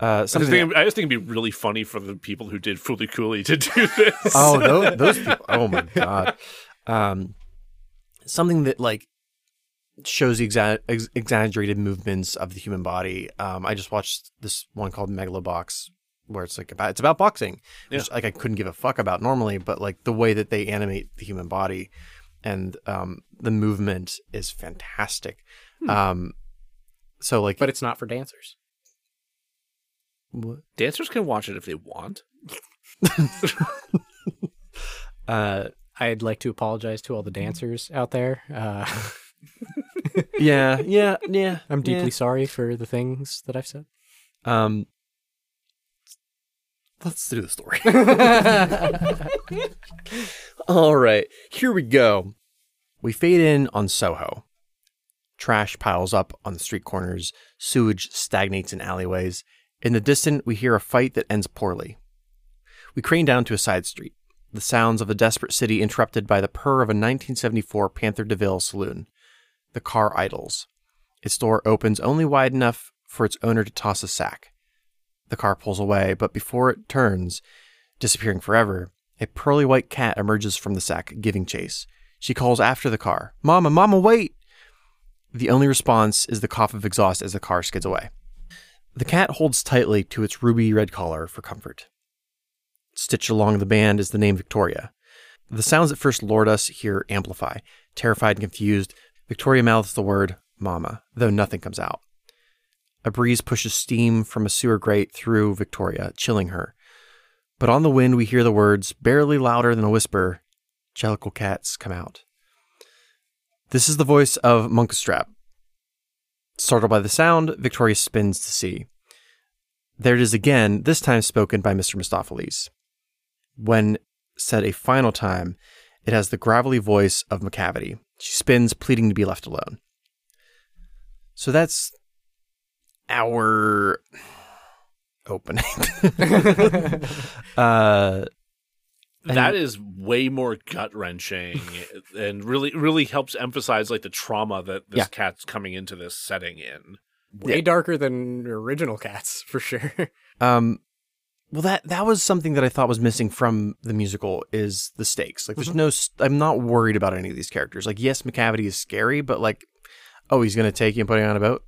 uh,
I just,
something.
think, I just think it'd be really funny for the people who did Fooly Cooley to do this.
oh, those, those people. Oh my god. Um, something that like shows the exa- ex- exaggerated movements of the human body. Um, I just watched this one called Megalobox, where it's like about it's about boxing, which like I couldn't give a fuck about normally, but like the way that they animate the human body and um, the movement is fantastic.
Hmm.
Um, so like,
But it's not for dancers.
what?
Dancers can watch it if they want.
uh,
I'd like to apologize to all the dancers out there. Uh,
yeah, yeah, yeah.
I'm
yeah.
deeply sorry for the things that I've said.
Um, let's do the story. All right, here we go. We fade in on Soho. Trash piles up on the street corners, sewage stagnates in alleyways. In the distance, we hear a fight that ends poorly. We crane down to a side street, the sounds of a desperate city interrupted by the purr of a 1974 Panther DeVille saloon. The car idles. Its door opens only wide enough for its owner to toss a sack. The car pulls away, but before it turns, disappearing forever, a pearly white cat emerges from the sack, giving chase. She calls after the car, Mama, Mama, wait! The only response is the cough of exhaust as the car skids away. The cat holds tightly to its ruby red collar for comfort. Stitched along the band is the name Victoria. The sounds that first lured us here amplify. Terrified and confused, Victoria mouths the word mama, though nothing comes out. A breeze pushes steam from a sewer grate through Victoria, chilling her. But on the wind, we hear the words, barely louder than a whisper Jellicle cats come out. This is the voice of Monkstrap. Startled by the sound, Victoria spins to see. There it is again, this time spoken by Mr. Mistopheles. When said a final time, it has the gravelly voice of McCavity. She spins, pleading to be left alone. So that's our opening. uh,
That is way more gut wrenching and really really helps emphasize like the trauma that this
Yeah.
cat's coming into this setting in.
Way darker than original cats for sure.
Um, well, that that was something that I thought was missing from the musical is the stakes. Like, there's no, s- I'm not worried about any of these characters. Like, yes, McCavity is scary, but like, oh, he's gonna take you and put you on a boat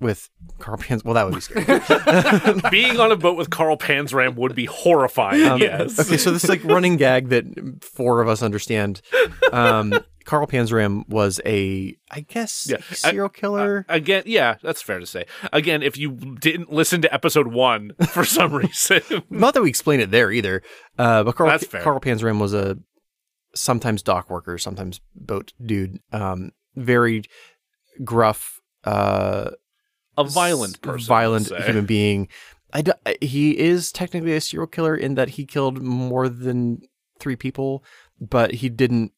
with carpans. Well, that would be scary.
Being on a boat with Carl Panzram would be horrifying,
Um,
yes.
okay, so this like running gag that four of us understand. Um, Carl Panzram was a, I guess,
Yeah,
a serial killer.
Again, yeah, that's fair to say. Again, if you didn't listen to episode one for some reason,
not that we explain it there either. Uh, but Carl,
That's fair.
Carl Panzram was a sometimes dock worker, sometimes boat dude. Um, very gruff, uh,
a violent person,
violent
let's say.
human being. I d- he is technically a serial killer in that he killed more than three people, but he didn't.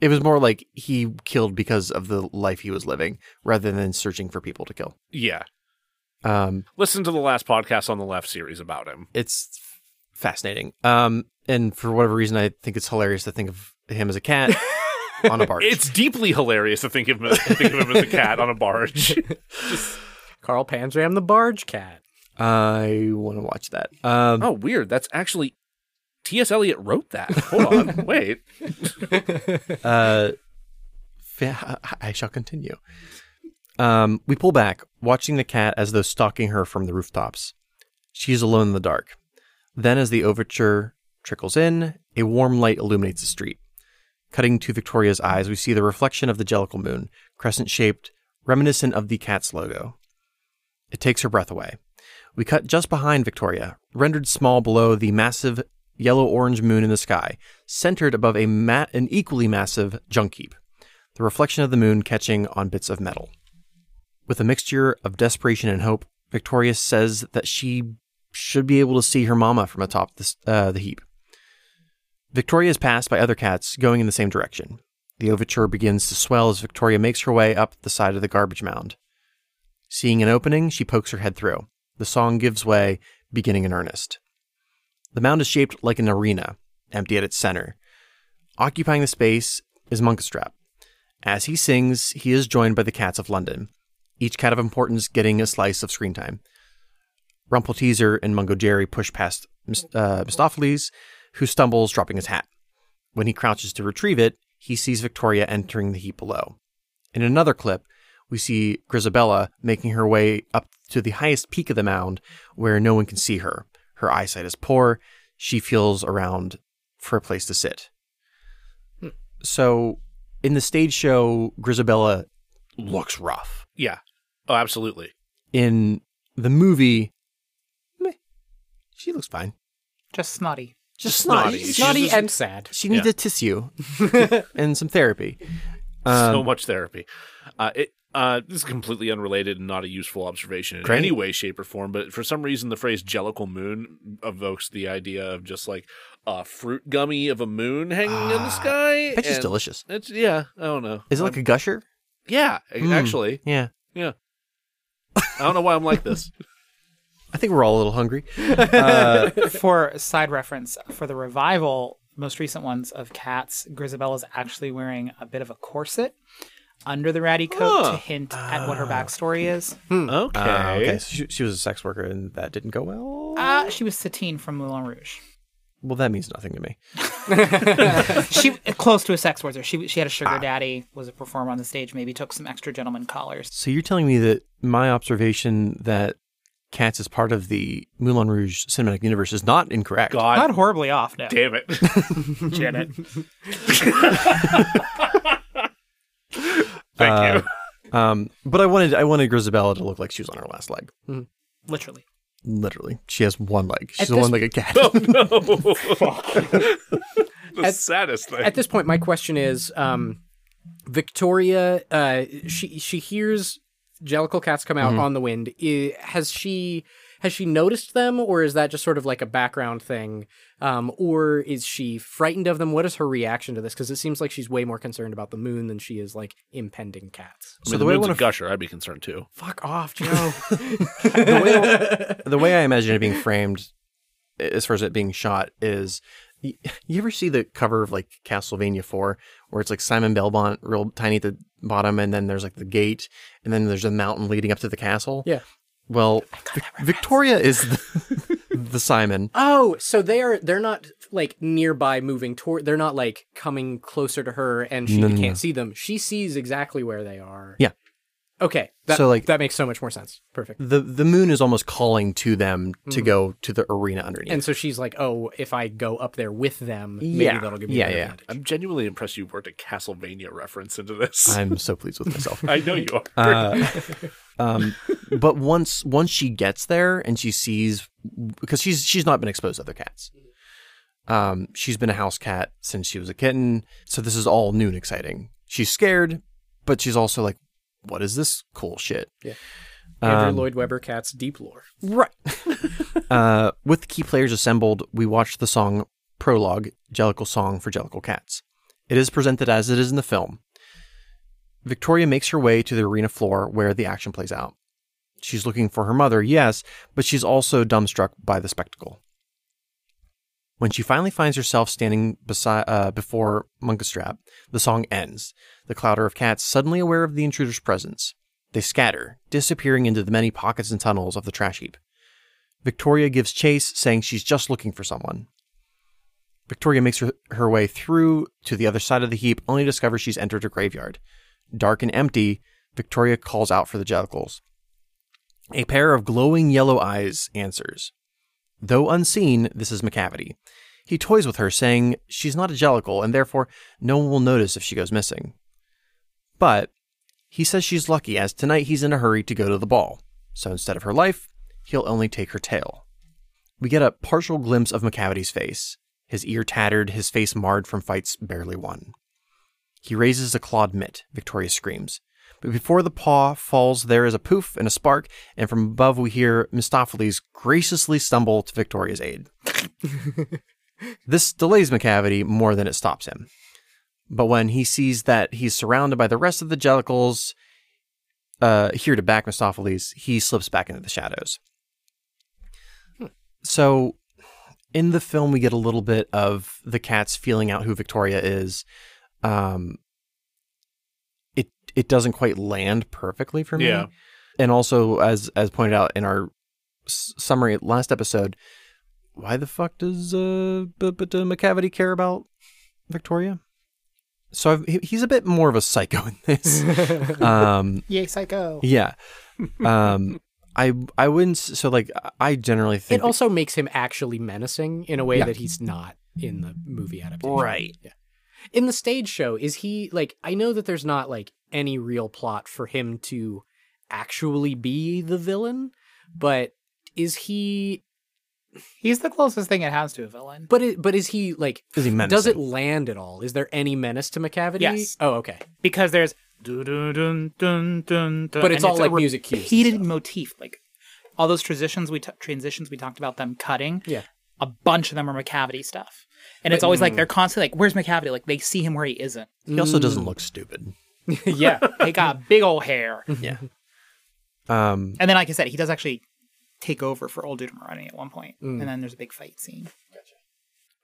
It was more like he killed because of the life he was living, rather than searching for people to kill.
Yeah,
Um,
listen to the last podcast on the left series about him.
it's fascinating. Um, and for whatever reason, I think it's hilarious to think of him as a cat on a barge.
It's deeply hilarious to think of him, think of him as a cat on a barge.
Carl Panzram the barge cat.
I want to watch that. Um,
Oh, weird. That's actually T.S. Eliot wrote that. Hold on, wait.
uh, fa- I shall continue. Um, we pull back, watching the cat as though stalking her from the rooftops. She is alone in the dark. Then, as the overture trickles in, a warm light illuminates the street. Cutting to Victoria's eyes, we see the reflection of the Jellicle moon, crescent shaped, reminiscent of the cat's logo. It takes her breath away. We cut just behind Victoria, rendered small below the massive yellow orange moon in the sky, centered above a ma- an equally massive junk heap, the reflection of the moon catching on bits of metal. With a mixture of desperation and hope, Victoria says that she should be able to see her mama from atop this, uh, the heap. Victoria is passed by other cats going in the same direction. The overture begins to swell as Victoria makes her way up the side of the garbage mound. Seeing an opening, she pokes her head through. The song gives way, beginning in earnest. The mound is shaped like an arena, empty at its center. Occupying the space is Monkstrap. As he sings, he is joined by the cats of London, each cat of importance getting a slice of screen time. Rumpelteazer and Mungo Jerry push past Mis- uh, Mistopheles, who stumbles, dropping his hat. When he crouches to retrieve it, he sees Victoria entering the heap below. In another clip, we see Grisabella making her way up to the highest peak of the mound where no one can see her. Her eyesight is poor. She feels around for a place to sit.
Hmm.
So, in the stage show, Grisabella looks rough.
Yeah. Oh, absolutely.
In the movie, meh, she looks fine.
Just snotty.
Just
snotty.
snotty.
She's
Snotty
just-
and sad.
She needs
Yeah.
a tissue and some therapy.
so much therapy. Uh, it, uh, this is completely unrelated and not a useful observation in
Great.
any way, shape, or form. But for some reason, the phrase "jellicle moon" evokes the idea of just like a fruit gummy of a moon hanging in the sky.
But she's
and
delicious.
It's yeah. I don't know.
Is it Hmm. like a gusher? Mm.
yeah? Actually,
Yeah.
yeah. I don't know why I'm like this.
I think we're all a little hungry.
for side reference, for the revival, most recent ones of Cats, Grisabella's actually wearing a bit of a corset under the ratty coat to hint at what her backstory is.
okay.
Uh, okay. So she, she was a sex worker and that didn't go well.
Uh, she was Satine from Moulin Rouge.
Well, that means nothing to me.
She close to a sex worker. She she had a sugar daddy, was a performer on the stage, maybe took some extra gentleman collars.
So you're telling me that my observation that Cats is part of the Moulin Rouge cinematic universe is not incorrect.
God
Not horribly off, no.
damn it.
Janet.
Thank you.
Um, but I wanted I wanted Grisabella to look like she was on her last leg.
Literally.
Literally, she has one leg. She's a
this-
one-legged cat.
the saddest thing.
At this point, my question is, um, Victoria, uh, she she hears Jellicle cats come out on the wind. I, has she? has she noticed them, or is that just sort of like a background thing? Um, or is she frightened of them? What is her reaction to this? Because it seems like she's way more concerned about the moon than she is like impending cats.
I mean, so the, way moon's I a gusher, I'd be concerned too.
Fuck off, Joe.
the, way, the way I imagine it being framed, as far as it being shot, is you, you ever see the cover of like Castlevania 4 where it's like Simon Belmont real tiny at the bottom and then there's like the gate and then there's a mountain leading up to the castle?
Yeah.
Well, Victoria is the, the Simon.
Oh, so they are they're not like nearby moving toward they're not like coming closer to her and she
No, no,
can't
no.
see them. She sees exactly where they are.
Yeah.
Okay. That,
So, like-
that makes so much more sense. Perfect.
The the moon is almost calling to them to go to the arena underneath.
Mm-hmm. And so she's like, "Oh, if I go up there with them, maybe
Yeah.
that'll give me
Yeah,
a better
yeah.
advantage."
I'm genuinely impressed you worked a Castlevania reference into this.
I'm so pleased with myself.
I know you are.
Um, but once once she gets there and she sees because she's she's not been exposed to other cats. Um, she's been a house cat since she was a kitten, so this is all new and exciting. She's scared, but she's also like, "What is this cool shit?"
Andrew
Um,
Lloyd Webber Cat's Deep Lore.
Right. uh, with key players assembled, we watched the song prologue, Jellicle Song for Jellicle Cats. It is presented as it is in the film. Victoria makes her way to the arena floor where the action plays out. She's looking for her mother, yes, but she's also dumbstruck by the spectacle. When she finally finds herself standing beside, uh, before Munkastrap, the song ends, the clouder of cats suddenly aware of the intruder's presence. They scatter, disappearing into the many pockets and tunnels of the trash heap. Victoria gives chase, saying she's just looking for someone. Victoria makes her, her way through to the other side of the heap, only to discover she's entered a graveyard. Dark and empty, Victoria calls out for the Jellicles. A pair of glowing yellow eyes answers. Though unseen, this is McCavity. He toys with her, saying she's not a Jellicle and therefore no one will notice if she goes missing. But he says she's lucky as tonight he's in a hurry to go to the ball. So instead of her life, he'll only take her tail. We get a partial glimpse of McCavity's face, his ear tattered, his face marred from fights barely won. He raises a clawed mitt, Victoria screams. But before the paw falls, there is a poof and a spark, and from above we hear Mistopheles graciously stumble to Victoria's aid. this delays McCavity more than it stops him. But when he sees that he's surrounded by the rest of the Jellicles, uh, here to back Mistopheles, he slips back into the shadows. So, in the film, we get a little bit of the cats feeling out who Victoria is. Um, it it doesn't quite land perfectly for me.
Yeah.
And also, as as pointed out in our s- summary last episode, why the fuck does uh, B- B- D- McCavity care about Victoria? So I've, he- he's a bit more of a psycho in this. um,
Yay, psycho.
yeah. Um, I I wouldn't. s- So like I generally think
It also makes him actually menacing in a way
Yeah.
that he's not in the movie adaptation.
Right.
Yeah. In the stage show, is he like? I know that there's not like any real plot for him to actually be the villain, but is he?
He's the closest thing it has to a villain.
But it, but is he like?
is he
Does it
menacing?
land at all? Is there any menace to McCavity?
Yes.
Oh, okay.
because there's dun dun dun dun,
But it's
and
all, like,
a
music cues and
repeated
stuff.
motif, like all those transitions we t- transitions we talked about them cutting.
Yeah. mm.
a bunch of them are McCavity stuff, and it's always like they're constantly like, "Where's McCavity?" Like they see him where he isn't.
He also
Mm.
doesn't look stupid.
yeah.
He got big old hair,
Yeah. Um.
and then like I said, he does actually take over for old dude Maroney at one point,
Mm.
and then there's a big fight scene.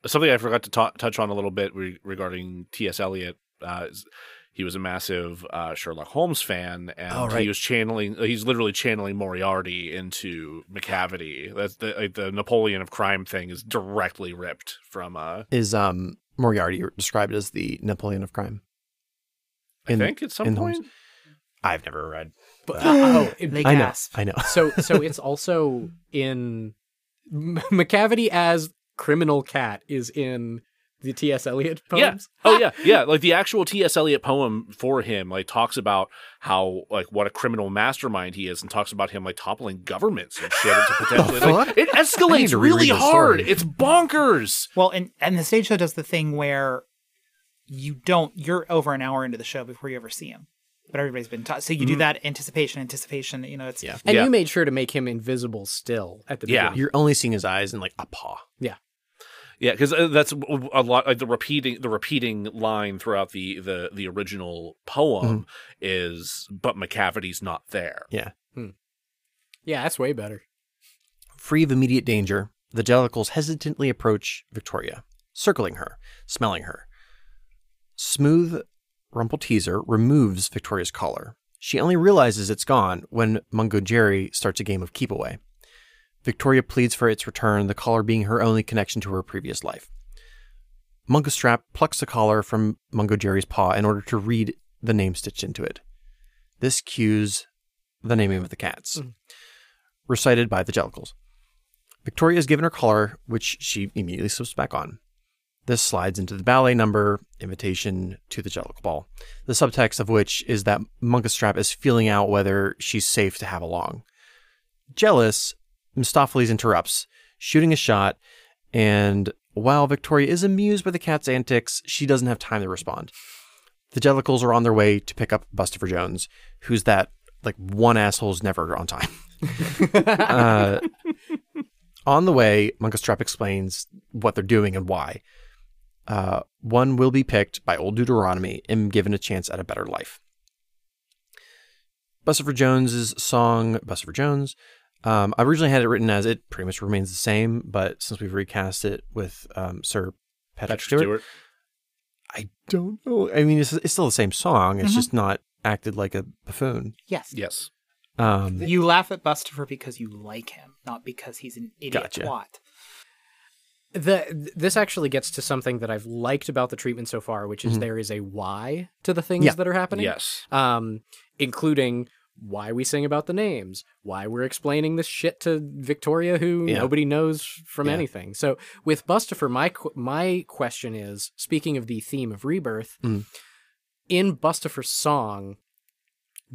Something I forgot to ta- touch on a little bit re- regarding T.S. Eliot. Uh, is- he was a massive uh, Sherlock Holmes fan, and
Oh, right.
he was channeling. He's literally channeling Moriarty into McCavity. That's the like, the Napoleon of crime thing is directly ripped from. Uh,
Is um Moriarty described as the Napoleon of crime?
I think at some
in Holmes.
point.
I've never read.
But, oh, it-
They
I know.
gasp.
I know.
so so it's also in M- McCavity as criminal cat is in the T.S. Eliot poems.
Yeah. Oh yeah, yeah. Like the actual T.S. Eliot poem for him, like talks about how like what a criminal mastermind he is, and talks about him like toppling governments and shit. to potentially, like,
fuck?
it
I need
escalates
to reread
really
this
hard.
story.
It's bonkers.
Well, and and the stage show does the thing where you don't you're over an hour into the show before you ever see him. but everybody's been taught. So you do that anticipation, anticipation. You know, it's
Mm-hmm. Yeah.
And
Yeah.
you made sure to make him invisible still at the
Yeah.
beginning.
You're only seeing his eyes and like a paw.
Yeah, because that's a lot. Like the repeating, the repeating line throughout the the the original
Mm-hmm.
poem is, "But McCavity's not there."
Yeah, that's way better.
Free of immediate danger, the Jellicles hesitantly approach Victoria, circling her, smelling her. Smooth Rumpelteazer removes Victoria's collar. She only realizes it's gone when Mungo Jerry starts a game of keep away. Victoria pleads for its return, the collar being her only connection to her previous life. Mungo Strap plucks the collar from Mungo Jerry's paw in order to read the name stitched into it. This cues the naming of the cats, recited by the Jellicles. Victoria is given her collar, which she immediately slips back on. This slides into the ballet number, Invitation to the Jellicle Ball, the subtext of which is that Mungus Strap is feeling out whether she's safe to have along. Jealous, Mistopheles interrupts, shooting a shot, and while Victoria is amused by the cat's antics, she doesn't have time to respond. The Jellicles are on their way to pick up Buster Jones, who's that, like, one asshole's never on time. Uh, on the way, Munkastrap explains what they're doing and why. Uh, one will be picked by old Deuteronomy and given a chance at a better life. Buster Jones's song, Buster Jones, um, I originally had it written as it pretty much remains the same, but since we've recast it with um, Sir Patrick,
Patrick
Stewart, I don't know. I mean, it's, it's still the same song. It's just not acted like a buffoon.
yes.
Yes.
Um,
You laugh at Buster because you like him, not because he's an idiot
Gotcha.
twat.
The th- this actually gets to something that I've liked about the treatment so far, which is there is a why to the things
Yeah.
that are happening.
Yes.
um, including why we sing about the names, why we're explaining this shit to Victoria, who
Yeah.
nobody knows from
Yeah.
anything. So with Bustafer, my qu- my question is: speaking of the theme of rebirth,
Mm.
in Bustafer's song,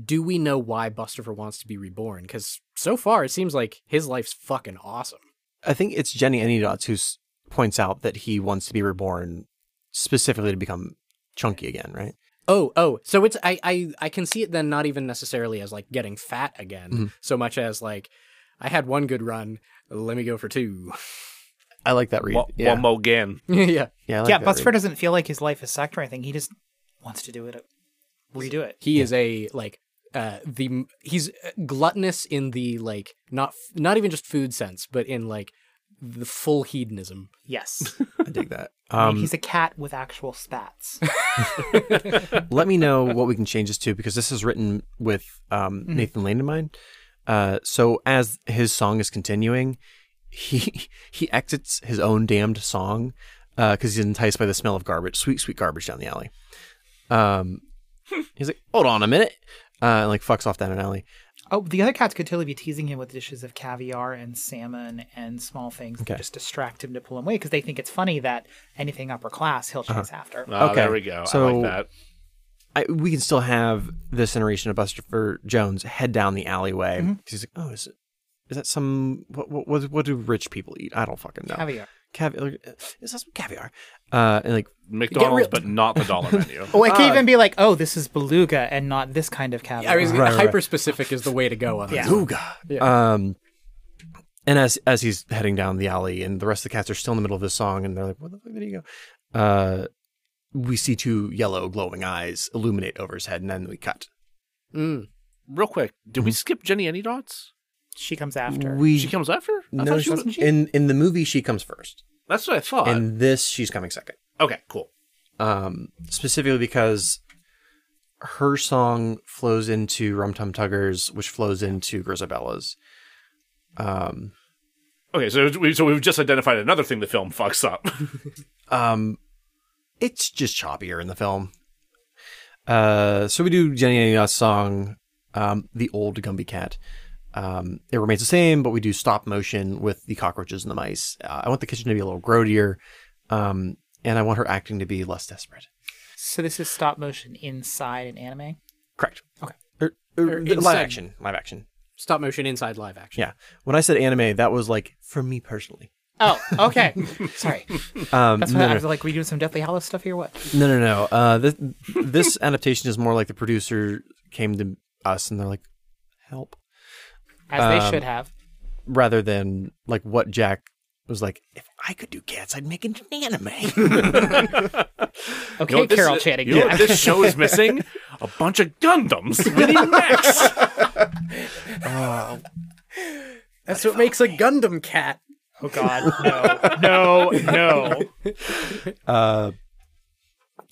do we know why Bustafer wants to be reborn? Because so far, it seems like his life's fucking awesome.
I think it's Jenny Anydots who s- points out that he wants to be reborn specifically to become chunky again, right?
Oh, oh, so it's I, I I can see it then not even necessarily as like getting fat again,
Mm-hmm.
so much as like I had one good run, let me go for two.
I like that read.
Wa-
yeah.
Wamogan.
yeah.
yeah, I like
yeah,
that
Buster
read.
doesn't feel like his life is sucked or anything. He just wants to do it, redo it.
He is a like uh the he's uh, gluttonous in the like not not even just food sense, but in like the full hedonism.
Yes.
I dig that.
I
Um,
mean, he's a cat with actual spats.
let me know what we can change this to because this is written with um, Nathan Lane in mind. Uh, so as his song is continuing, he he exits his own damned song because he's enticed by the smell of garbage, sweet sweet garbage down the alley. Um, he's like, hold on a minute, uh, and like fucks off down an alley.
oh, the other cats could totally be teasing him with dishes of caviar and salmon and small things
Okay.
that just distract him to pull him away because they think it's funny that anything upper class he'll
Uh-huh.
chase after.
Ah,
Okay,
There we go. I
so-
like that.
I, we can still have this iteration of Buster for Jones head down the alleyway. 'Cause He's like, oh, is it? Is that some what, what? What? What do rich people eat? I don't fucking know.
Caviar.
Caviar. uh, Is that some caviar? Uh, and like,
McDonald's,
real-
but not the dollar menu.
Oh, it could even be like, oh, this is beluga and not this kind of caviar.
I mean,
Right, right, right.
hyper specific is the way to go on this.
Yeah.
Ooga. Um, and as as he's heading down the alley, and the rest of the cats are still in the middle of this song, and they're like, "Where the fuck did he go?" Uh, we see two yellow glowing eyes illuminate over his head, and then we cut.
Mm.
Real quick, did
Mm-hmm.
we skip Jenny Any Dots?
she comes after.
We
She comes after. I
no,
thought
she-
she was-
in in the movie she comes first,
That's what I thought.
and this she's coming second.
okay, cool.
um, specifically because her song flows into Rum Tum Tugger's, which flows into Grisabella's. Um,
Okay, so we, so we've just identified another thing the film fucks up.
um, it's just choppier in the film. Uh, so we do Jenny Ya's song, um, The Old Gumby Cat. Um, it remains the same, but we do stop motion with the cockroaches and the mice. Uh, I want the kitchen to be a little grodier, um, and I want her acting to be less desperate.
So this is stop motion inside an anime.
Correct. Okay. Er, er,
Or
live
inside-
action. Live action.
Stop motion inside live action.
Yeah. When I said anime, that was like for me personally.
Oh, okay. Sorry.
Um,
That's
no,
what I
no,
was like. We doing some Deathly Hallows stuff here? What?
no, no, no. Uh, this, this adaptation is more like the producer came to us and they're like, "Help,"
as
Um,
they should have.
rather than like what Jack was like. If I could do cats, I'd make it an anime.
Okay,
You know what this-
Carol Channing.
You know what this show is missing? A bunch of Gundams with Max.
That's what makes a Gundam cat.
Oh God, no, no, no.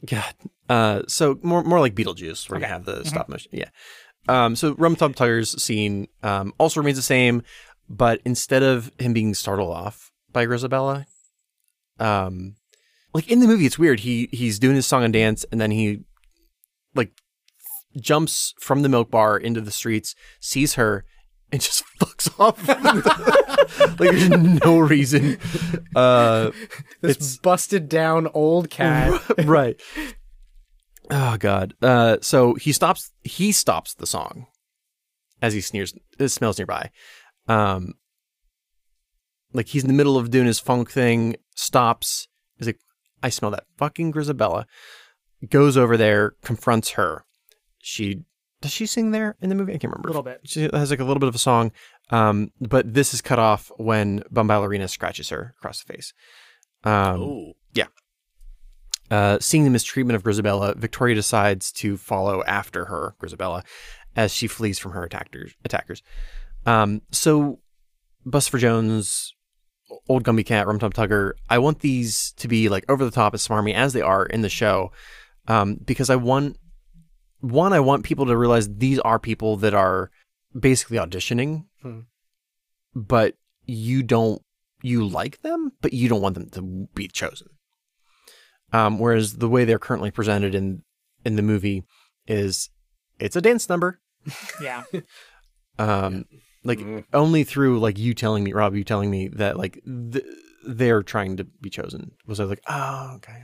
God. Uh, so more more like Beetlejuice, where you have the stop motion. Yeah. Um, so Rum Tum Tugger's scene um, also remains the same, but instead of him being startled off by Grisabella, um, like in the movie, it's weird. He he's doing his song and dance, and then he like jumps from the milk bar into the streets, sees her, and just fucks off. like there's no reason. Uh,
This busted down old cat.
right. Oh God. Uh, so he stops. He stops the song as he sneers. Uh, smells nearby. Um, like he's in the middle of doing his funk thing. Stops. He's like, I smell that fucking Grisabella. Goes over there, confronts her. She does she sing there in the movie? I can't remember.
A little bit.
She has like a little bit of a song. Um, but this is cut off when Bomballerina scratches her across the face. Um,
Ooh.
uh, seeing the mistreatment of Grisabella, Victoria decides to follow after her, Grisabella, as she flees from her attackers. attackers. Um, so, Buster Jones, Old Gumby Cat, Rum Tum Tugger, I want these to be like over the top as smarmy as they are in the show, um, because I want one, I want people to realize these are people that are basically auditioning,
Hmm.
but you don't you like them, but you don't want them to be chosen. Um, whereas the way they're currently presented in in the movie is it's a dance number.
Yeah,
Um, like
Mm.
only through like you telling me, Rob, you telling me that like th- they're trying to be chosen was I like, oh okay,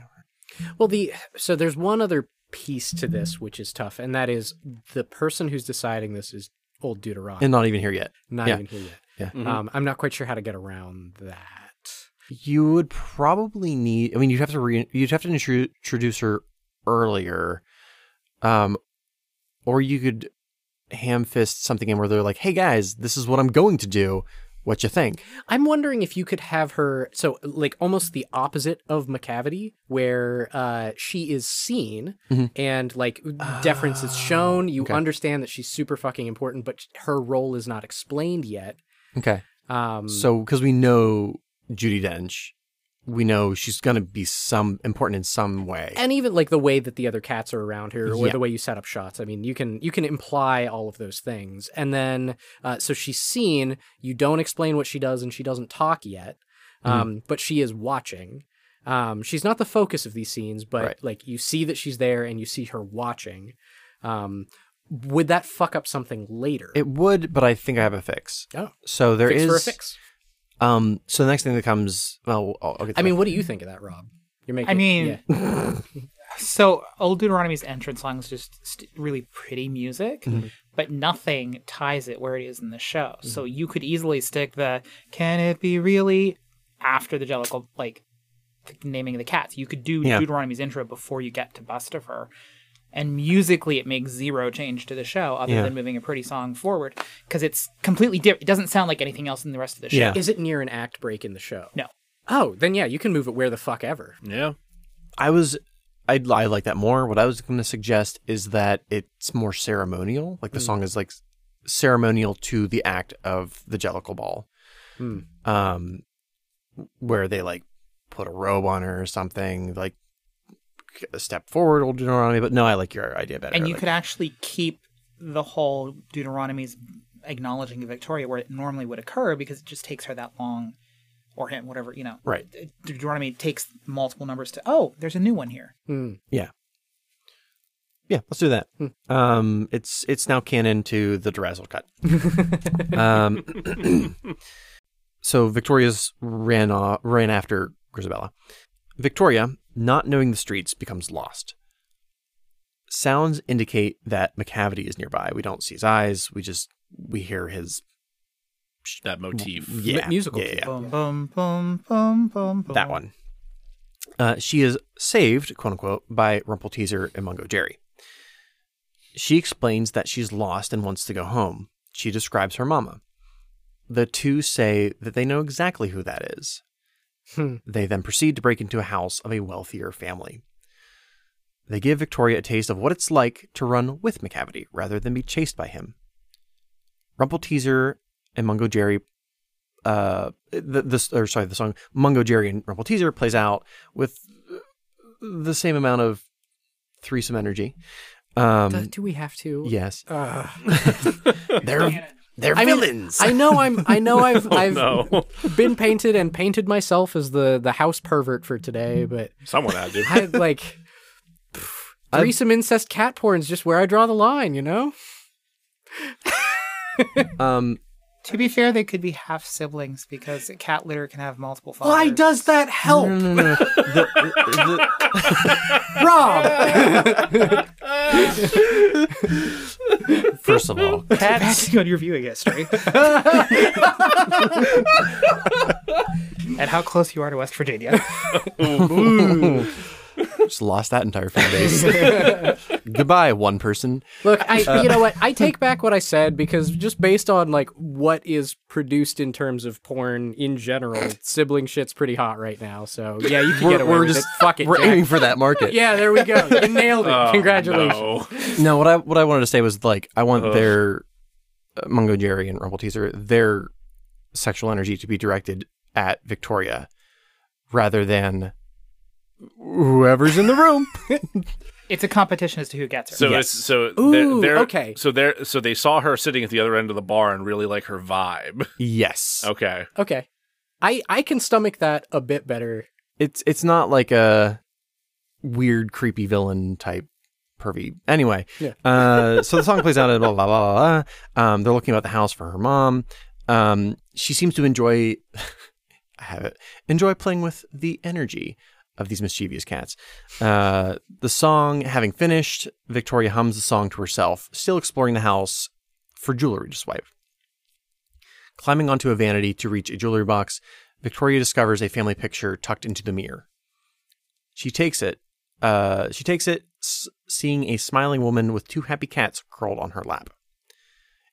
Well, the so there's one other piece to this which is tough, and that is the person who's deciding this is old Deuteronomy.
and not even here yet.
not
yeah.
even here yet.
Yeah.
Mhm.
Um, I'm not quite sure how to get around that.
You would probably need. I mean, you'd have to re- you'd have to intro- introduce her earlier, um, or you could ham fist something in where they're like, hey guys, this is what I'm going to do. What you think?
I'm wondering if you could have her so like almost the opposite of McCavity, where uh, she is seen
Mhm.
and like deference is shown. You
Ah, okay.
understand that she's super fucking important, but her role is not explained yet.
Okay.
Um,
So, because we know Judy Dench, we know she's going to be some important in some way.
and even like the way that the other cats are around her or
Yeah.
the way you set up shots i mean you can you can imply all of those things and then uh, so she's seen you don't explain what she does and she doesn't talk yet
Mm-hmm.
um, but she is watching um, she's not the focus of these scenes but
Right.
like you see that she's there and you see her watching um, would that fuck up something later
it would, but I think I have a fix.
oh
So there
fix
is.
for a fix
Um. So the next thing that comes, well, I'll, I'll get. To
i
that.
mean what do you think of that rob you're making
I mean,
yeah.
so old Deuteronomy's entrance song is just st- really pretty music,
Mm-hmm.
but nothing ties it where it is in the show. So you could easily stick the "Can it be really?" after the Jellicle, like the naming of the cats. You could do
Yeah.
Deuteronomy's intro before you get to Bustifer. And musically, it makes zero change to the show other
Yeah.
than moving a pretty song forward because it's completely different. It doesn't sound like anything else in the rest of the show.
Yeah.
is it near an act break in the show
No.
oh then yeah you can move it where the fuck ever
Yeah.
I was. I'd, I like that more. What I was going to suggest is that it's more ceremonial. Like the song is like ceremonial to the act of the Jellicle Ball.
Hmm.
Um, where they like put a robe on her or something, like step forward, old Deuteronomy. But no, I like your idea better.
and you
Like,
could actually keep the whole Deuteronomy's acknowledging of Victoria where it normally would occur because it just takes her that long, or him, whatever you know. Uh,
Right.
Deuteronomy takes multiple numbers to oh, there's a new one here.
Hmm.
Yeah, let's do that. Um, it's it's now canon to the Durazzle cut. um, so Victoria's ran off, ran after Grisabella. Victoria, not knowing the streets, becomes lost. Sounds indicate that McCavity is nearby. We don't see his eyes. We just we hear his
That motif.
yeah,
musical
yeah, yeah,
cue.
yeah.
Boom, boom, boom, boom, boom, boom.
That one. Uh, she is saved, quote unquote, by Rumpelteazer and Mungo Jerry. She explains that she's lost and wants to go home. She describes her mama. The two say that they know exactly who that is.
Hmm.
They then proceed to break into a house of a wealthier family. They give Victoria a taste of what it's like to run with McCavity rather than be chased by him. Rumpelteazer and Mungo Jerry, uh, the, this or sorry, the song Mungo Jerry and Rumpelteazer plays out with the same amount of threesome energy. Um,
Do- do we have to?
yes,
Ugh.
they're they're
I mean,
villains. Oh,
I know I'm. I know I've. I've
no.
been painted and painted myself as the the house pervert for today,
Mm.
but
Someone had to.
I like pff, threesome incest cat porn's just where I draw the line, you know.
um,
To be fair, they could be half siblings because cat litter can have multiple fathers.
Why does that help,
no, no, no. The- uh, the-
Rob?
First of all,
Cats on your viewing history. and how close you are to West Virginia.
just lost that entire fan base. Goodbye, one person.
Look,
Uh.
I you know what? I take back what I said because just based on like what is produced in terms of porn in general, sibling shit's pretty hot right now. So yeah, you can get
We're,
away
we're
with
just
it. Fuck it,
We're
Jack.
aiming for that market.
Yeah, there we go. You nailed it.
Oh,
Congratulations.
no.
No, what I what I wanted to say was like I want their uh, Mungo Jerry and Rumble Teaser their sexual energy to be directed at Victoria rather than whoever's in the room.
It's a competition as to who gets her.
So
Yes.
it's so
Ooh,
they're, they're-
okay.
So they're so they saw her sitting at the other end of the bar and really like her vibe.
yes,
Okay.
Okay, I I can stomach that a bit better.
it's it's not like a weird creepy villain type pervy. Anyway,
Yeah.
uh, so the song plays out and blah blah blah blah. blah. Um, they're looking about the house for her mom. Um, she seems to enjoy. I have it. Enjoy playing with the energy of these mischievous cats. Uh, the song having finished, Victoria hums the song to herself, still exploring the house for jewelry to swipe. Climbing onto a vanity to reach a jewelry box, Victoria discovers a family picture tucked into the mirror. She takes it. Uh, she takes it, s- seeing a smiling woman with two happy cats curled on her lap.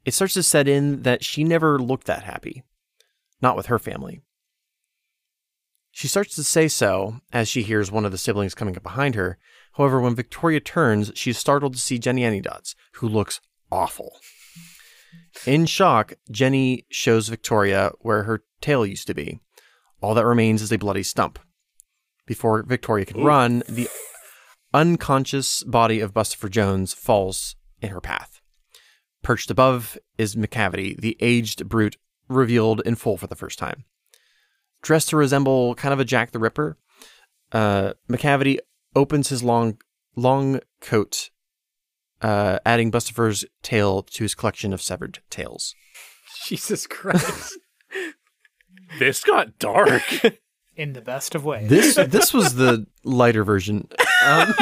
It starts to set in that she never looked that happy, not with her family. She starts to say so as she hears one of the siblings coming up behind her. However, when Victoria turns, she is startled to see Jenny Anydots, who looks awful. In shock, Jenny shows Victoria where her tail used to be. All that remains is a bloody stump. Before Victoria can run, the unconscious body of Bustopher Jones falls in her path. Perched above is McCavity, the aged brute revealed in full for the first time. Dressed to resemble kind of a Jack the Ripper, uh, McCavity opens his long, long coat, uh, adding Bustopher's tail to his collection of severed tails.
Jesus Christ.
This got dark.
in the best of ways.
This this was the lighter version. Um,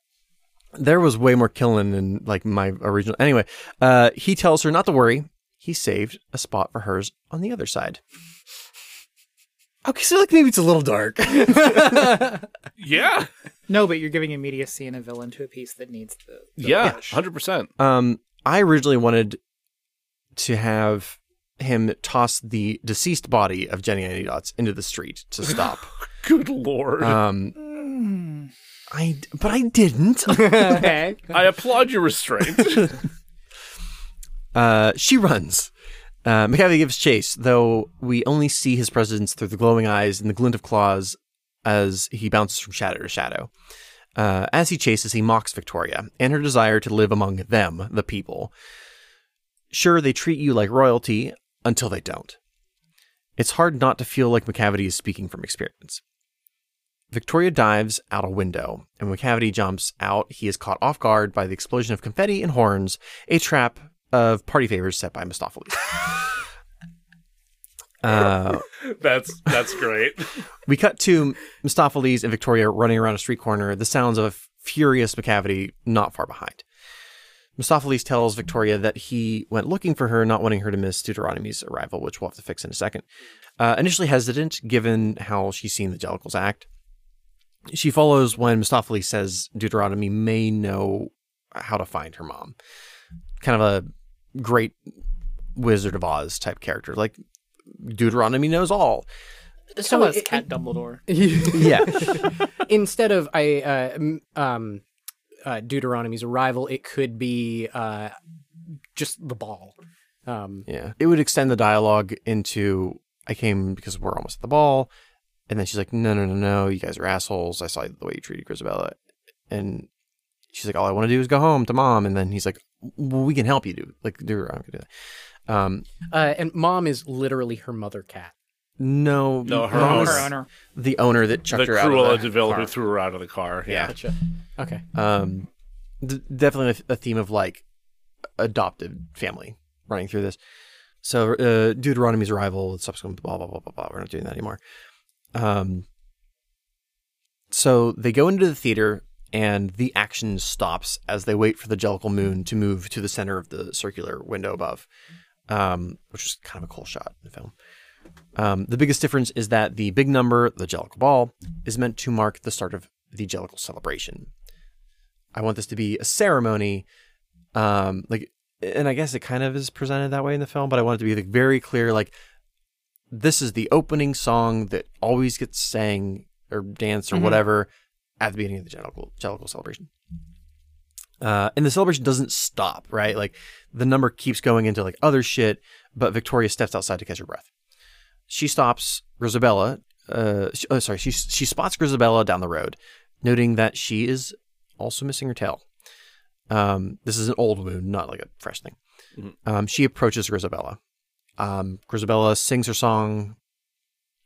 there was way more killing in like my original. Anyway, uh, he tells her not to worry. He saved a spot for hers on the other side. Okay, so like maybe it's a little dark.
yeah.
No, but you're giving immediacy and a villain to a piece that needs the.
Yeah. Hundred percent.
Um, I originally wanted to have him toss the deceased body of Jenny Anydots into the street to stop.
Good lord.
Um, I but I didn't.
okay.
I applaud your restraint.
Uh, she runs. Uh, McCavity gives chase, though we only see his presence through the glowing eyes and the glint of claws as he bounces from shadow to shadow. Uh, as he chases, he mocks Victoria and her desire to live among them, the people. Sure, they treat you like royalty until they don't. It's hard not to feel like McCavity is speaking from experience. Victoria dives out a window, and when Cavity jumps out, he is caught off guard by the explosion of confetti and horns, a trap of party favors set by Mistopheles. uh,
that's that's great.
we cut to Mistopheles and Victoria running around a street corner, the sounds of a furious McCavity not far behind. Mistopheles tells Victoria that he went looking for her, not wanting her to miss Deuteronomy's arrival, which we'll have to fix in a second. Uh, initially hesitant, given how she's seen the Jellicles act. She follows when Mistopheles says Deuteronomy may know how to find her mom. Kind of a great Wizard of Oz type character. Like Deuteronomy knows all.
So it's Cat Dumbledore.
Yeah.
Instead of I uh, m- um, uh, Deuteronomy's arrival, it could be uh, just the ball. Um,
yeah. It would extend the dialogue into I came because we're almost at the ball. And then she's like, no, no, no, no. You guys are assholes. I saw the way you treated Grisabella. And she's like, all I want to do is go home to mom. And then he's like, well, we can help you do like Deuteronomy can do that. Um,
uh, and mom is literally her mother cat.
no,
No, her
mom
owner.
was
Her owner.
the owner that chucked
the
her out. of
Cruella
the
developer
car.
threw her out of the car. Yeah.
Gotcha. Okay.
um d- definitely a, th- a theme of like adopted family running through this so uh deuteronomy's arrival and subsequent blah blah blah blah blah we're not doing that anymore um so they go into the theater and the action stops as they wait for the jellicle moon to move to the center of the circular window above um which is kind of a cool shot in the film um, the biggest difference is that the big number, the Jellicle Ball, is meant to mark the start of the Jellicle celebration, I want this to be a ceremony. Um, like, and I guess it kind of is presented that way in the film, but I want it to be like very clear. Like, this is the opening song that always gets sang or danced or whatever at the beginning of the Jellicle, Jellicle celebration. Uh, and the celebration doesn't stop, right? Like, the number keeps going into like other shit, but Victoria steps outside to catch her breath. She stops Grisabella. Uh, sh oh, sorry, she she spots Grisabella down the road, noting that she is also missing her tail. Um, this is an old wound, not like a fresh thing. Um, she approaches Grisabella. Um, Grisabella sings her song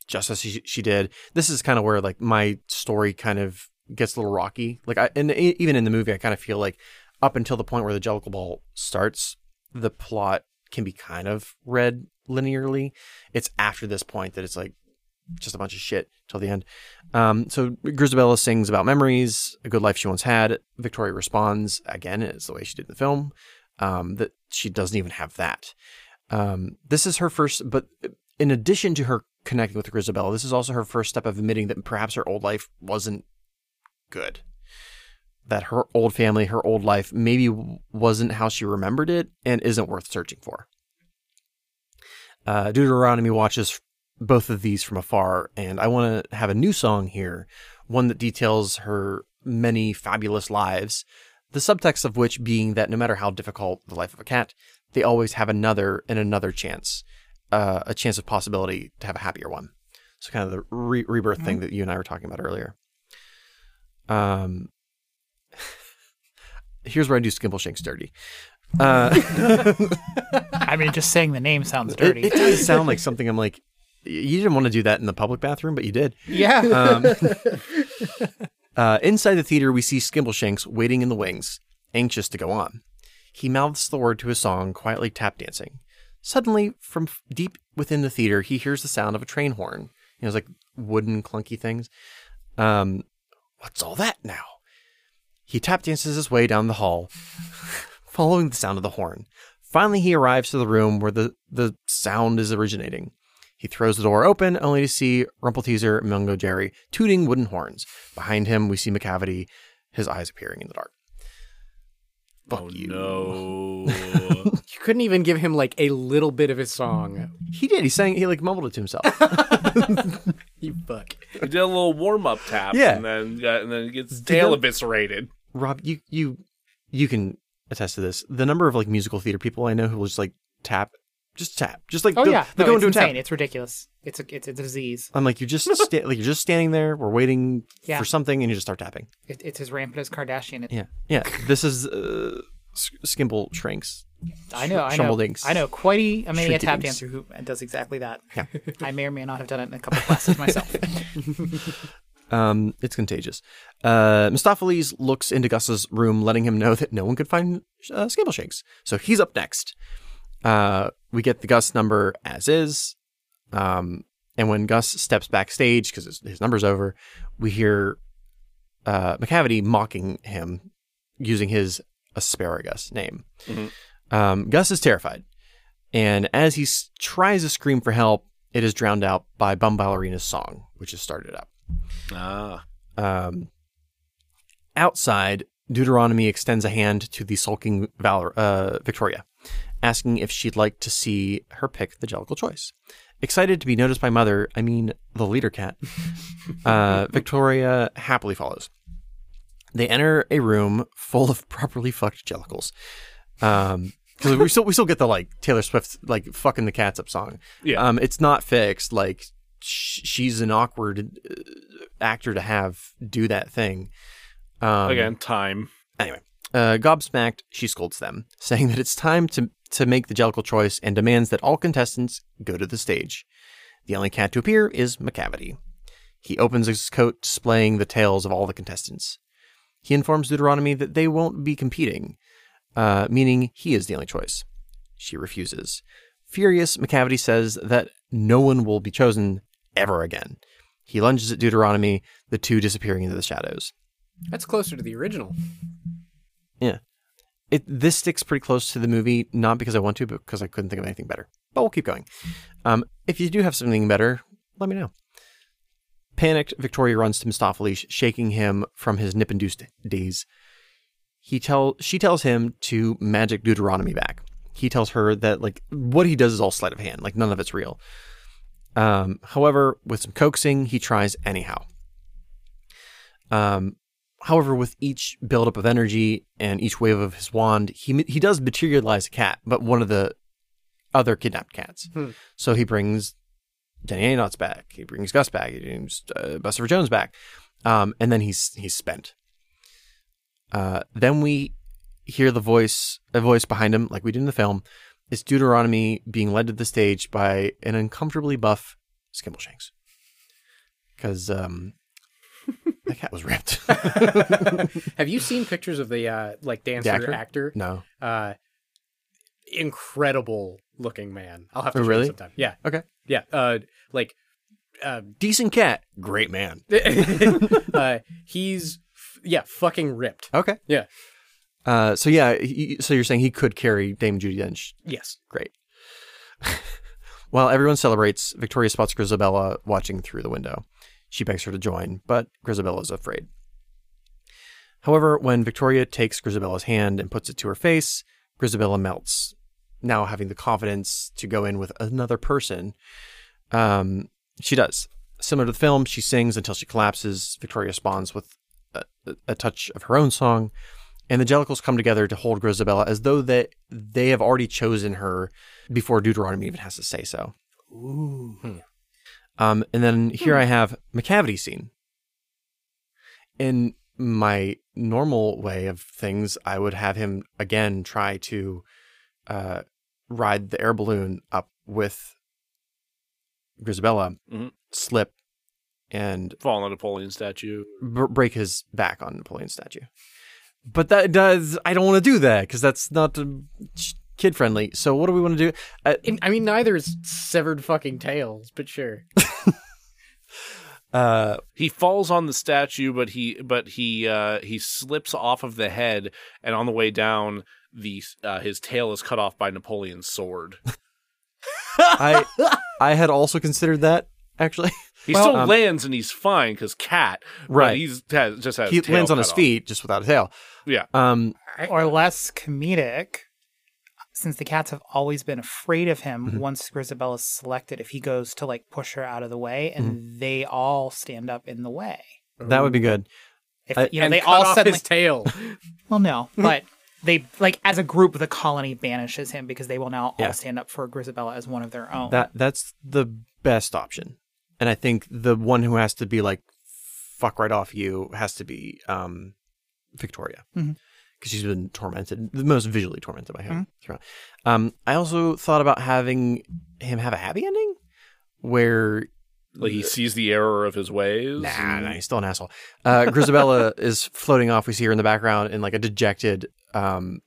just as she, she did. This is kind of where like my story kind of gets a little rocky. Like I, and e- even in the movie, I kind of feel like up until the point where the Jellicle Ball starts, the plot can be kind of read linearly. It's after this point that it's like just a bunch of shit till the end. Um, so Grisabella sings about memories, a good life she once had. Victoria responds again, it's the way she did in the film, um, that she doesn't even have that. Um, this is her first, but in addition to her connecting with Grisabella, this is also her first step of admitting that perhaps her old life wasn't good. That her old family, her old life, maybe wasn't how she remembered it and isn't worth searching for. Uh, Deuteronomy watches both of these from afar, and I want to have a new song here, one that details her many fabulous lives, the subtext of which being that no matter how difficult the life of a cat, they always have another and another chance, uh, a chance of possibility to have a happier one. So, kind of the re- rebirth thing that you and I were talking about earlier. Um, here's where I do Skimble Shanks dirty. Uh,
I mean, just saying the name sounds dirty.
It, it does sound like something I'm like, y- you didn't want to do that in the public bathroom, but you did.
Yeah.
Um, uh, inside the theater, we see Skimbleshanks waiting in the wings, anxious to go on. He mouths the word to his song, quietly tap dancing. Suddenly, from f- deep within the theater, he hears the sound of a train horn. You know, it's like wooden, clunky things. Um, what's all that now? He tap dances his way down the hall, following the sound of the horn. Finally, he arrives to the room where the, the sound is originating. He throws the door open, only to see Rumpelteazer and Mungo Jerry tooting wooden horns. Behind him, we see McCavity, his eyes appearing in the dark. Fuck
Oh
you.
no.
you couldn't even give him like a little bit of his song.
He did. He sang. He like mumbled it to himself.
You
Mm.
fuck.
We did a little warm up tap,
Yeah.
and then got and then it gets tail eviscerated.
Rob, you you you can attest to this. The number of like musical theater people I know who will just like tap, just tap, just like
Oh,
they'll-
yeah.
they'll
no,
go
it's
into a tap.
insane. It's ridiculous. It's a it's a disease.
I'm like, you're just sta- like you're just standing there. We're waiting
Yeah.
for something, and you just start tapping.
It, it's as rampant as Kardashian. It,
Yeah, yeah. This is uh, S- Skimble shrinks.
I know. I know.
Shumbledinks.
I know quite a, a mania tap
Shrinkydinks.
dancer who does exactly that.
Yeah.
I may or may not have done it in a couple of classes myself.
Um, it's contagious. Uh, Mistopheles looks into Gus's room, letting him know that no one could find uh, Skimble Shakes. So he's up next. Uh, we get the Gus number as is. Um, and when Gus steps backstage because his, his number's over, we hear uh, McCavity mocking him using his asparagus name. Um, Gus is terrified. And as he s- tries to scream for help, it is drowned out by Bum Ballerina's song, which is started up.
Ah.
Um, outside, Deuteronomy extends a hand to the sulking Valor, uh, Victoria, asking if she'd like to see her pick the Jellicle choice. Excited to be noticed by Mother, I mean the leader cat, uh, Victoria happily follows. They enter a room full of properly fucked Jellicles. Um, 'cause we still we still get the like Taylor Swift like fucking the cats up song.
Yeah.
Um, it's not fixed. Like sh- she's an awkward uh, actor to have do that thing. Um,
Again, time.
Anyway, uh, gobsmacked, she scolds them, saying that it's time to, to make the Jellicle choice and demands that all contestants go to the stage. The only cat to appear is McCavity. He opens his coat, displaying the tails of all the contestants. He informs Deuteronomy that they won't be competing, uh, meaning he is the only choice. She refuses. Furious, McCavity says that no one will be chosen ever again. He lunges at Deuteronomy, the two disappearing into the shadows.
That's closer to the original.
Yeah. It this sticks pretty close to the movie, not because I want to, but because I couldn't think of anything better. But we'll keep going. Um, if you do have something better, let me know. Panicked, Victoria runs to Mistopheles, shaking him from his nip-induced daze. He tell she tells him to magic Deuteronomy back. He tells her that like what he does is all sleight of hand, like none of it's real. Um, however, with some coaxing, he tries anyhow. Um, However, with each buildup of energy and each wave of his wand, he he does materialize a cat, but one of the other kidnapped cats.
Hmm.
So he brings Danny Ayonots back. He brings Gus back. He brings uh, Buster Jones back, um, and then he's he's spent. Uh, then we hear the voice a voice behind him, like we did in the film. It's Deuteronomy being led to the stage by an uncomfortably buff Skimbleshanks, because um, that cat was ripped.
Have you seen pictures of the uh, like dancer
actor?
actor?
no.
Uh, incredible looking man. I'll have to
Oh,
show you
really?
sometime. Yeah,
Okay.
yeah. Uh, like uh,
Decent cat. Great man.
uh, he's f- yeah, fucking ripped.
Okay.
Yeah.
Uh, so yeah, he, so you're saying he could carry Dame Judy Dench.
Yes.
Great. While everyone celebrates, Victoria spots Grisabella watching through the window. She begs her to join, but Grisabella is afraid. However, when Victoria takes Grisabella's hand and puts it to her face, Grisabella melts, now having the confidence to go in with another person. Um, she does. Similar to the film, she sings until she collapses. Victoria responds with a, a- a touch of her own song, and the Jellicles come together to hold Grisabella as though that they have already chosen her before Deuteronomy even has to say so. Ooh. Um, and then here I have McCavity scene. In my normal way of things, I would have him again try to uh, ride the air balloon up with Grisabella,
Mhm.
slip, and
Fall on a Napoleon statue.
b- break his back on Napoleon's statue. But that does. I don't want to do that because that's not kid friendly. So what do we want to do? Uh,
And, I mean, neither is severed fucking tails, but sure.
uh,
He falls on the statue, but he but he uh, he slips off of the head, and on the way down, the uh, his tail is cut off by Napoleon's sword.
I I had also considered that actually.
He
Well,
still
um,
lands and he's fine because cat. but
Right.
He's has, just has
he
tail
lands on
cut
his
off.
feet just without a tail.
Yeah.
Um,
or less comedic, since the cats have always been afraid of him. Once Grisabelle is selected, if he goes to like push her out of the way, and they all stand up in the way.
that would be good.
If
I-
you know,
And
they
cut
all
off
suddenly.
his tail.
well, no, but they like as a group, the colony banishes him because they will now
Yeah.
all stand up for Grisabella as one of their own.
That that's the best option, and I think the one who has to be like fuck right off you has to be um, Victoria because
Mhm.
she's been tormented, the most visually tormented by him. throughout. Um, I also thought about having him have a happy ending where
Like he sees the error of his ways.
Nah,
and-
nah, he's Ah, still an asshole. Uh, Grisabella is floating off. We see her in the background in like a dejected. Um,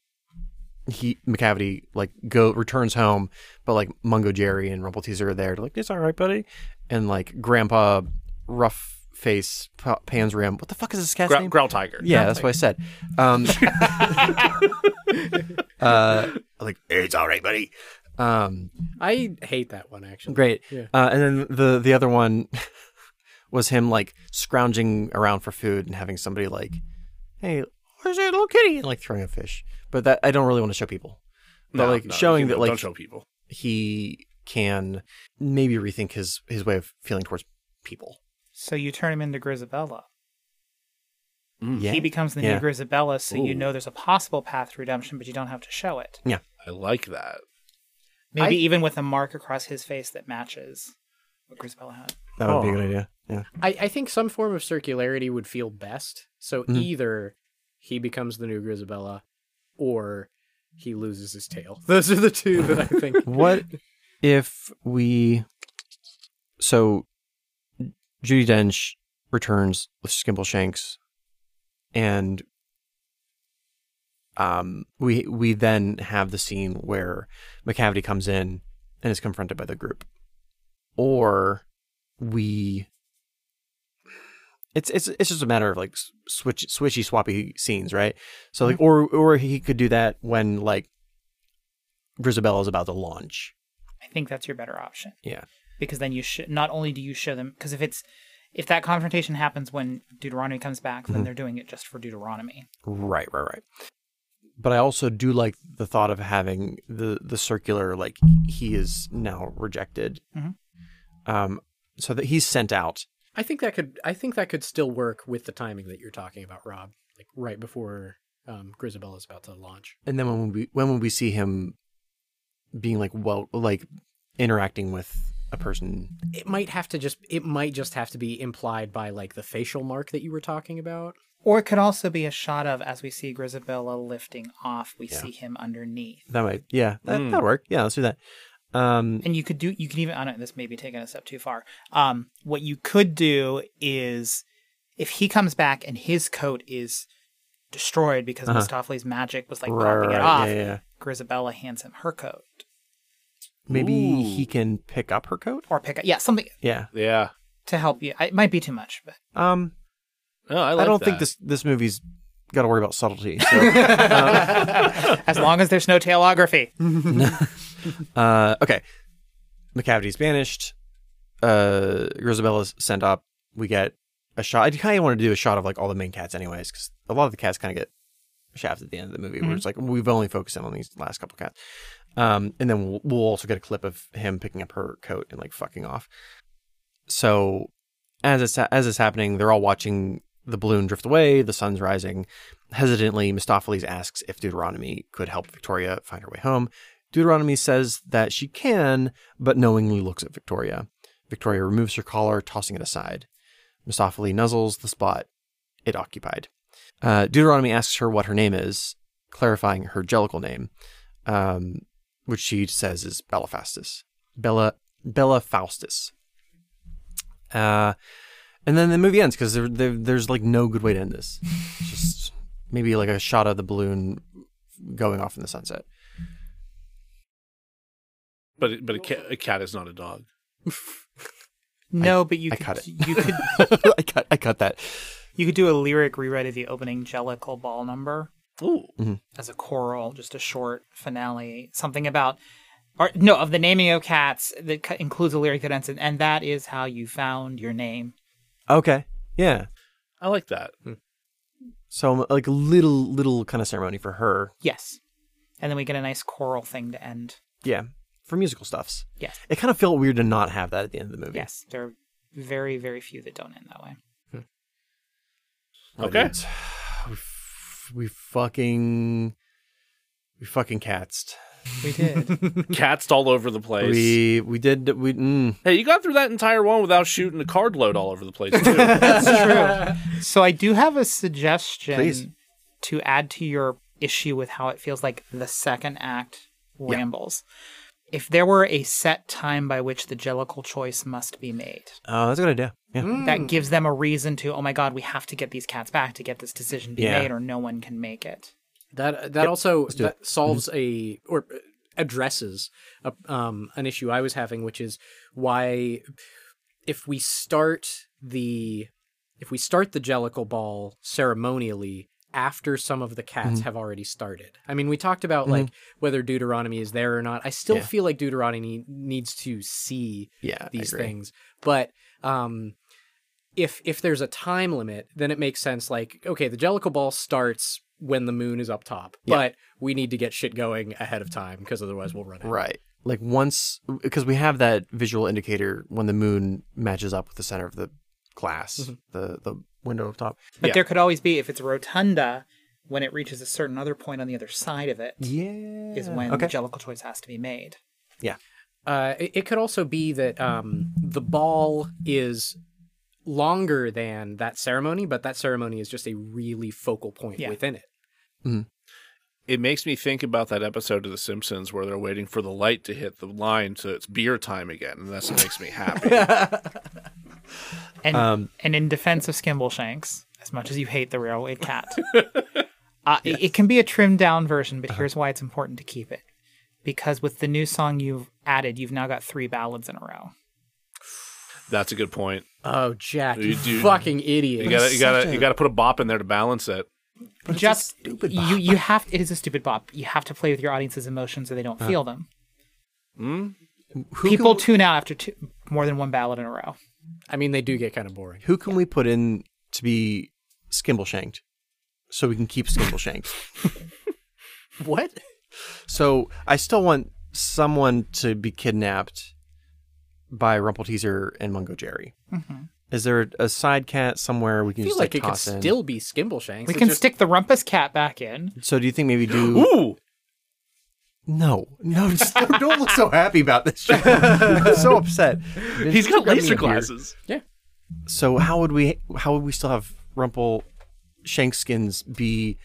he McCavity like go returns home, but like Mungo Jerry and Rumple Teaser are there. to, like it's all right, buddy. And like Grandpa Rough Face Pa- Pans Rim. What the fuck is this cat's
Growl,
name?
growl tiger.
yeah, that's what I said. Um, uh, like it's all right, buddy. Um,
I hate that one actually.
Great.
Yeah.
Uh, and then the the other one was him like scrounging around for food and having somebody like, "Hey, where's that little kitty?" and like throwing a fish. But that I don't really want to show people. But
No,
like
no,
showing
you know,
that like
don't show people.
he can maybe rethink his his way of feeling towards people.
So you turn him into Grisabella.
Mm.
Yeah.
He becomes the
Yeah.
new Grisabella, so
Ooh.
you know there's a possible path to redemption, but you don't have to show it.
I like that.
Maybe even with a mark across his face that matches what Grisabella had.
that would be a good idea. Yeah.
I, I think some form of circularity would feel best. So either he becomes the new Grisabella or he loses his tail. Those are the two that I think.
What if we? So, Judy Dench returns with Skimble Shanks, and um, we we then have the scene where McCavity comes in and is confronted by the group, or we. It's it's it's just a matter of like s- switch switchy swappy scenes, right? So like, or or he could do that when like Grisabella is about to launch.
I think that's your better option
Yeah.
because then you should not only do you show them because if it's if that confrontation happens when Deuteronomy comes back,
Mm-hmm.
then they're doing it just for Deuteronomy.
Right, right, right. But I also do like the thought of having the the circular like he is now rejected.
Mhm.
Um so that he's sent out.
I think that could I think that could still work with the timing that you're talking about, Rob. Like right before um, Grisabella's about to launch.
And then when we when would we see him being like well like interacting with a person
It might have to just it might just have to be implied by like the facial mark that you were talking about.
Or it could also be a shot of as we see Grisabella lifting off, we see him underneath.
that might yeah, that
Hmm.
that'd work. Yeah, let's do that. Um
and you could do you can even i don't this may be taking a step too far um what you could do is if he comes back and his coat is destroyed because
Uh-huh.
Mistofle's magic was like
Right,
popping
right,
it off
yeah, yeah.
grisabella hands him her coat
maybe
Ooh.
he can pick up her coat?
or pick up yeah something
Yeah.
Yeah.
to help you it might be too much but
Um
No, I,
I,
like
don't think this
that.
this movie's got to worry about subtlety. So
as long as there's no tailography
Uh, okay. McCavity's banished. Uh, Grisabella's sent up. We get a shot. I kind of want to do a shot of like all the main cats, anyways, because a lot of the cats kind of get shafted at the end of the movie. Where it's like we've only focused in on these last couple cats. Um, and then we'll, we'll also get a clip of him picking up her coat and like fucking off. So as it's as it's happening, they're all watching the balloon drift away. The sun's rising. Hesitantly, Mistopheles asks if Deuteronomy could help Victoria find her way home. Deuteronomy says that she can, but knowingly looks at Victoria. Victoria removes her collar, tossing it aside. Mistopheles nuzzles the spot it occupied. Uh, Deuteronomy asks her what her name is, clarifying her jellical name, um, which she says is Bella Faustus. Bella Bella Faustus. Uh, and then the movie ends because there, there, there's like no good way to end this. It's Just maybe like a shot of the balloon going off in the sunset.
But it, but a cat, a cat is not a dog.
no but you
I
could
cut it.
you could
I cut I cut that.
you could do a lyric rewrite of the opening jellicle ball number
Ooh.
Mm-hmm.
as a choral, just a short finale, something about, or no, of the naming of cats that c- includes a lyric that ends in, and that is how you found your name.
Okay. Yeah.
I like that.
Hmm. So like a little little kind of ceremony for her.
Yes. And then we get a nice choral thing to end.
Yeah. For musical stuffs.
Yes.
It kind of felt weird to not have that at the end of the movie.
Yes. There are very, very few that don't end that way.
But
Okay.
it's- We, f- we fucking we fucking catsed.
We did.
Cats all over the place.
We we did we mm,
Hey, you got through that entire one without shooting a card load all over the place too.
That's true. So I do have a suggestion
Please.
to add to your issue with how it feels like the second act rambles. If there were a set time by which the jellicle choice must be made,
Oh, that's a good idea. Yeah.
that gives them a reason to oh my god we have to get these cats back to get this decision be
Yeah.
made or no one can make it
That that also
do Mm-hmm.
that solves a or uh, addresses a, um, an issue I was having, which is why if we start the if we start the Jellicle Ball ceremonially after some of the cats
Mm-hmm.
have already started. I mean, we talked about like whether Deuteronomy is there or not. I still feel like Deuteronomy needs to see
Yeah, I
these
agree.
things, but um, if if there's a time limit, then it makes sense. Like, okay, the Jellicle Ball starts when the moon is up top, but we need to get shit going ahead of time because otherwise we'll run out.
Right. Like once, because we have that visual indicator when the moon matches up with the center of the glass,
Mm-hmm.
the the window up top.
But
Yeah.
there could always be if it's rotunda when it reaches a certain other point on the other side of it is
Yeah.
when
okay.
the jellicle choice has to be made.
Uh, it, it could also be that um, the ball is longer than that ceremony, but that ceremony is just a really focal point
Yeah.
within it.
It makes me think about that episode of The Simpsons where they're waiting for the light to hit the line so it's beer time again, and that's what makes me happy.
And and in defense of Skimble Shanks, as much as you hate the railway cat, uh, it, it can be a trimmed down version. But here's why it's important to keep it, because with the new song you've added, you've now got three ballads in a row.
that's a good point.
Oh, Jack, you,
You do-
fucking
You
idiot!
gotta, you gotta,
such
you
a-
gotta put a bop in there to balance it.
But it's a
Just
stupid
you you have it is a stupid bop. You have to play with your audience's emotions or they don't feel them.
Who
People
Can,
tune out after two, more than one ballad in a row.
I mean, they do get kind of boring.
who can we put in to be skimble shanked, so we can keep skimble shanked?
What?
So I still want someone to be kidnapped by Rumpelteazer and Mungo Jerry. Is there a side cat somewhere we can
I feel
just
like it could
toss in?
still be Skimbleshanks.
We
It's
can
just-
stick the rumpus cat back in.
So do you think maybe do
Ooh,
no no just don't, don't look so happy about this. Shit. I'm so upset.
he's got
Grab me a
laser
beer.
glasses.
Yeah.
So how would we how would we still have Rumple Shankskins be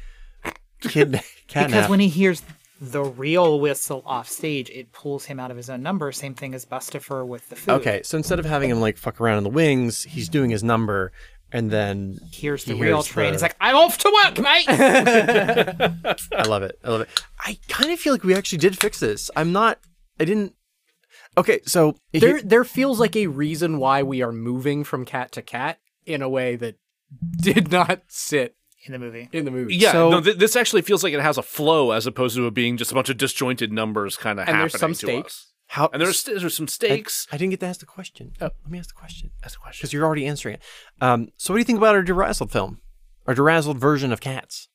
kidnapped?
Because when he hears the real whistle off stage, it pulls him out of his own number. Same thing as Bustifer with the food.
okay, so instead of having him like fuck around in the wings, he's doing his number, and then
Here's the
He
real
hears
train.
the-
He's like, I'm off to work, mate.
I love it. I love it. I kind of feel like we actually did fix this. I'm not. I didn't. Okay, so it-
there there feels like a reason why we are moving from cat to cat in a way that did not sit
in the movie.
in the movie.
Yeah,
So-
no, th- this actually feels like it has a flow as opposed to it being just a bunch of disjointed numbers kind of
And
happening
there's some
to
stakes.
us.
how
And there's there's some stakes.
I didn't get to ask the question. Oh, let me ask the question
That's a question.
because you're already answering it. Um, so what do you think about our Durazzled film, our Durazzled version of Cats?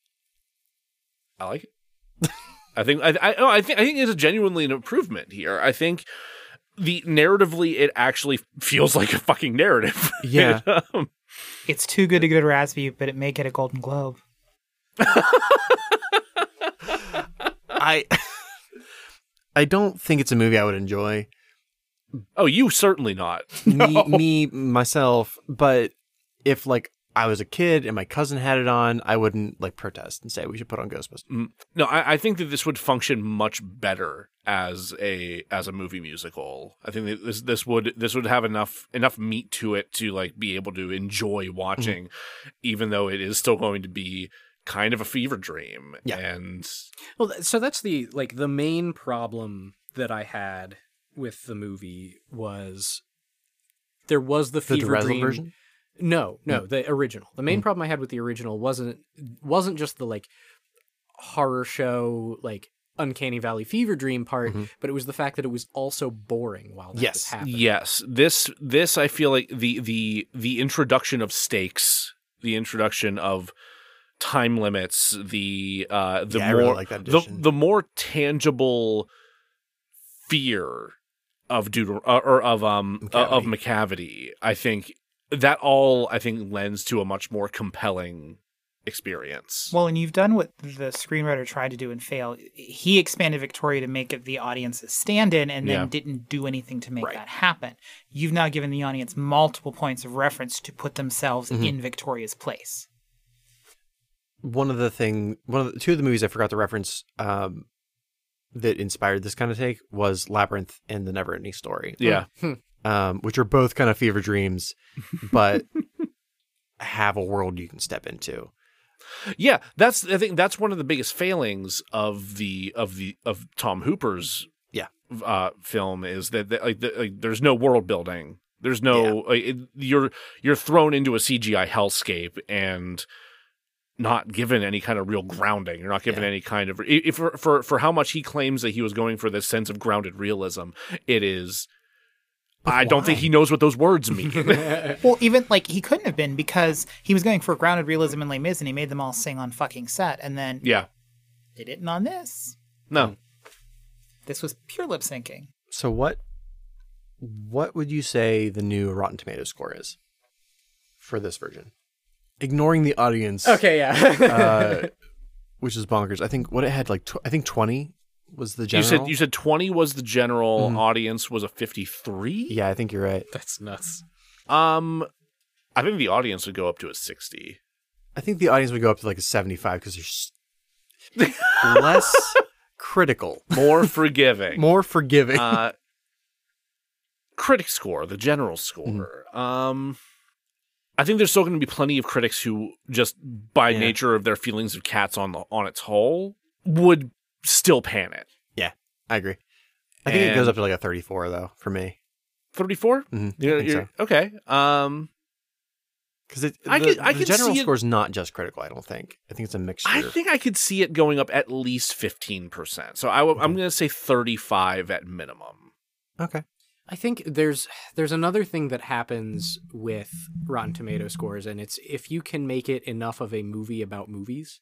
I like it. I think I I, oh, I think I think it's genuinely an improvement here. I think the narratively it actually feels like a fucking narrative.
Yeah.
Um,
It's too good to go to Raspy, but it may get a Golden Globe.
I I don't think it's a movie I would enjoy.
oh, you certainly not.
Me, me myself, but if like I was a kid and my cousin had it on, I wouldn't like protest and say we should put on Ghostbusters.
No, I, I think that this would function much better as a as a movie musical. I think that this this would this would have enough enough meat to it to like be able to enjoy watching, even though it is still going to be kind of a fever dream.
Yeah.
And
Well, th- so that's the like the main problem that I had with the movie was there was the Hmm.
The
fever
Durazzled
E dream.
version.
No, no, the original. The main problem I had with the original wasn't wasn't just the like horror show like uncanny valley fever dream part, but it was the fact that it was also boring while that was
Yes.
happening.
yes, this this I feel like the the the introduction of stakes, the introduction of time limits, the uh the
Yeah, I
more
really like that
the,
addition.
the more tangible fear of Deuter- uh, or of um uh, of McCavity, I think that all I think lends to a much more compelling experience.
Well, and you've done what the screenwriter tried to do and failed. He expanded Victoria to make it the audience's stand in and then
Yeah.
didn't do anything to make that happen. You've now given the audience multiple points of reference to put themselves
Mm-hmm.
in Victoria's place.
one of the thing one of the two of the movies I forgot to reference um that inspired this kind of take was Labyrinth and The Neverending Story.
yeah,
Um which are both kind of fever dreams but have a world you can step into.
yeah. That's I think that's one of the biggest failings of the of the of Tom Hooper's
Yeah.
uh, film is that, that like, the, like there's no world building. There's no like, it, you're you're thrown into a CGI hellscape and not given any kind of real grounding. You're not given any kind of i- if for, for for how much he claims that he was going for this sense of grounded realism, it is I don't think he knows what those words mean.
Well, even like he couldn't have been because he was going for grounded realism in Les Mis, and he made them all sing on fucking set, and then
yeah.
they didn't on this.
No.
This was pure lip syncing.
So what what would you say the new Rotten Tomato score is for this version? Ignoring the audience,
Okay, yeah.
uh, which is bonkers. I think what it had like tw- I think twenty was the general. Mm-hmm.
You said you said 20 was the general audience was a 53?
yeah, I think you're right.
That's nuts.
Um I think the audience would go up to a 60.
I think the audience would go up to like a seventy-five because they're s- less critical,
More forgiving.
more forgiving.
uh critic score, the general
Mm-hmm.
score. Um I think there's still going to be plenty of critics who just by
Yeah.
nature of their feelings of cats on the on its whole would still pan it.
I agree. I think it goes
and-
up to like a thirty-four though for me
34?
Mhm, I
You're-
think
you're- Okay. Um
because it
I
the,
could- I
the
could
general
see it-
score is not just critical. I don't think. I think it's a mixture.
I think I could see it going up at least 15%. So I w- I'm going to say 35 at minimum.
okay.
I think there's there's another thing that happens with Rotten Tomato scores, and it's if you can make it enough of a movie about movies.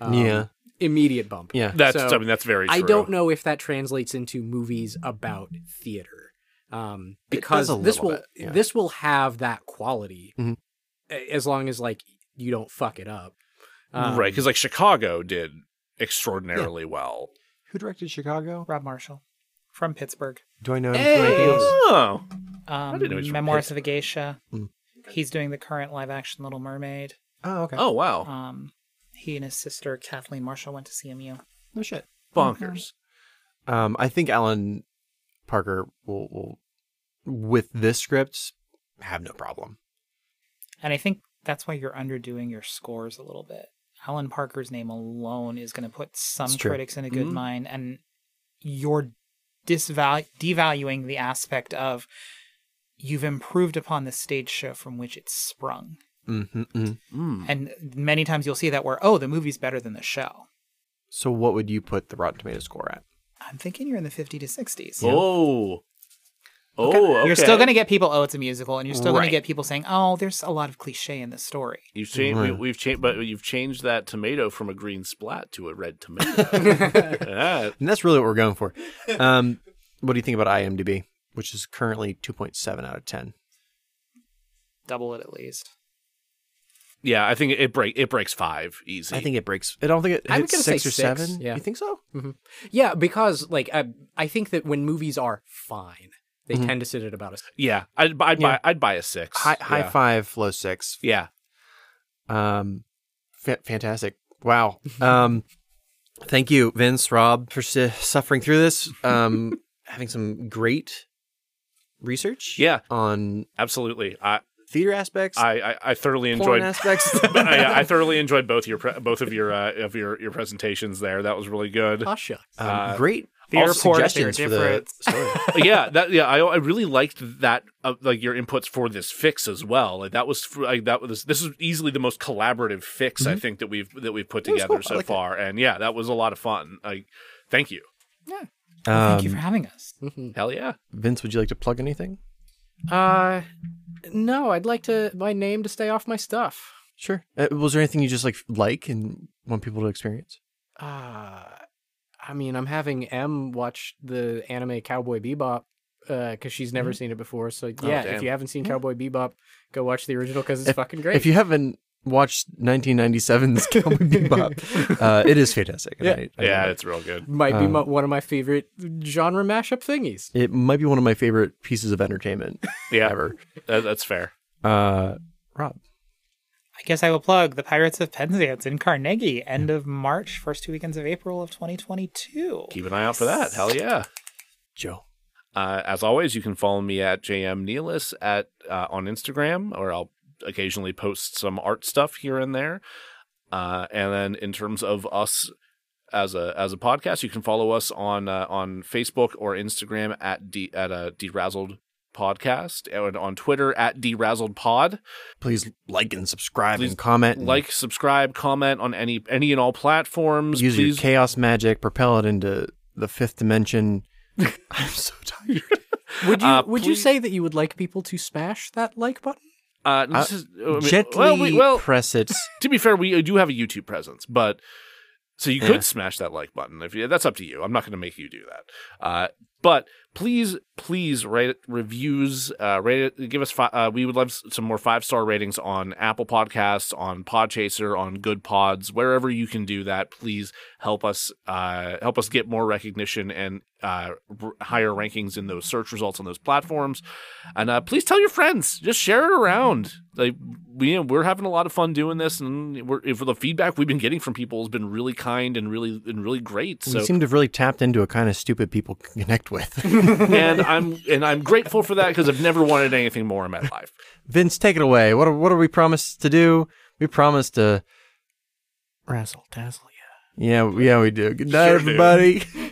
um,
Yeah.
Immediate bump.
Yeah.
That's
So-
I mean that's very true.
I don't know if that translates into movies about theater, um,
It
because
does a
this
little
will
bit, yeah.
this will have that quality
Mhm.
a- as long as like you don't fuck it up, Um,
Mm, right cuz like Chicago did extraordinarily well.
Who directed Chicago?
Rob Marshall from Pittsburgh.
Do I know
Hey!
anything? else?
Eh, Oh.
Um,
didn't know he was from
Memoirs of a Geisha.
Mm.
He's doing the current live action Little Mermaid.
Oh, okay.
Oh wow.
Um, he and his sister Kathleen Marshall went to CMU.
no shit.
Bonkers.
Um, I think Alan Parker will, will, with this script, have no problem.
And I think that's why you're underdoing your scores a little bit. Alan Parker's name alone is going to put some
It's true.
critics in a good
Mhm.
mind, and you're disvalu- devaluing the aspect of you've improved upon the stage show from which it sprung.
Mm-hmm,
Mm.
And many times you'll see that where, oh, the movie's better than the show.
So, what would you put the Rotten Tomato score at?
I'm thinking you're in the 50 to 60s.
Oh. Oh, okay.
You're still going to get people, oh, it's a musical, and you're still going
Right.
to get people saying, oh, there's a lot of cliche in this story.
You've changed.
Right.
We, have changed, but you've changed that tomato from a green splat to a red tomato. Yeah.
And that's really what we're going for. Um, what do you think about IMDb, which is currently two point seven out of ten?
Double it at least.
yeah, I think it break it breaks five easy.
I think it breaks. I don't think it
I was
hits
gonna say
six or
six,
seven.
yeah.
You think so?
yeah, because like I, I think that when movies are fine, they
Mm-hmm.
tend to sit at about a
Yeah, I'd, bu- I'd
Yeah.
buy I'd buy a six.
High,
yeah.
high five, low six.
Yeah,
Um, fa- fantastic. Wow. Um, thank you, Vince, Rob, for su- suffering through this, um, having some great research
Yeah.
on
absolutely. I
theater aspects,
I I- I thoroughly
porn
enjoyed.
aspects.
I, I thoroughly enjoyed both your pre- both of your uh, of your your presentations there. That was really good.
oh, shucks.
um,
uh,
great
theater
also
porn,
suggestions for
theater
the
difference.
story.
yeah, that yeah, I, I really liked that uh, like your inputs for this fix as well. Like that was fr- like that was this is easily the most collaborative fix I think that we've that we've put
Mm-hmm. It was
together
cool. I
so
liked it.
far. And yeah, that was a lot of fun. Like thank you.
Well, thank you for
Um,
having us.
Mm-hmm.
Hell yeah.
Vince, would you like to plug anything?
Uh, no, I'd like to my name to stay off my stuff.
Sure. Uh, was there anything you just like like and want people to experience?
Uh, I mean, I'm having M watch the anime Cowboy Bebop because she's never seen it before. So yeah, if
damn.
you haven't seen Cowboy Bebop, go watch the original because it's fucking great.
If you haven't watched 1997's Cowboy Bebop, uh, it is fantastic. and
Yeah.
I- I
Yeah,
love it.
it's real good.
Might be
um,
mo- one of my favorite genre mashup thingies.
It might be one of my favorite pieces of entertainment
Yeah.
ever.
That, that's fair.
Uh, Rob,
I guess I will plug the Pirates of Penzance in Carnegie, end of March, first two weekends of April of 2022.
Keep an eye out for that. Hell yeah.
Joe,
Uh, as always, you can follow me at JM Nealis at uh, on Instagram, or I'll occasionally post some art stuff here and there. Uh, and then in terms of us as a as a podcast, you can follow us on uh, on Facebook or Instagram at D, at a Derazzled podcast and on Twitter at Derazzled Pod
please like and subscribe
Please
and comment. and
like, subscribe, comment on any any and all platforms.
use your
Please
chaos magic, propel it into the fifth dimension. I'm so tired.
Would you
Uh,
would you
please-
say that you would like people to smash that like button?
Uh, this is, I mean,
Gently
well, we- well,
press it.
to be fair, we do have a YouTube presence, but so you could
Yeah.
smash that like button. If you, that's up to you, I'm not going to make you do that. Uh, but please, please rate reviews. Uh, rate it, give us. Fi- uh, we would love s- some more five star ratings on Apple Podcasts, on PodChaser, on Good Pods, wherever you can do that. Please help us. Uh, help us get more recognition and uh, r- higher rankings in those search results on those platforms. And uh, please tell your friends. Just share it around. Like we, we're having a lot of fun doing this, and we're, for the feedback we've been getting from people has been really kind and really and really great. So
we seem to have really tapped into a kind of stupid people can connect with.
and I'm and I'm grateful for that because I've never wanted anything more in my life.
Vince, take it away. What are, what are we promised to do? We promised to.
Razzle dazzle.
Yeah, yeah, we do. Good night,
Sure do.
everybody.